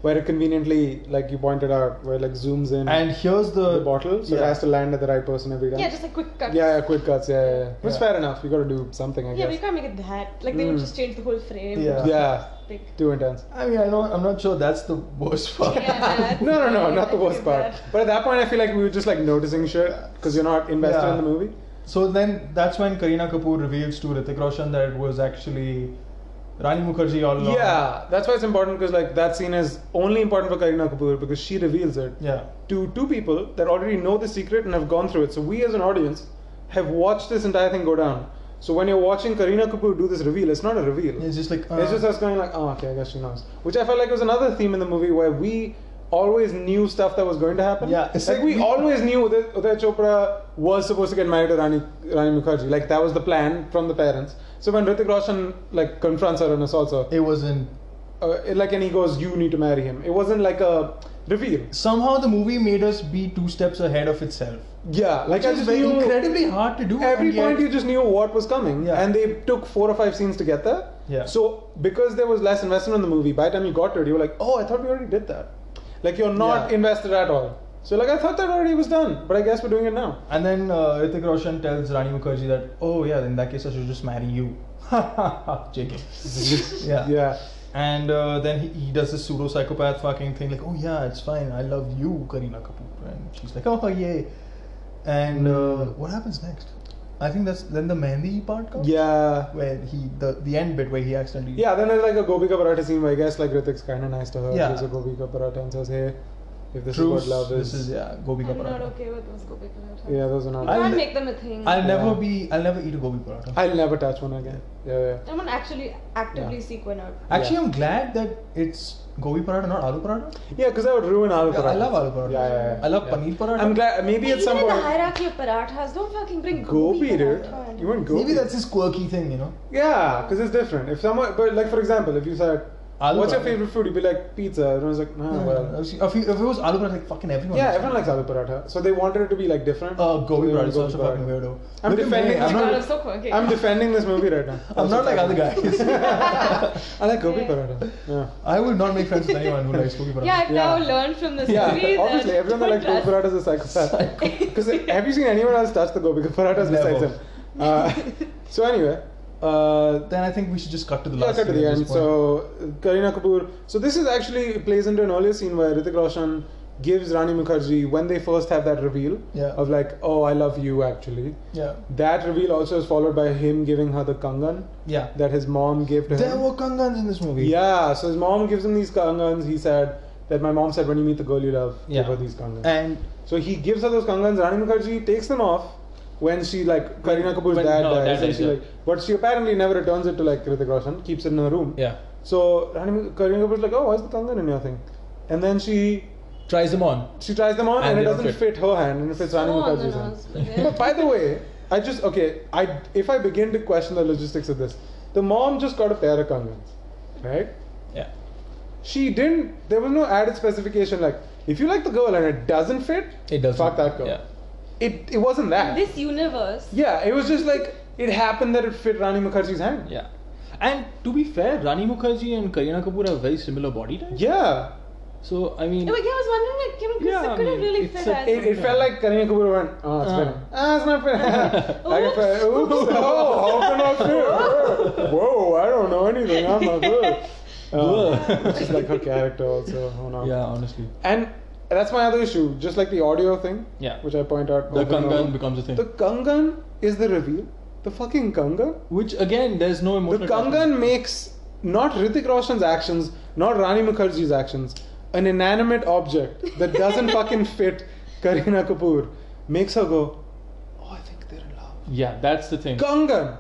where it conveniently, like you pointed out, where it like zooms in And here's the, the bottle, so it yeah. has to land at the right person every time. Yeah, just a quick cut. yeah, yeah, quick cuts. Yeah, yeah, yeah. Which Yeah. fair enough. You got to do something, I Yeah, but you guess. Mm. can't make it that. Like they would just change the whole frame. Yeah. Yeah, Like, too intense. I mean, I know I'm not sure that's the worst part. yeah, that's- No, no, no, not the I worst feel part. bad. But at that point, I feel like we were just like noticing shit because you're not invested Yeah. in the movie. So then that's when Kareena Kapoor reveals to Ritik Roshan that it was actually Rani Mukherjee all along. Yeah, that's why it's important because like that scene is only important for Kareena Kapoor because she reveals it Yeah. to two people that already know the secret and have gone through it. So we as an audience have watched this entire thing go down. So when you're watching Kareena Kapoor do this reveal, it's not a reveal. It's just like uh, It's just us going like, oh, okay, I guess she knows. Which I felt like was another theme in the movie where we always knew stuff that was going to happen. Yeah, it's it's like, like we, we- always knew Uday, Uday Chopra was supposed to get married to Rani Rani Mukherjee. Like that was the plan from the parents. So when Ritik Roshan like confronts her and assaults her, it wasn't. uh, it- like and he goes, you need to marry him. It wasn't like a reveal. Somehow the movie made us be two steps ahead of itself, Yeah, like which I is just very knew incredibly hard to do. every and yet- point you just knew what was coming Yeah. and they took four or five scenes to get there Yeah. so because there was less investment in the movie by the time you got to it you were like oh i thought we already did that like you're not Yeah. invested at all so like i thought that already was done but i guess we're doing it now And then uh, Ritik Roshan tells Rani Mukherjee that, oh yeah, in that case I should just marry you. JK. yeah. yeah And uh, then he, he does this pseudo psychopath fucking thing like, oh yeah, it's fine, I love you, Kareena Kapoor. And she's like, oh yay. And uh, what happens next? I think that's then the Mehndi part comes. yeah Where he the the end bit where he accidentally yeah then there's like a gobi ka paratha scene where i guess like ritik's kind of nice to her Yeah. gives her gobi ka paratha and says hey if this Truce, is what love is, This is yeah, gobi ka I'm not paratha. okay with those gobi parathas. yeah those are not You I'll can't ne- make them a thing. I'll never Yeah. be I'll never eat a gobi paratha. i'll never touch one again yeah yeah Someone actually actively seek one out. Actually, I'm glad that it's gobi paratha, not aloo paratha. yeah because i would ruin aloo Yeah, I paratha. love aloo paratha. yeah, yeah, yeah. I love yeah. paneer paratha. i'm glad maybe at Even some in the point hierarchy of parathas, don't fucking bring gobi, Gobi, dude. paratha in. You want Gobi? Maybe that's his quirky thing, you know. Yeah, because it's different. If someone, but like for example, if you said, Aloo What's your paratha. favorite food? You'd be like pizza. Everyone's like, nah, Yeah, well. if, you- if it was aloo paratha, like fucking everyone. Yeah, was- everyone likes aloo paratha. So they wanted it to be like different. Uh, gobi So they paratha is gobi such a paratha. fucking weirdo. I'm Look at me, defending- I'm Oh my God, not, I'm so quirky. I'm defending this movie right now. I'm not like other guys. I like gobi Yeah. paratha. Yeah. I will not make friends with anyone who likes gobi paratha. yeah, I've now Yeah. learned from this Yeah, movie. that obviously, everyone that don't likes gobi trust- paratha is a psychopath. Because have you seen anyone else touch the gobi parathas Never. besides him? Uh, so anyway, uh, Then I think we should just cut to the yeah, last. cut to scene the at this end. point. So uh, Kareena Kapoor. So this is actually plays into an earlier scene where Ritik Roshan gives Rani Mukherjee when they first have that reveal Yeah. of like, oh, I love you actually. yeah, That reveal also is followed by him giving her the kangan yeah. that his mom gave to him. There were kangans in this movie. Yeah, so his mom gives him these kangans. He said that my mom said when you meet the girl you love, Yeah. give her these kangans. And so he gives her those kangans. Rani Mukherjee takes them off when she like Kareena Kapoor's when- dad no, dies, dad and dies, she yeah. like, but she apparently never returns it to like Ritik Roshan. Keeps it in her room. Yeah. So Rani Mu- Kareena Kapoor's like, oh, why's the kangan in your thing? And then she Tries them on. she tries them on and, And it they don't doesn't fit. fit. her hand and it fits Rani So on the Mukherjee's hand. nose, but yeah. But by the way, I just okay. I if I begin to question the logistics of this, the mom just got a pair of kangans, right? Yeah. She didn't. There was no added specification like if you like the girl and it doesn't fit, It doesn't. Fuck that girl. Yeah. It it wasn't that. This universe. yeah, it was just like it happened that it fit Rani Mukherjee's hand. Yeah. And to be fair, Rani Mukherjee and Kareena Kapoor have very similar body types. Yeah. So I mean, Yeah, but yeah, I was wondering, like, Kim Chris Yeah, I couldn't mean, really it's fit a- as It, it felt like Kareena Kapoor went, oh, it's Uh. fitting. Ah, it's not fitting. like if I, oops, oh, how can I fit? Whoa, I don't know anything. I'm not good. Uh, which is like her character also. Oh, no. yeah, honestly, And that's my other issue. Just like the audio thing, Yeah. which I point out. the over and over. kangan becomes a thing. The kangan is the reveal. The fucking kangan. Which again, there's no The emotional. attachment. kangan makes not Ritik Roshan's actions, not Rani Mukherjee's actions, an inanimate object that doesn't fucking fit Kareena Kapoor makes her go, oh, I think they're in love. Yeah, that's the thing. Kangan,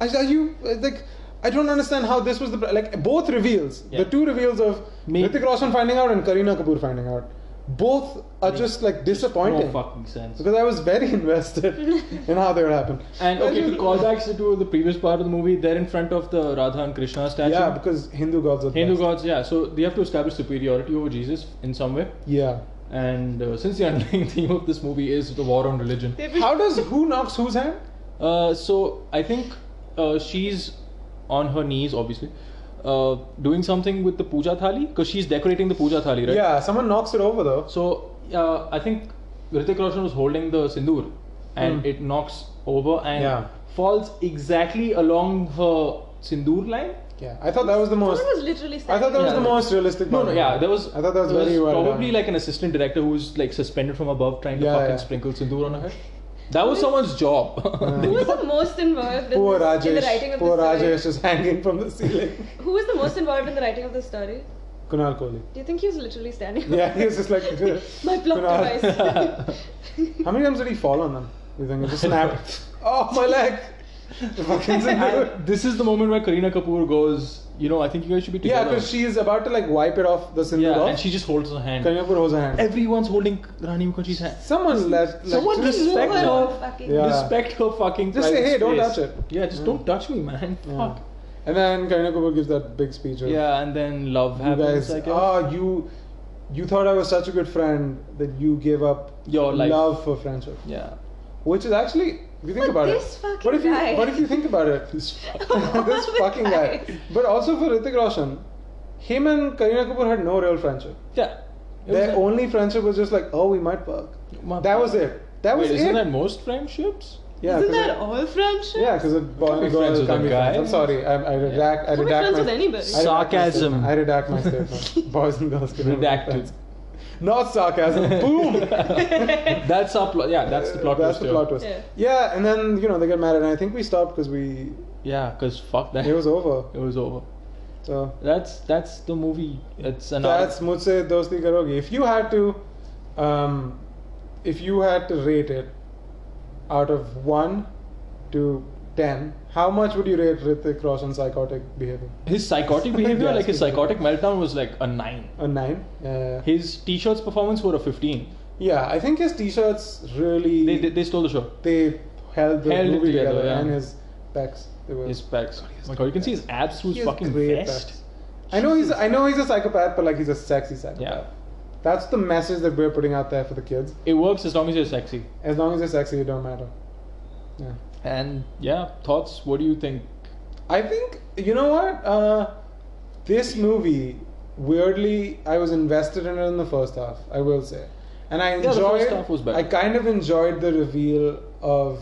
I- are you like? I don't understand how this was the like both reveals, Yeah. the two reveals of Make- Ritik Roshan finding out and Kareena Kapoor finding out, both are just like no disappointing. fucking sense. because I was very invested in how they would happen. And But okay, you- to call back to the previous part of the movie, they're in front of the Radha and Krishna statue. yeah, because Hindu gods are the Hindu best. gods, yeah. So they have to establish superiority over Jesus in some way. Yeah. And uh, since the underlying theme of this movie is the war on religion, How does who knocks whose hand? uh, so I think uh, she's on her knees, obviously, uh, doing something with the puja thali because she's decorating the puja thali, right? Yeah, someone knocks it over though. So uh, I think Ritik Roshan was holding the sindoor, and Mm. it knocks over and Yeah. falls exactly along her sindoor line. Yeah, I thought that was the Someone most. was literally sad. I thought that was Yeah. the most realistic. No, part no, of yeah, it. there was. I thought that was there very well Probably done. like an assistant director who was like suspended from above, trying to Yeah, fucking yeah. Uh. sprinkle sindoor on her head. That was someone's job. Who was the most involved in, poor this, in the writing Rajesh. of Poor this story? Rajesh is hanging from the ceiling. Who was the most involved in the writing of this story? Kunal Kohli. Do you think he was literally standing? up? Yeah, he was just like. My plot Kunal. device. How many times did he fall on them? You think it just snapped? oh my leg! The fucking sindoor. And this is the moment where Kareena Kapoor goes, you know, I think you guys should be Yeah, together. because she is about to like wipe it off the sindoor. yeah, off. and she just holds her hand. Kareena Kapoor holds her hand. Everyone's holding Rani Mukherjee's hand. Someone left. Like, Someone to just respect moved her. her. Fucking- Yeah. Respect her fucking. Just say, private "Hey, don't space." touch it. Yeah, just don't touch me, man. Yeah. Fuck. And then Kareena Kapoor gives that big speech. Of, Yeah, and then love You happens. guys, I guess. ah, you, you thought I was such a good friend that you gave up Your life. love for friendship, yeah. which is actually, if you think But about this it, fucking but if you, guy. but if you think about it, this fucking guy. guy. But also for Ritik Roshan, him and Kareena Kapoor had no real friendship. Yeah. It Their was like- only friendship was just like, oh, we might fuck. My That God. was it. That was Wait, isn't it. that most friendships? yeah, Isn't 'cause that it- all friendship? yeah, because a boy and be a girl friends with can't a be guy. friends. I'm sorry, I, I redact. I Can't be redact friends my- with anybody. I redact my Sarcasm. statement. I redact my statement. Boys and girls can be Redacted. friends. Not sarcasm. Boom. That's our plot. Yeah, that's the plot. That's twist the here. plot twist. Yeah. Yeah, and then you know they get married, and I think we stopped because we Yeah, because fuck that. it was over. It was over. So That's that's the movie. It's an that's Mujhse Dosti Karogi. If you had to, um, if you had to rate it out of one to ten, how much would you rate Ritik Roshan's psychotic behavior? his psychotic behavior, Yeah, like his it's pretty psychotic meltdown, was like a nine. A nine. Yeah. His t-shirts performance were a fifteen. yeah, I think his T-shirts really They they, they stole the show. they held the Held it movie together, together, yeah. and his pecs. They were Oh, His pecs. my God, you can see his abs through He his has fucking great vest. pecs. I know he's I know he's a psychopath, but like he's a sexy psychopath. Yeah. That's the message that we're putting out there for the kids. It works as long as you're sexy. As long as you're sexy, you don't matter. Yeah. And yeah, thoughts? What do you think? I think you know what? Uh, this movie, weirdly, I was invested in it in the first half. I will say, and I Yeah, the enjoyed. first half was better. I kind of enjoyed the reveal of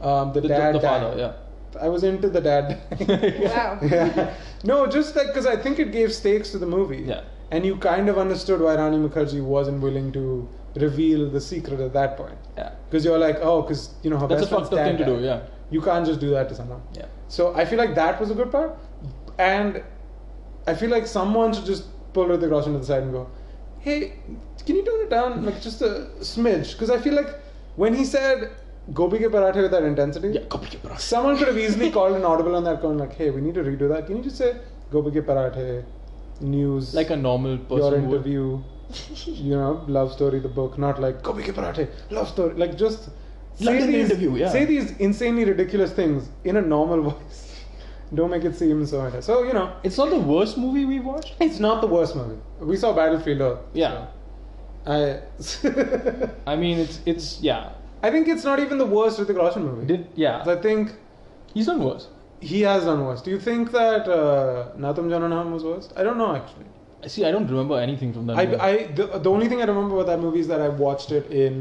um, the, The, the, dad. the dying. father, yeah. I was into the dad. dying. Wow. yeah. No, just like because I think it gave stakes to the movie. Yeah. And you kind of understood why Rani Mukherjee wasn't willing to reveal the secret at that point. Yeah. Because you're like, oh, because you know her That's a best friend's fucked up dad thing to do, died. yeah. You can't just do that to someone. Yeah. So I feel like that was a good part, and I feel like someone should just pull Hrithik Roshan to the side and go, "Hey, can you tone it down like just a smidge?" Because I feel like when he said "Gopi ke parathe" with that intensity, Yeah, copy your bros. someone could have easily called an audible on that and like, "Hey, we need to redo that. Can you just say Gopi ke parathe, news, Like a normal person your would. interview, you know, love story, the book, not like Gopi ke parathe, love story, like just." Like in the interview, yeah. say these insanely ridiculous things in a normal voice. Don't make it seem so. So you know, It's not the worst movie we watched. it's not the worst movie. We saw Battlefield Earth. Yeah. I I mean, it's it's yeah. I think it's not even the worst Hrithik Roshan movie. Did yeah. I think He's done worse. he has done worse. Do you think that uh, Natam Jananam was worse? I don't know actually. See, I don't remember anything from that. I, movie. I the, the only thing I remember about that movie is that I watched it in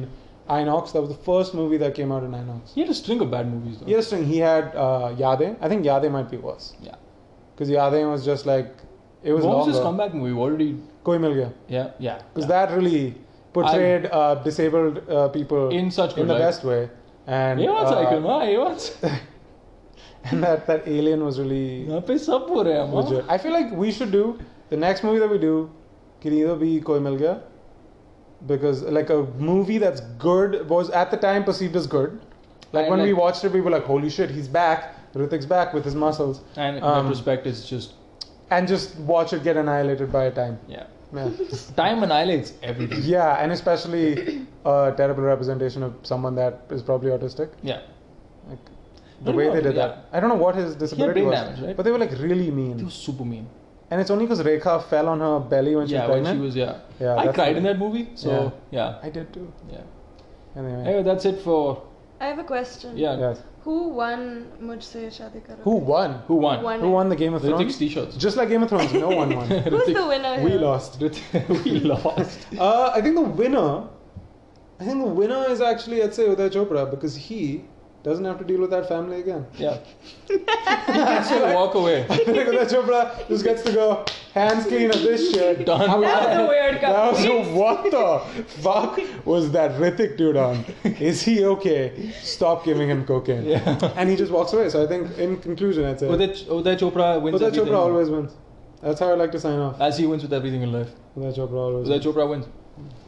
Inox. That was the first movie that came out in Inox. he had a string of bad movies though. Yes, and he had uh, Yadein. I think Yade might be worse Yeah. because Yadein was just like it was What was his longer. comeback movie? What did he? कोई मिल गया Yeah, yeah. because yeah. that really portrayed uh, disabled uh, people In such in good the light. best way and ये बात uh, cycle में ये बात and that that alien was really यहाँ पे सब हो रहे हैं legit. हम I feel like we should do the next movie that we do can either be Koi Mil Gaya because like a movie that's good was at the time perceived as good like And when we like- watched it we were like holy shit he's back Ritik's back with his muscles And Um, retrospect is just and just watch it get annihilated by time yeah. yeah Time annihilates everything. Yeah, and especially a terrible representation of someone that is probably autistic. Yeah. Like, the Not way even they did autistic, that. I don't know what his disability brain was, damage, right? but they were like really mean. He was super mean. and it's only because Rekha fell on her belly when she yeah, was when pregnant. she was yeah. Yeah, I that's cried the- in that movie. So yeah. I did too. Yeah. Anyway, Anyway, that's it for I have a question. yeah. yes. Who won Mujhse Shaadi Karo? Who won? Who won? Won. Who won the Game of Ritik's Thrones? t-shirts. Just like Game of Thrones, no one won. Who's the winner? we here? lost. we lost. Uh, I think the winner. I think the winner is actually I'd say Uday Chopra because he doesn't have to deal with that family again. Yeah. Just walk away. Nicolas Chopra just gets to go hands clean of this shit. Done. I'm That was a out. weird That was couple. a- what the fuck was that Rithik dude on? Is he okay? Stop giving him cocaine. Yeah. And he just walks away. So I think in conclusion, I'd say Uday, Ch- Uday Chopra wins Uh, Uday everything. Chopra always wins. That's how I like to sign off. As he wins with everything in life. Uday Chopra always. Uday wins. Chopra wins.